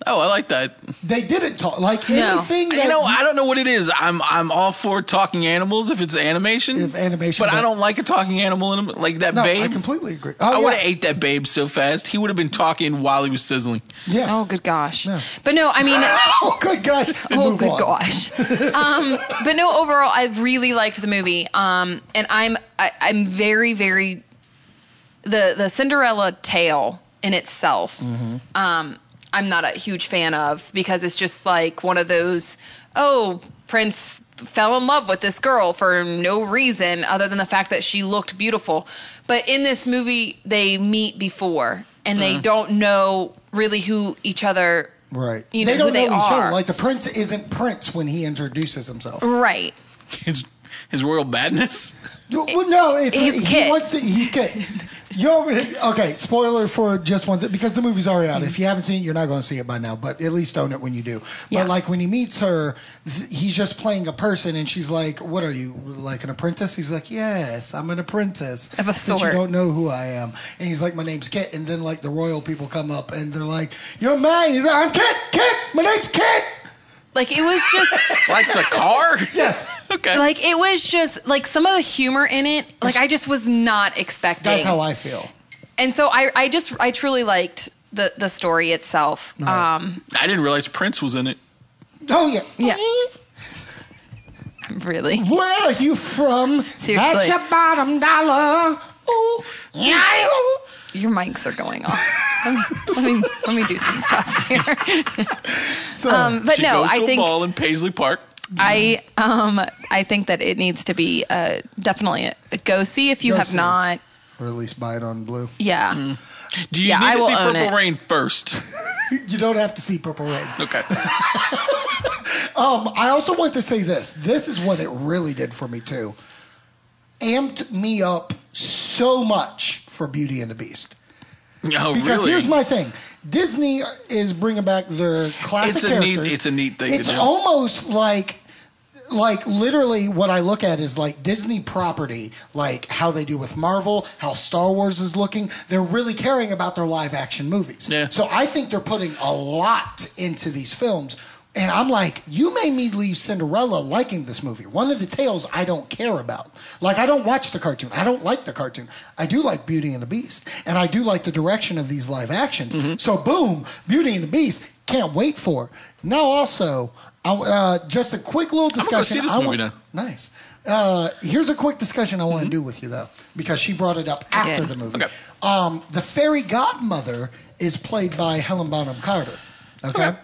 [SPEAKER 8] Oh, I like that.
[SPEAKER 7] They didn't talk like
[SPEAKER 6] No.
[SPEAKER 7] anything. That
[SPEAKER 8] You know, I don't know what it is. I'm I'm all for talking animals if it's animation.
[SPEAKER 7] If animation,
[SPEAKER 8] but, I
[SPEAKER 7] but-
[SPEAKER 8] don't like a talking animal in a, like that
[SPEAKER 7] no,
[SPEAKER 8] babe.
[SPEAKER 7] I completely agree.
[SPEAKER 8] I
[SPEAKER 7] Oh,
[SPEAKER 8] would
[SPEAKER 7] yeah.
[SPEAKER 8] have ate that babe so fast. He would have been talking while he was sizzling.
[SPEAKER 7] Yeah.
[SPEAKER 6] Oh, good gosh.
[SPEAKER 7] No.
[SPEAKER 6] But no, I mean,
[SPEAKER 7] Oh, good gosh. And
[SPEAKER 6] oh,
[SPEAKER 7] move
[SPEAKER 6] good
[SPEAKER 7] on.
[SPEAKER 6] gosh. Um, but no, overall, I really liked the movie. Um, and I'm I, I'm very very the the Cinderella tale in itself.
[SPEAKER 7] Mm-hmm.
[SPEAKER 6] Um, I'm not a huge fan of because it's just like one of those oh Prince fell in love with this girl for no reason other than the fact that she looked beautiful. But in this movie, they meet before and
[SPEAKER 7] Mm.
[SPEAKER 6] they don't know really who each other
[SPEAKER 7] Right.
[SPEAKER 6] You
[SPEAKER 7] they
[SPEAKER 6] know who
[SPEAKER 7] don't know
[SPEAKER 6] they
[SPEAKER 7] each
[SPEAKER 6] are.
[SPEAKER 7] other. Like the prince isn't prince when he introduces himself.
[SPEAKER 6] right.
[SPEAKER 8] His his royal badness.
[SPEAKER 7] Well, no, it's
[SPEAKER 6] He's
[SPEAKER 7] he
[SPEAKER 6] Kit.
[SPEAKER 7] wants to. He's Kit. Yo, okay. Spoiler for just one thing because the movie's already out. If you haven't seen it, you're not going to see it by now. But at least own it when you do. But
[SPEAKER 6] Yeah.
[SPEAKER 7] like when he meets her, th- he's just playing a person, and she's like, "What are you like an apprentice?" He's like, "Yes, I'm an apprentice
[SPEAKER 6] Of a
[SPEAKER 7] but
[SPEAKER 6] sort.
[SPEAKER 7] You don't know who I am." And he's like, "My name's Kit." And then like the royal people come up and they're like, "You're mine." He's like, "I'm Kit. Kit. My name's Kit."
[SPEAKER 6] Like it was just
[SPEAKER 8] Like the car?
[SPEAKER 7] Yes.
[SPEAKER 8] Okay.
[SPEAKER 6] like it was just like some of the humor in it like i just was not expecting
[SPEAKER 7] That's how I feel.
[SPEAKER 6] and so i i just i truly liked the the story itself um
[SPEAKER 8] I didn't realize Prince was in it.
[SPEAKER 7] Oh yeah.
[SPEAKER 6] yeah really
[SPEAKER 7] Where are you from?
[SPEAKER 6] Seriously.
[SPEAKER 7] That's your bottom dollar. Ooh. Yeah.
[SPEAKER 6] your mics are going off let me let me, let me do some stuff here
[SPEAKER 7] So,
[SPEAKER 6] um but
[SPEAKER 8] She
[SPEAKER 6] no
[SPEAKER 8] goes to
[SPEAKER 6] i
[SPEAKER 8] a
[SPEAKER 6] think
[SPEAKER 8] ball in Paisley Park.
[SPEAKER 6] i um i think that it needs to be uh definitely a, a go see if you
[SPEAKER 7] Go
[SPEAKER 6] have
[SPEAKER 7] see. Mm.
[SPEAKER 6] not
[SPEAKER 7] or at least buy it on blue.
[SPEAKER 6] yeah
[SPEAKER 8] Do you
[SPEAKER 6] Yeah,
[SPEAKER 8] need
[SPEAKER 6] I
[SPEAKER 8] to
[SPEAKER 6] will
[SPEAKER 8] see
[SPEAKER 6] own
[SPEAKER 8] Purple
[SPEAKER 6] it.
[SPEAKER 8] Rain first?
[SPEAKER 7] You don't have to see Purple Rain.
[SPEAKER 8] Okay.
[SPEAKER 7] Um, I also want to say this. This is what it really did for me too. Amped me up so much for Beauty and the Beast.
[SPEAKER 8] No,
[SPEAKER 7] Because
[SPEAKER 8] Oh, really.
[SPEAKER 7] here's my thing. Disney is bringing back their classic
[SPEAKER 8] It's a neat-
[SPEAKER 7] characters.
[SPEAKER 8] it's a neat thing to
[SPEAKER 7] It's
[SPEAKER 8] do.
[SPEAKER 7] almost like, like literally, what I look at is like Disney property, like how they do with Marvel, how Star Wars is looking. They're really caring about their live action movies.
[SPEAKER 8] Yeah.
[SPEAKER 7] So I think they're putting a lot into these films. And I'm like, you made me leave Cinderella liking this movie. One of the tales I don't care about. Like, I don't watch the cartoon. I don't like the cartoon. I do like Beauty and the Beast. And I do like the direction of these live actions.
[SPEAKER 8] Mm-hmm.
[SPEAKER 7] So, boom, Beauty and the Beast. Can't wait for. Now, also, I, uh, just a quick little
[SPEAKER 8] gonna go
[SPEAKER 7] discussion.
[SPEAKER 8] see this
[SPEAKER 7] I
[SPEAKER 8] movie
[SPEAKER 7] want-
[SPEAKER 8] now. Mm-hmm.
[SPEAKER 7] Nice. Uh, here's a quick discussion I want to do with you, though, because she brought it up after
[SPEAKER 6] did.
[SPEAKER 7] the movie.
[SPEAKER 8] Okay.
[SPEAKER 7] Um, the fairy godmother is played by Helen Bonham Carter. Okay?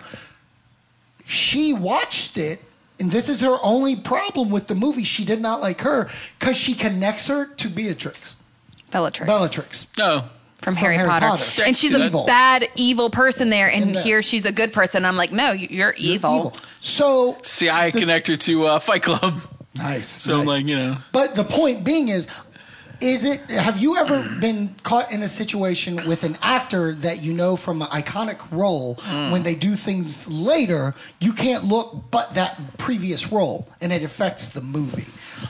[SPEAKER 7] She watched it, and this is her only problem with the movie. She did not like her because she connects her to Beatrix.
[SPEAKER 6] bellatrix
[SPEAKER 7] Bellatrix.
[SPEAKER 8] No.
[SPEAKER 6] from, Harry, Potter.
[SPEAKER 7] Potter.
[SPEAKER 6] And she's
[SPEAKER 7] She's
[SPEAKER 6] a
[SPEAKER 7] evil.
[SPEAKER 6] bad, evil person there, and
[SPEAKER 7] In that.
[SPEAKER 6] here she's a good person. I'm like, no, you- you're evil.
[SPEAKER 7] So
[SPEAKER 8] See, I connect her to uh, Fight Club.
[SPEAKER 7] nice.
[SPEAKER 8] So I'm
[SPEAKER 7] nice.
[SPEAKER 8] like, you know.
[SPEAKER 7] But the point being is, is it? Have you ever been caught in a situation with an actor that you know from an iconic role
[SPEAKER 8] Mm.
[SPEAKER 7] when they do things later, you can't look but that previous role, and it affects the movie,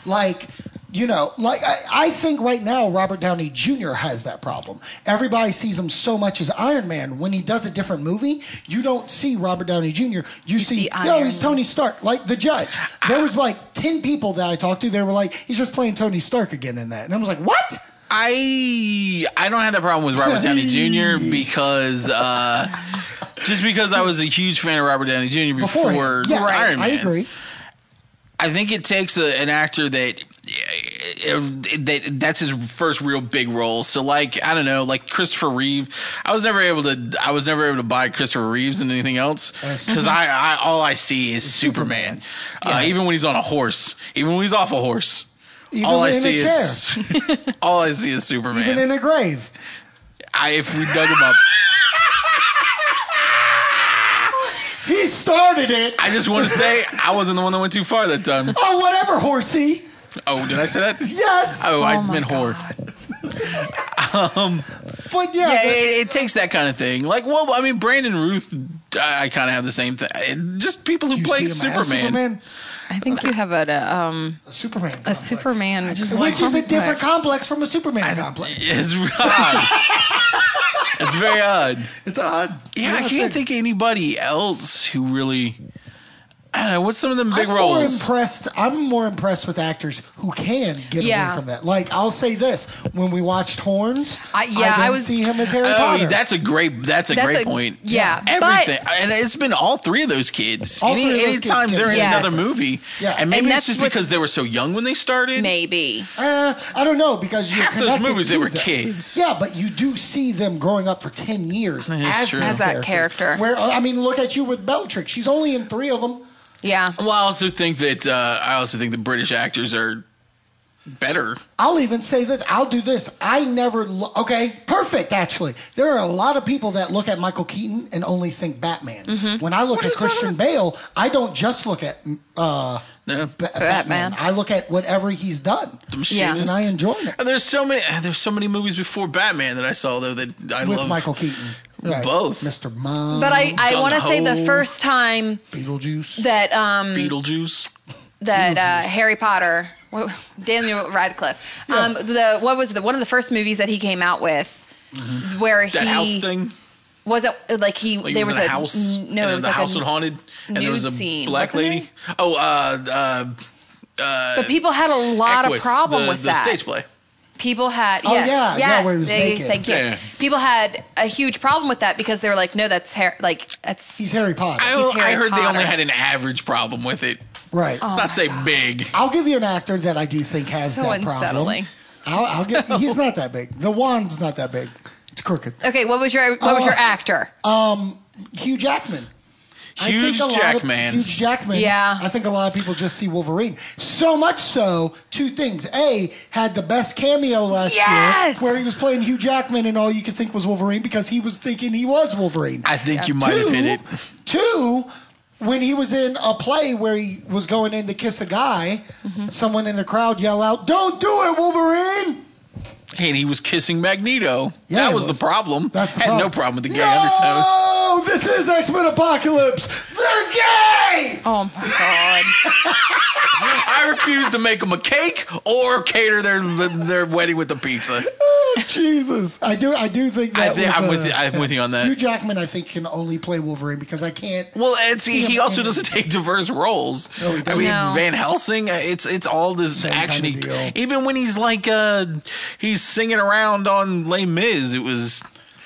[SPEAKER 7] like. You know, like I, I think right now Robert Downey Jr. has that problem. Everybody sees him so much as Iron Man. When he does a different movie, you don't see Robert Downey Jr. You, see,
[SPEAKER 6] see
[SPEAKER 7] yo,
[SPEAKER 6] Iron
[SPEAKER 7] he's
[SPEAKER 6] Man."
[SPEAKER 7] Tony Stark, like the judge. There was like ten people that I talked to. They were like, "He's just playing Tony Stark again in that," and I was like, "What?"
[SPEAKER 8] I I don't have that problem with Robert Downey Jr. because uh, just because I was a huge fan of Robert Downey Jr. before,
[SPEAKER 7] Beforehand. yeah, I-
[SPEAKER 8] Iron Man.
[SPEAKER 7] I agree.
[SPEAKER 8] I think it takes a, an actor that eh, that that's his first real big role. So like I don't know, like Christopher Reeve. I was never able to. I was never able to buy Christopher Reeves and anything else
[SPEAKER 7] Yes.
[SPEAKER 8] because I, I all I see is Superman. Uh, even when he's on a horse, even when he's off a horse,
[SPEAKER 7] Even
[SPEAKER 8] all I
[SPEAKER 7] in a
[SPEAKER 8] see
[SPEAKER 7] chair,
[SPEAKER 8] is all I see is Superman.
[SPEAKER 7] even in a grave.
[SPEAKER 8] I if we dug him up.
[SPEAKER 7] He started it.
[SPEAKER 8] I just want to say I wasn't the one that went too far that time.
[SPEAKER 7] Oh, whatever, horsey.
[SPEAKER 8] Oh, did I say that?
[SPEAKER 7] Yes,
[SPEAKER 8] Oh, I
[SPEAKER 6] Oh my
[SPEAKER 8] meant whore.
[SPEAKER 7] but yeah,
[SPEAKER 8] Yeah,
[SPEAKER 7] but-
[SPEAKER 8] it, it takes that kind of thing. Like, well, I mean, Brandon Ruth, I, I kind of have the same thing. It- Just people who
[SPEAKER 7] you
[SPEAKER 8] play
[SPEAKER 7] see him as
[SPEAKER 8] Superman.
[SPEAKER 7] Superman.
[SPEAKER 6] I think you have a, uh, um,
[SPEAKER 7] A Superman.
[SPEAKER 6] a
[SPEAKER 7] complex.
[SPEAKER 6] Superman,
[SPEAKER 7] Which is a different complex from a Superman complex.
[SPEAKER 8] Yes, right. It's very odd.
[SPEAKER 7] It's odd.
[SPEAKER 8] Yeah, I can't think of anybody else who really. I don't know. What's some of them big
[SPEAKER 7] I'm More
[SPEAKER 8] roles?
[SPEAKER 7] impressed. I'm more impressed with actors who can get
[SPEAKER 6] Yeah.
[SPEAKER 7] away from that. Like I'll say this: when we watched Horns,
[SPEAKER 6] I- yeah,
[SPEAKER 7] didn't
[SPEAKER 6] I was-
[SPEAKER 7] see him as Harry
[SPEAKER 8] oh,
[SPEAKER 7] Potter.
[SPEAKER 8] that's a great. That's a
[SPEAKER 6] That's
[SPEAKER 8] great
[SPEAKER 6] a-
[SPEAKER 8] point.
[SPEAKER 6] yeah,
[SPEAKER 8] everything, and it's been all three of those kids.
[SPEAKER 7] All
[SPEAKER 8] Any,
[SPEAKER 7] three of those kids
[SPEAKER 8] anytime
[SPEAKER 7] can-
[SPEAKER 8] they're in
[SPEAKER 6] Yes.
[SPEAKER 8] another movie,
[SPEAKER 7] Yeah.
[SPEAKER 8] and maybe
[SPEAKER 6] And
[SPEAKER 8] it's
[SPEAKER 6] that's
[SPEAKER 8] just
[SPEAKER 6] what-
[SPEAKER 8] because they were so young when they started.
[SPEAKER 6] Maybe.
[SPEAKER 7] Uh, I don't know because you're
[SPEAKER 8] Half those
[SPEAKER 7] connected
[SPEAKER 8] movies, they
[SPEAKER 7] to
[SPEAKER 8] were
[SPEAKER 7] them.
[SPEAKER 8] kids.
[SPEAKER 7] Yeah, but you do see them growing up for ten years
[SPEAKER 8] That's
[SPEAKER 7] as,
[SPEAKER 8] true.
[SPEAKER 7] these
[SPEAKER 8] As
[SPEAKER 6] that
[SPEAKER 7] characters.
[SPEAKER 6] character.
[SPEAKER 7] Where I mean, look at you with Bellatrix. She's only in three of them.
[SPEAKER 6] Yeah.
[SPEAKER 8] Well, I also think that uh, I also think the British actors are better.
[SPEAKER 7] I'll even say this. I'll do this. I never. Lo- okay, perfect. Actually, there are a lot of people that look at Michael Keaton and only think Batman.
[SPEAKER 6] Mm-hmm.
[SPEAKER 7] When I look at Christian Bale, I don't just look at uh,
[SPEAKER 8] No.
[SPEAKER 7] Ba- Batman.
[SPEAKER 6] Batman.
[SPEAKER 7] I look at whatever he's done,
[SPEAKER 6] Yeah.
[SPEAKER 7] and I enjoy it
[SPEAKER 8] And there's so many. uh, There's so many movies before Batman that I saw though that I
[SPEAKER 7] with
[SPEAKER 8] love.
[SPEAKER 7] Michael Keaton. Right.
[SPEAKER 8] Both.
[SPEAKER 7] Mr. Mom,
[SPEAKER 6] But I, I want to say the
[SPEAKER 8] Gung-ho.
[SPEAKER 6] first time
[SPEAKER 7] Beetlejuice.
[SPEAKER 6] that um
[SPEAKER 8] Beetlejuice.
[SPEAKER 6] that uh, Harry Potter, what- Daniel Radcliffe, um, the what was the one of the first movies that he came out with, where
[SPEAKER 8] Mm-hmm. That
[SPEAKER 6] he
[SPEAKER 8] house thing.
[SPEAKER 6] wasn't like he
[SPEAKER 8] Like
[SPEAKER 6] there
[SPEAKER 8] it was,
[SPEAKER 6] was
[SPEAKER 8] in
[SPEAKER 6] a
[SPEAKER 8] a house.
[SPEAKER 6] n- no
[SPEAKER 8] and
[SPEAKER 6] it was
[SPEAKER 8] the
[SPEAKER 6] like
[SPEAKER 8] house
[SPEAKER 6] a,
[SPEAKER 8] was haunted, and there
[SPEAKER 6] nude
[SPEAKER 8] was a
[SPEAKER 6] scene,
[SPEAKER 8] black
[SPEAKER 6] wasn't
[SPEAKER 8] lady.
[SPEAKER 6] it?
[SPEAKER 8] Oh, uh, uh,
[SPEAKER 6] but people had a lot
[SPEAKER 8] Equus,
[SPEAKER 6] of problem
[SPEAKER 8] the,
[SPEAKER 6] with
[SPEAKER 8] the
[SPEAKER 6] that.
[SPEAKER 8] stage play.
[SPEAKER 6] People had
[SPEAKER 7] Oh,
[SPEAKER 6] yes,
[SPEAKER 7] yeah, yeah,
[SPEAKER 6] yes,
[SPEAKER 7] where he was
[SPEAKER 6] they-
[SPEAKER 7] naked.
[SPEAKER 6] thank you.
[SPEAKER 8] Yeah.
[SPEAKER 6] People had a huge problem with that because they were like, no, that's hair, like that's
[SPEAKER 7] He's Harry Potter.
[SPEAKER 8] I,
[SPEAKER 6] He's
[SPEAKER 8] I
[SPEAKER 6] Harry
[SPEAKER 8] heard they only
[SPEAKER 6] Potter.
[SPEAKER 8] had an average problem with it.
[SPEAKER 7] right.
[SPEAKER 8] Let's not say big.
[SPEAKER 7] I'll give you an actor that I do think has
[SPEAKER 6] So
[SPEAKER 7] that
[SPEAKER 6] unsettling.
[SPEAKER 7] problem. I'll, I'll give, He's not that big. The wand's not that big. It's crooked.
[SPEAKER 6] okay. What was your what was
[SPEAKER 7] Oh.
[SPEAKER 6] your actor?
[SPEAKER 7] Um, Hugh Jackman. I
[SPEAKER 8] Huge
[SPEAKER 7] think a lot of-
[SPEAKER 8] Jackman.
[SPEAKER 7] Huge Jackman.
[SPEAKER 6] Yeah.
[SPEAKER 7] I think a lot of people just see Wolverine. So much so, two things. A, had the best cameo last
[SPEAKER 6] Yes!
[SPEAKER 7] year where he was playing Hugh Jackman and all you could think was Wolverine because he was thinking he was Wolverine.
[SPEAKER 8] I think you might have hit it.
[SPEAKER 7] Two, when he was in a play where he was going in to kiss a guy,
[SPEAKER 6] Mm-hmm.
[SPEAKER 7] someone in the crowd yell out, Don't do it, Wolverine!
[SPEAKER 8] And he was kissing Magneto.
[SPEAKER 7] Yeah,
[SPEAKER 8] that
[SPEAKER 7] he
[SPEAKER 8] was,
[SPEAKER 7] was.
[SPEAKER 8] the problem.
[SPEAKER 7] That's the
[SPEAKER 8] had
[SPEAKER 7] problem.
[SPEAKER 8] no problem with the gay
[SPEAKER 7] no!
[SPEAKER 8] undertones.
[SPEAKER 7] this is X Men Apocalypse! They're gay!
[SPEAKER 6] Oh my god.
[SPEAKER 8] I refuse to make them a cake or cater their their wedding with a pizza.
[SPEAKER 7] Oh, Jesus, I do. I do think
[SPEAKER 8] I
[SPEAKER 7] that.
[SPEAKER 8] think I'm
[SPEAKER 7] uh,
[SPEAKER 8] with you, I'm with you on that.
[SPEAKER 7] Hugh Jackman, I think, can only play Wolverine because I can't.
[SPEAKER 8] Well, and see,
[SPEAKER 7] him
[SPEAKER 8] he also
[SPEAKER 7] in-
[SPEAKER 8] doesn't take diverse roles.
[SPEAKER 7] No, he
[SPEAKER 8] I
[SPEAKER 7] doesn't.
[SPEAKER 8] mean,
[SPEAKER 6] No.
[SPEAKER 8] Van Helsing. uh, It's it's all this
[SPEAKER 7] Same
[SPEAKER 8] action.
[SPEAKER 7] kinda deal.
[SPEAKER 8] he, even when he's like, uh he's singing around on Les Mis. It was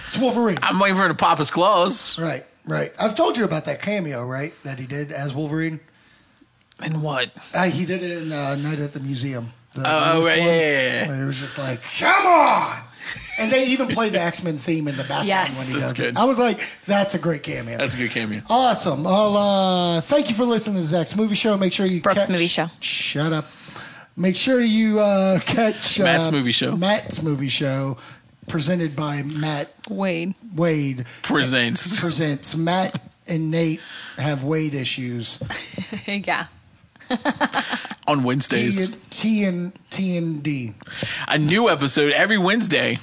[SPEAKER 7] It's Wolverine.
[SPEAKER 8] I'm waiting for him to pop his claws.
[SPEAKER 7] right, right. I've told you about that cameo, right? That he did as Wolverine.
[SPEAKER 8] And what?
[SPEAKER 7] Uh, he did it in uh, Night at the Museum. The
[SPEAKER 8] Oh,
[SPEAKER 7] newest
[SPEAKER 8] right,
[SPEAKER 7] one,
[SPEAKER 8] yeah, yeah, yeah.
[SPEAKER 7] where It was just like, come on. And they even play the X Men theme in the background
[SPEAKER 6] Yes.
[SPEAKER 7] when he
[SPEAKER 8] That's
[SPEAKER 7] does
[SPEAKER 8] good.
[SPEAKER 7] it. I was like, that's a great cameo.
[SPEAKER 8] That's a good cameo.
[SPEAKER 7] Awesome. Well, uh, thank you for listening to Zach's Movie Show. Make sure you
[SPEAKER 6] Brooks
[SPEAKER 7] catch,
[SPEAKER 6] Movie Show.
[SPEAKER 7] Shut up. Make sure you uh, catch uh,
[SPEAKER 8] Matt's Movie Show.
[SPEAKER 7] Matt's Movie Show, presented by Matt
[SPEAKER 6] Wade.
[SPEAKER 7] Wade.
[SPEAKER 8] Presents.
[SPEAKER 7] Presents Matt and Nate have Wade issues.
[SPEAKER 6] yeah.
[SPEAKER 8] on
[SPEAKER 7] T,
[SPEAKER 8] Wednesdays.
[SPEAKER 7] T and T and D.
[SPEAKER 8] A new episode every Wednesday.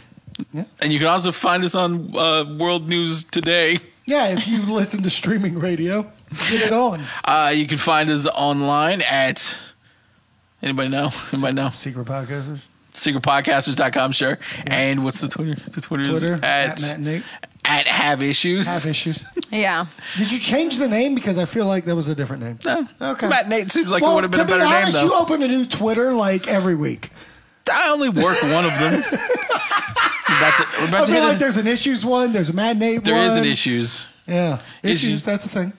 [SPEAKER 8] And you can also find us on uh, World News Today.
[SPEAKER 7] Yeah, if you listen to streaming radio, get it on.
[SPEAKER 8] Uh, you can find us online at anybody know? Anybody know?
[SPEAKER 7] Secret podcasters.
[SPEAKER 8] Secretpodcasters.com, sure. And what's the Twitter? The Twitter,
[SPEAKER 7] Twitter
[SPEAKER 8] is
[SPEAKER 7] at Matt and Nate.
[SPEAKER 8] at have issues.
[SPEAKER 7] Have issues.
[SPEAKER 6] Yeah.
[SPEAKER 7] Did you change the name? Because I feel like that was a different name.
[SPEAKER 8] No.
[SPEAKER 7] Okay.
[SPEAKER 8] Matt and Nate seems like it would have been
[SPEAKER 7] to
[SPEAKER 8] a better
[SPEAKER 7] be
[SPEAKER 8] name
[SPEAKER 7] honest,
[SPEAKER 8] though.
[SPEAKER 7] you open a new Twitter like every week.
[SPEAKER 8] I only work one of them. We're about to, we're
[SPEAKER 7] I
[SPEAKER 8] about to
[SPEAKER 7] feel
[SPEAKER 8] hit
[SPEAKER 7] like
[SPEAKER 8] a-
[SPEAKER 7] there's an issues one. There's a Mad Nate
[SPEAKER 8] there
[SPEAKER 7] one.
[SPEAKER 8] is an issues.
[SPEAKER 7] Yeah, issues.
[SPEAKER 8] Issues.
[SPEAKER 7] That's a thing.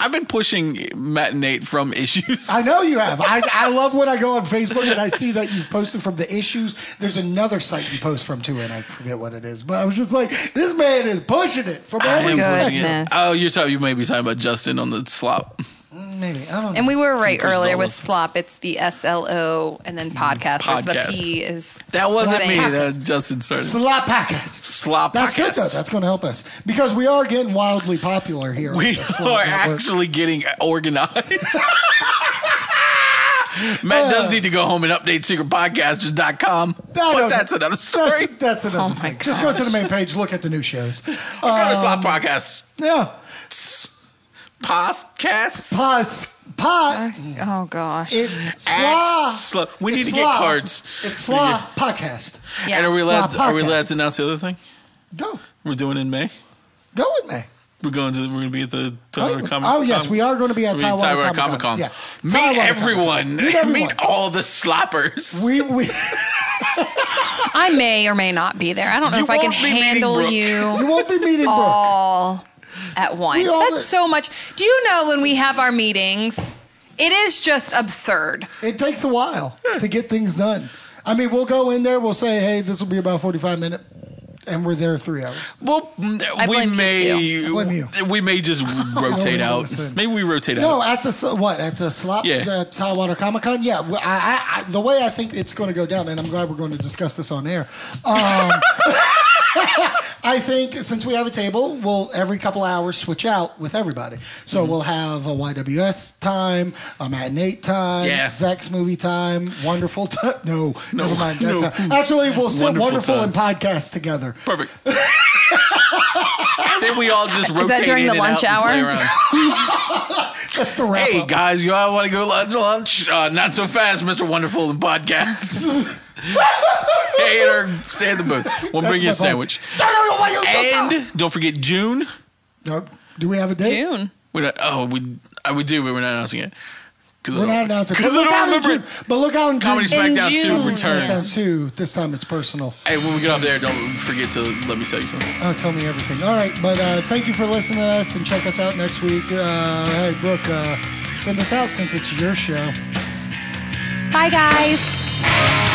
[SPEAKER 8] I've been pushing Matt and Nate from issues.
[SPEAKER 7] I know you have. I, I love when I go on Facebook and I see that you've posted from the issues. There's another site you post from too, and I forget what it is. But I was just like, this man is pushing it from
[SPEAKER 8] I
[SPEAKER 7] every.
[SPEAKER 8] am pushing
[SPEAKER 6] Goodness.
[SPEAKER 8] it. Oh, you're talking. You may be talking about Justin on the slop.
[SPEAKER 7] Maybe I don't know.
[SPEAKER 6] And we were right
[SPEAKER 8] Super
[SPEAKER 6] earlier with
[SPEAKER 8] Zolas.
[SPEAKER 6] slop. It's the S L O and then podcasters.
[SPEAKER 8] Podcast.
[SPEAKER 6] The P is
[SPEAKER 8] That wasn't
[SPEAKER 6] slang.
[SPEAKER 8] me. That was Justin started.
[SPEAKER 7] Slop podcast.
[SPEAKER 8] Slop.
[SPEAKER 7] That's good though.
[SPEAKER 8] podcast.
[SPEAKER 7] That's going to help us because we are getting wildly popular here. on
[SPEAKER 8] We
[SPEAKER 7] the Slop
[SPEAKER 8] are
[SPEAKER 7] Network.
[SPEAKER 8] actually getting organized. Matt
[SPEAKER 7] Uh.
[SPEAKER 8] does need to go home and update secretpodcasters.com,
[SPEAKER 7] No,
[SPEAKER 8] but
[SPEAKER 7] no,
[SPEAKER 8] that's another story.
[SPEAKER 7] That's, that's another
[SPEAKER 6] Oh my
[SPEAKER 7] thing. Just go to the main page, look at the new shows. Uh, um,
[SPEAKER 8] Go to Slop Podcast.
[SPEAKER 7] Yeah.
[SPEAKER 8] Podcast.
[SPEAKER 7] Pause. Pot.
[SPEAKER 6] Oh gosh.
[SPEAKER 7] It's
[SPEAKER 8] At
[SPEAKER 7] slaw.
[SPEAKER 8] Sla- we
[SPEAKER 7] It's
[SPEAKER 8] need to get
[SPEAKER 7] slaw.
[SPEAKER 8] cards.
[SPEAKER 7] It's slaw podcast.
[SPEAKER 6] yeah.
[SPEAKER 8] And are we allowed?
[SPEAKER 7] Slaw
[SPEAKER 8] Are we
[SPEAKER 7] podcast.
[SPEAKER 8] allowed to announce the other thing?
[SPEAKER 7] Go.
[SPEAKER 8] We're doing in May.
[SPEAKER 7] Go with me.
[SPEAKER 8] We're going to. We're going to be at the Taiwan Comic.
[SPEAKER 7] oh yes, we are going to be at
[SPEAKER 8] We're at
[SPEAKER 7] Taiwan,
[SPEAKER 8] Taiwan
[SPEAKER 7] Comic Con. Yeah.
[SPEAKER 8] Meet
[SPEAKER 7] Taiwan Comic-Con.
[SPEAKER 8] everyone.
[SPEAKER 7] Meet
[SPEAKER 8] Meet,
[SPEAKER 7] everyone.
[SPEAKER 8] all the sloppers.
[SPEAKER 7] We we.
[SPEAKER 6] I may or may not be there. I don't know
[SPEAKER 8] You
[SPEAKER 6] if I can
[SPEAKER 8] won't be meeting
[SPEAKER 6] handle
[SPEAKER 8] Brooke.
[SPEAKER 7] You
[SPEAKER 6] you
[SPEAKER 7] won't be meeting Brooke.
[SPEAKER 6] all at once.
[SPEAKER 7] We all-
[SPEAKER 6] That's so much. Do you know when we have our meetings? It is just absurd.
[SPEAKER 7] It takes a while to get things done. I mean, we'll go in there. We'll say, "Hey, this will be about forty-five minute," and we're there three hours.
[SPEAKER 8] well, mm, we
[SPEAKER 6] blame you
[SPEAKER 8] may.
[SPEAKER 7] I blame you.
[SPEAKER 8] We may just rotate out.
[SPEAKER 7] listen.
[SPEAKER 8] Maybe we rotate
[SPEAKER 7] No,
[SPEAKER 8] out.
[SPEAKER 7] at the s- what at the slop
[SPEAKER 8] Yeah.
[SPEAKER 7] the Tidewater Comic Con. Yeah, well, I, I, I, the way I think it's going to go down, and I'm glad we're going to discuss this on air. Um, I think since we have a table, we'll every couple hours switch out with everybody. So
[SPEAKER 8] Mm-hmm.
[SPEAKER 7] we'll have a YWS time, a matinee time,
[SPEAKER 8] Yeah.
[SPEAKER 7] Zach's movie time, wonderful time. No, never mind. That
[SPEAKER 8] no.
[SPEAKER 7] time. Actually, we'll sit
[SPEAKER 8] Wonderful
[SPEAKER 7] wonderful
[SPEAKER 8] Time.
[SPEAKER 7] and podcast together.
[SPEAKER 8] Perfect. And then we all just rotate.
[SPEAKER 6] during
[SPEAKER 8] in
[SPEAKER 6] the
[SPEAKER 8] and
[SPEAKER 6] lunch
[SPEAKER 8] out and play
[SPEAKER 6] hour?
[SPEAKER 8] around.
[SPEAKER 7] That's the wrap
[SPEAKER 8] Hey
[SPEAKER 7] up.
[SPEAKER 8] guys, you all want to go lunch? Lunch? Uh, not so fast, Mister Wonderful and Podcast. stay at our stay at the booth. We'll bring you a
[SPEAKER 7] That's my
[SPEAKER 8] sandwich.
[SPEAKER 7] phone. I don't know why you
[SPEAKER 8] And don't forget June.
[SPEAKER 7] Nope. Do we have a date?
[SPEAKER 6] June.
[SPEAKER 8] We're not, oh, we I, we do, but we're not announcing it. Cause I
[SPEAKER 7] We're
[SPEAKER 8] don't-
[SPEAKER 7] not announcing.
[SPEAKER 8] Cause
[SPEAKER 7] But
[SPEAKER 8] I
[SPEAKER 7] look out
[SPEAKER 8] don't
[SPEAKER 7] in
[SPEAKER 8] remember. it.
[SPEAKER 7] June. But look out in
[SPEAKER 8] Comedy
[SPEAKER 7] June.
[SPEAKER 6] In
[SPEAKER 8] SmackDown
[SPEAKER 6] June,
[SPEAKER 8] Two returns.
[SPEAKER 7] Down too. This time it's personal.
[SPEAKER 8] Hey, when we get off there, don't forget to let me tell you something.
[SPEAKER 7] Oh, tell me everything. All right, but uh, thank you for listening to us and check us out next week. Uh, hey, Brooke, uh, send us out since it's your show.
[SPEAKER 6] Bye, guys.